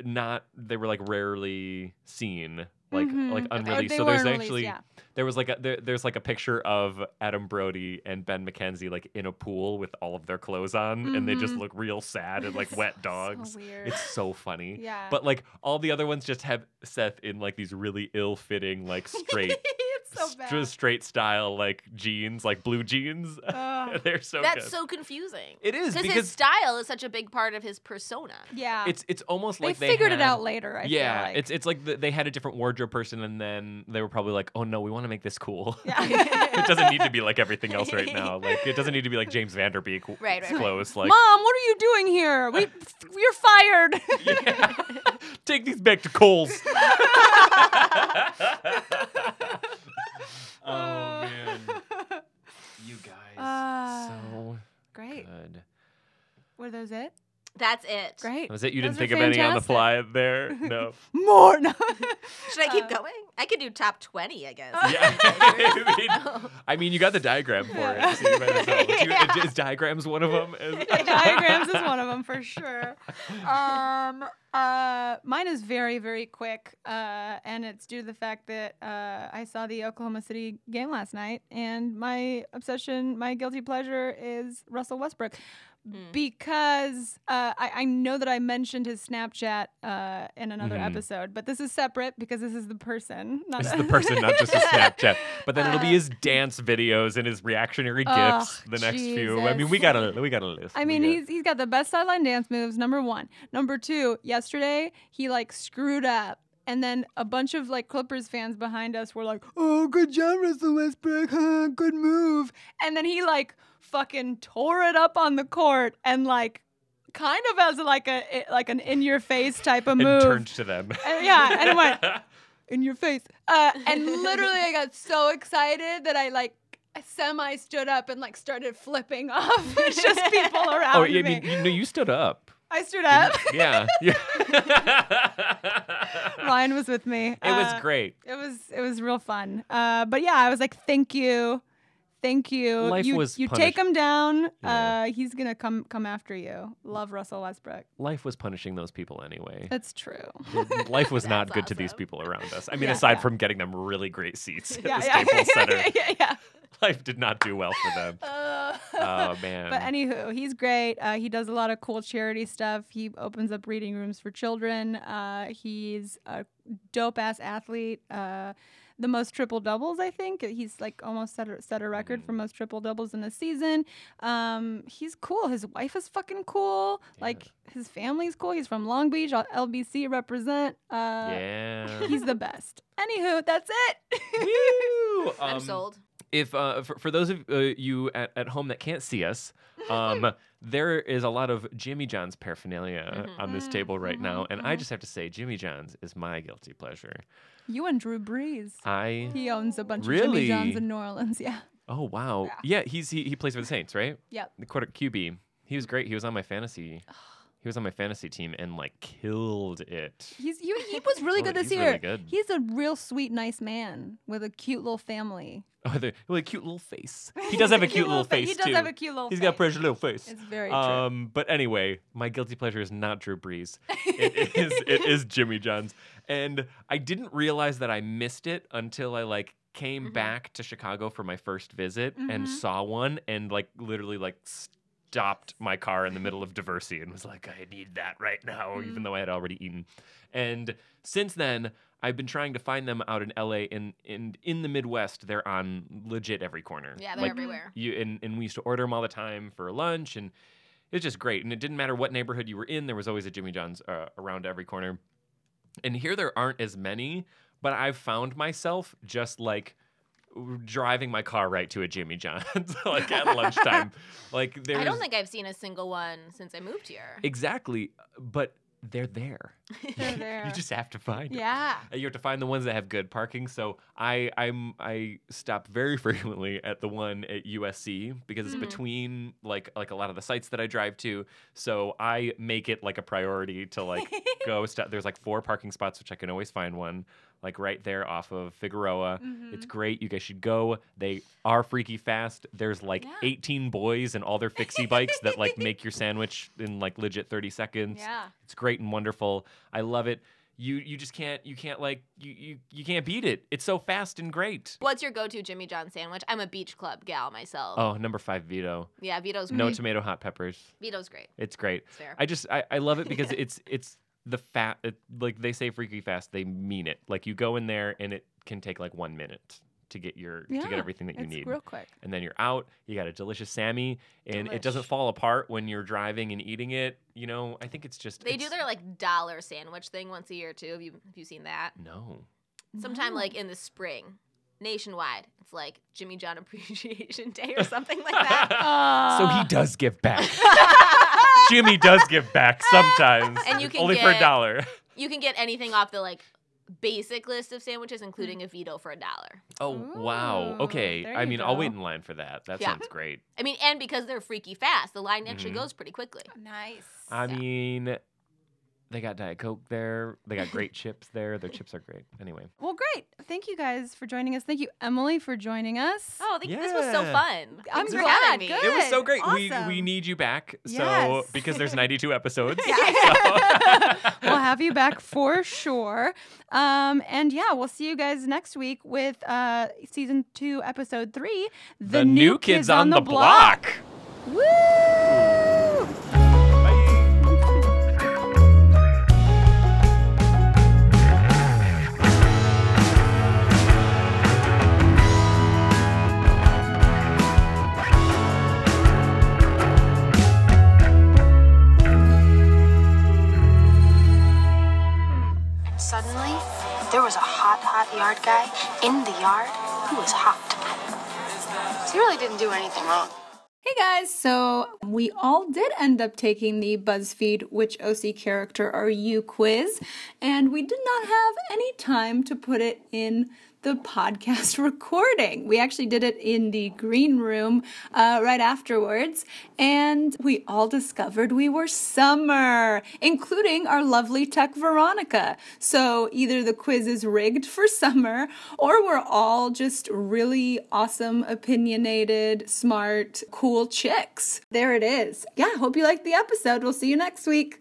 [SPEAKER 3] not they were like rarely seen like like unreleased
[SPEAKER 4] Mm-hmm. Oh, They
[SPEAKER 3] so there's
[SPEAKER 4] weren't released,
[SPEAKER 3] actually
[SPEAKER 4] yeah.
[SPEAKER 3] there was like a there, there's like a picture of Adam Brody and Ben McKenzie like in a pool with all of their clothes on, and they just look real sad and like wet dogs.
[SPEAKER 4] Mm-hmm. weird.
[SPEAKER 3] It's so funny.
[SPEAKER 4] Yeah.
[SPEAKER 3] But like all the other ones just have Seth in like these really ill-fitting like straight,
[SPEAKER 4] it's so
[SPEAKER 3] s-
[SPEAKER 4] bad.
[SPEAKER 3] just straight style like jeans, like blue jeans.
[SPEAKER 4] Ugh.
[SPEAKER 3] They're so
[SPEAKER 5] That's
[SPEAKER 3] good.
[SPEAKER 5] so confusing.
[SPEAKER 3] It is,
[SPEAKER 5] because
[SPEAKER 3] because-
[SPEAKER 5] his style is such a big part of his persona.
[SPEAKER 4] yeah.
[SPEAKER 3] it's it's almost
[SPEAKER 4] they
[SPEAKER 3] like they
[SPEAKER 4] figured it
[SPEAKER 3] had-
[SPEAKER 4] out later. I feel
[SPEAKER 3] yeah,
[SPEAKER 4] like.
[SPEAKER 3] it's it's like th they had a different wardrobe person, and then they were probably like, "Oh no, we want to make this cool."
[SPEAKER 4] Yeah.
[SPEAKER 3] it doesn't need to be like everything else right now. Like it doesn't need to be like James Vanderbeek w-
[SPEAKER 5] Right, right, right.
[SPEAKER 3] clothes. Like
[SPEAKER 4] Mom, what are you doing here? We, you're fired.
[SPEAKER 3] Yeah. take these back to Coles. oh man, you guys,
[SPEAKER 4] Ah.
[SPEAKER 3] so
[SPEAKER 4] Great.
[SPEAKER 3] good.
[SPEAKER 4] Were those it?
[SPEAKER 5] That's it.
[SPEAKER 4] Great.
[SPEAKER 3] Was it you
[SPEAKER 4] Those
[SPEAKER 3] didn't think
[SPEAKER 4] are
[SPEAKER 3] of any on the
[SPEAKER 4] fantastic.
[SPEAKER 3] fly there? No.
[SPEAKER 4] More. No.
[SPEAKER 5] Should I
[SPEAKER 4] Oh.
[SPEAKER 5] keep going? I could do top twenty, I guess.
[SPEAKER 3] Yeah. I, mean, I mean, you got the diagram for it. So you might as well. Do you- Is diagrams one of them?
[SPEAKER 4] diagrams is one of them for sure. Um, uh, mine is very, very quick, uh, and it's due to the fact that uh, I saw the Oklahoma City game last night, and my obsession, my guilty pleasure, is Russell Westbrook.
[SPEAKER 3] Hmm.
[SPEAKER 4] Because uh, I, I know that I mentioned his Snapchat uh, in another
[SPEAKER 3] Mhm.
[SPEAKER 4] episode, but this is separate because this is the person. Not
[SPEAKER 3] This
[SPEAKER 4] a-
[SPEAKER 3] is the person, not just a Snapchat. But then it'll be his dance videos and his reactionary
[SPEAKER 4] Uh, Ugh,
[SPEAKER 3] gifts the next few. I mean, we
[SPEAKER 4] Jesus.
[SPEAKER 3] got a we got a list.
[SPEAKER 4] I
[SPEAKER 3] We
[SPEAKER 4] mean,
[SPEAKER 3] got-
[SPEAKER 4] he's he's got the best sideline dance moves. Number one. Number two. Yesterday, he like screwed up, and then a bunch of like Clippers fans behind us were like, "Oh, good job, Russell Westbrook. Huh, good move." And then he like fucking tore it up on the court and like kind of as like a like an in your face type of
[SPEAKER 3] and
[SPEAKER 4] move.
[SPEAKER 3] turned to them.
[SPEAKER 4] And- Uh, yeah, and it went in your face. Uh, and literally, I got so excited that I like semi stood up and like started flipping off just people around
[SPEAKER 3] Oh, I
[SPEAKER 4] me.
[SPEAKER 3] mean, you, no, you stood up.
[SPEAKER 4] I stood up.
[SPEAKER 3] Yeah. yeah.
[SPEAKER 4] Ryan was with me.
[SPEAKER 3] it was
[SPEAKER 4] Uh,
[SPEAKER 3] great.
[SPEAKER 4] It was it was real fun. Uh, but yeah, I was like, thank you, thank you.
[SPEAKER 3] Life
[SPEAKER 4] you,
[SPEAKER 3] was
[SPEAKER 4] you
[SPEAKER 3] punish-
[SPEAKER 4] take him down.
[SPEAKER 3] Yeah.
[SPEAKER 4] Uh, he's gonna come come after you. Love Russell Westbrook.
[SPEAKER 3] Life was punishing those people anyway.
[SPEAKER 4] That's true.
[SPEAKER 3] Life was not
[SPEAKER 5] That's
[SPEAKER 3] good to these
[SPEAKER 5] awesome.
[SPEAKER 3] people around us. I mean,
[SPEAKER 4] Yeah,
[SPEAKER 3] aside
[SPEAKER 4] yeah.
[SPEAKER 3] from getting them really great seats at
[SPEAKER 4] Yeah,
[SPEAKER 3] the
[SPEAKER 4] yeah,
[SPEAKER 3] Staples Center,
[SPEAKER 4] yeah, yeah, yeah.
[SPEAKER 3] life did not do well for them.
[SPEAKER 4] Uh,
[SPEAKER 3] oh man.
[SPEAKER 4] But anywho, he's great. Uh, he does a lot of cool charity stuff. He opens up reading rooms for children. Uh, he's a dope ass athlete. Uh, the most triple doubles, I think. He's like almost set a, set a record
[SPEAKER 3] Mm-hmm.
[SPEAKER 4] for most triple doubles in a season. Um, he's cool. His wife is fucking cool. Like his family's cool. He's from Long Beach. All- LBC represent. Uh,
[SPEAKER 3] yeah.
[SPEAKER 4] He's the best. Anywho, that's it.
[SPEAKER 3] Woo!
[SPEAKER 5] I'm
[SPEAKER 3] Um,
[SPEAKER 5] sold.
[SPEAKER 3] if uh, for, for those of uh, you at, at home that can't see us, um, there is a lot of Jimmy John's paraphernalia
[SPEAKER 4] Mm-hmm.
[SPEAKER 3] on this table right now, and I just have to say, Jimmy John's is my guilty pleasure.
[SPEAKER 4] You and Drew Brees.
[SPEAKER 3] I
[SPEAKER 4] He owns a bunch of
[SPEAKER 3] Really?
[SPEAKER 4] Jimmy John's in New Orleans. Yeah.
[SPEAKER 3] oh wow yeah, he's he, he plays for the Saints right?
[SPEAKER 4] Yep.
[SPEAKER 3] The quarter QB. He was great. He was on my fantasy. He was on my fantasy team and like killed it.
[SPEAKER 4] He's he, he was really good
[SPEAKER 3] Boy,
[SPEAKER 4] this
[SPEAKER 3] he's
[SPEAKER 4] year.
[SPEAKER 3] really good.
[SPEAKER 4] He's a real sweet, nice man with a cute little family.
[SPEAKER 3] Oh, the, with a cute little face. He does have a cute little
[SPEAKER 4] fa- he
[SPEAKER 3] face
[SPEAKER 4] does
[SPEAKER 3] too.
[SPEAKER 4] have a cute little
[SPEAKER 3] He's got a
[SPEAKER 4] face.
[SPEAKER 3] precious little face.
[SPEAKER 4] It's very true.
[SPEAKER 3] um, But anyway, my guilty pleasure is not Drew Brees. It is it is Jimmy John's, and I didn't realize that I missed it until I like came
[SPEAKER 5] Mm-hmm.
[SPEAKER 3] back to Chicago for my first visit and saw one and like literally like stopped my car in the middle of Diversity and was like, I need that right now,
[SPEAKER 5] Mm-hmm.
[SPEAKER 3] even though I had already eaten. And since then. I've been trying to find them out in LA and in, in the Midwest, they're on legit every corner.
[SPEAKER 5] Yeah, they're
[SPEAKER 3] Like,
[SPEAKER 5] everywhere.
[SPEAKER 3] you and, and we used to order them all the time for lunch and it was just great and it didn't matter what neighborhood you were in there was always a jimmy john's uh, around every corner and here there aren't as many but i've found myself just like driving my car right to a jimmy john's like at lunchtime like there's
[SPEAKER 5] I don't think I've seen a single one since I moved here.
[SPEAKER 3] exactly but they're there
[SPEAKER 4] They're there.
[SPEAKER 3] you just have to find 'em.
[SPEAKER 4] yeah.
[SPEAKER 3] Uh, You have to find the ones that have good parking. So I I'm I stop very frequently at the one at USC because it's between like like a lot of the sites that I drive to. So I make it like a priority to like go stop. There's like four parking spots which I can always find one like right there off of Figueroa.
[SPEAKER 4] Mm-hmm.
[SPEAKER 3] It's great. You guys should go. They are freaky fast. There's like 18 boys and all their fixie bikes that like make your sandwich in like legit 30 seconds.
[SPEAKER 4] Yeah.
[SPEAKER 3] It's great and wonderful. I love it. You you just can't you can't like you you, you can't beat it. It's so fast and great.
[SPEAKER 5] What's your go-to Jimmy John sandwich? I'm a beach club gal myself.
[SPEAKER 3] Oh, number five, Vito.
[SPEAKER 5] Yeah, Vito's great.
[SPEAKER 3] No tomato hot peppers.
[SPEAKER 5] Vito's great.
[SPEAKER 3] It's great.
[SPEAKER 5] fair.
[SPEAKER 3] I just I, I love it because it's it's the fat it, like they say freaky fast. They mean it. Like you go in there and it can take like one minute to get your to get
[SPEAKER 4] Yeah,
[SPEAKER 3] everything that you
[SPEAKER 4] it's
[SPEAKER 3] need.
[SPEAKER 4] real quick.
[SPEAKER 3] and then you're out. You got a delicious Sammy, and it doesn't
[SPEAKER 4] Delish.
[SPEAKER 3] fall apart when you're driving and eating it. You know, I think it's just
[SPEAKER 5] They
[SPEAKER 3] it's-
[SPEAKER 5] do their like dollar sandwich thing once a year too. Have you have you seen that?
[SPEAKER 3] no.
[SPEAKER 5] Sometime like in the spring, nationwide. It's like Jimmy John Appreciation Day or something like that.
[SPEAKER 3] So
[SPEAKER 4] Uh.
[SPEAKER 3] he does give back. Jimmy does give back sometimes.
[SPEAKER 5] And you can
[SPEAKER 3] only for a
[SPEAKER 5] get-
[SPEAKER 3] dollar.
[SPEAKER 5] You can get anything off the like basic list of sandwiches, including a Vito for a dollar.
[SPEAKER 3] Oh wow.
[SPEAKER 4] Ooh,
[SPEAKER 3] Okay.
[SPEAKER 4] there
[SPEAKER 3] I
[SPEAKER 4] you
[SPEAKER 3] mean, I'll wait
[SPEAKER 4] go.
[SPEAKER 3] in line for that. That
[SPEAKER 5] Yeah.
[SPEAKER 3] sounds great.
[SPEAKER 5] I mean, and because they're freaky fast, the line actually
[SPEAKER 3] Mhm.
[SPEAKER 5] goes pretty quickly.
[SPEAKER 4] Nice.
[SPEAKER 3] I mean, they got Diet Coke there. They got great chips there. Their chips are great. Anyway.
[SPEAKER 4] Well, great. Thank you guys for joining us. Thank you, Emily, for joining us.
[SPEAKER 5] Oh, thank this was so
[SPEAKER 3] Yeah.
[SPEAKER 5] fun.
[SPEAKER 4] I'm
[SPEAKER 5] Thanks for
[SPEAKER 4] glad.
[SPEAKER 5] having me.
[SPEAKER 4] Good.
[SPEAKER 3] It was so great. We we
[SPEAKER 4] Awesome.
[SPEAKER 3] need you back. So
[SPEAKER 4] Yes.
[SPEAKER 3] because there's 92 episodes.
[SPEAKER 4] we'll have you back for sure. Um, and yeah, we'll see you guys next week with uh, season two, episode three
[SPEAKER 3] The, new kids, on, the block.
[SPEAKER 4] Woo!
[SPEAKER 3] Bye.
[SPEAKER 10] Suddenly, there was a hot, hot yard guy in the yard who was hot.
[SPEAKER 9] He really didn't do anything wrong.
[SPEAKER 4] Hey guys, so we all did end up taking the BuzzFeed Which OC Character Are You quiz, and we did not have any time to put it in the podcast recording. We actually did it in the green room uh, right afterwards, and we all discovered we were summer, including our lovely tech Veronica. So either the quiz is rigged for summer, or we're all just really awesome, opinionated, smart, cool chicks. There it is. Yeah, hope you liked the episode. We'll see you next week.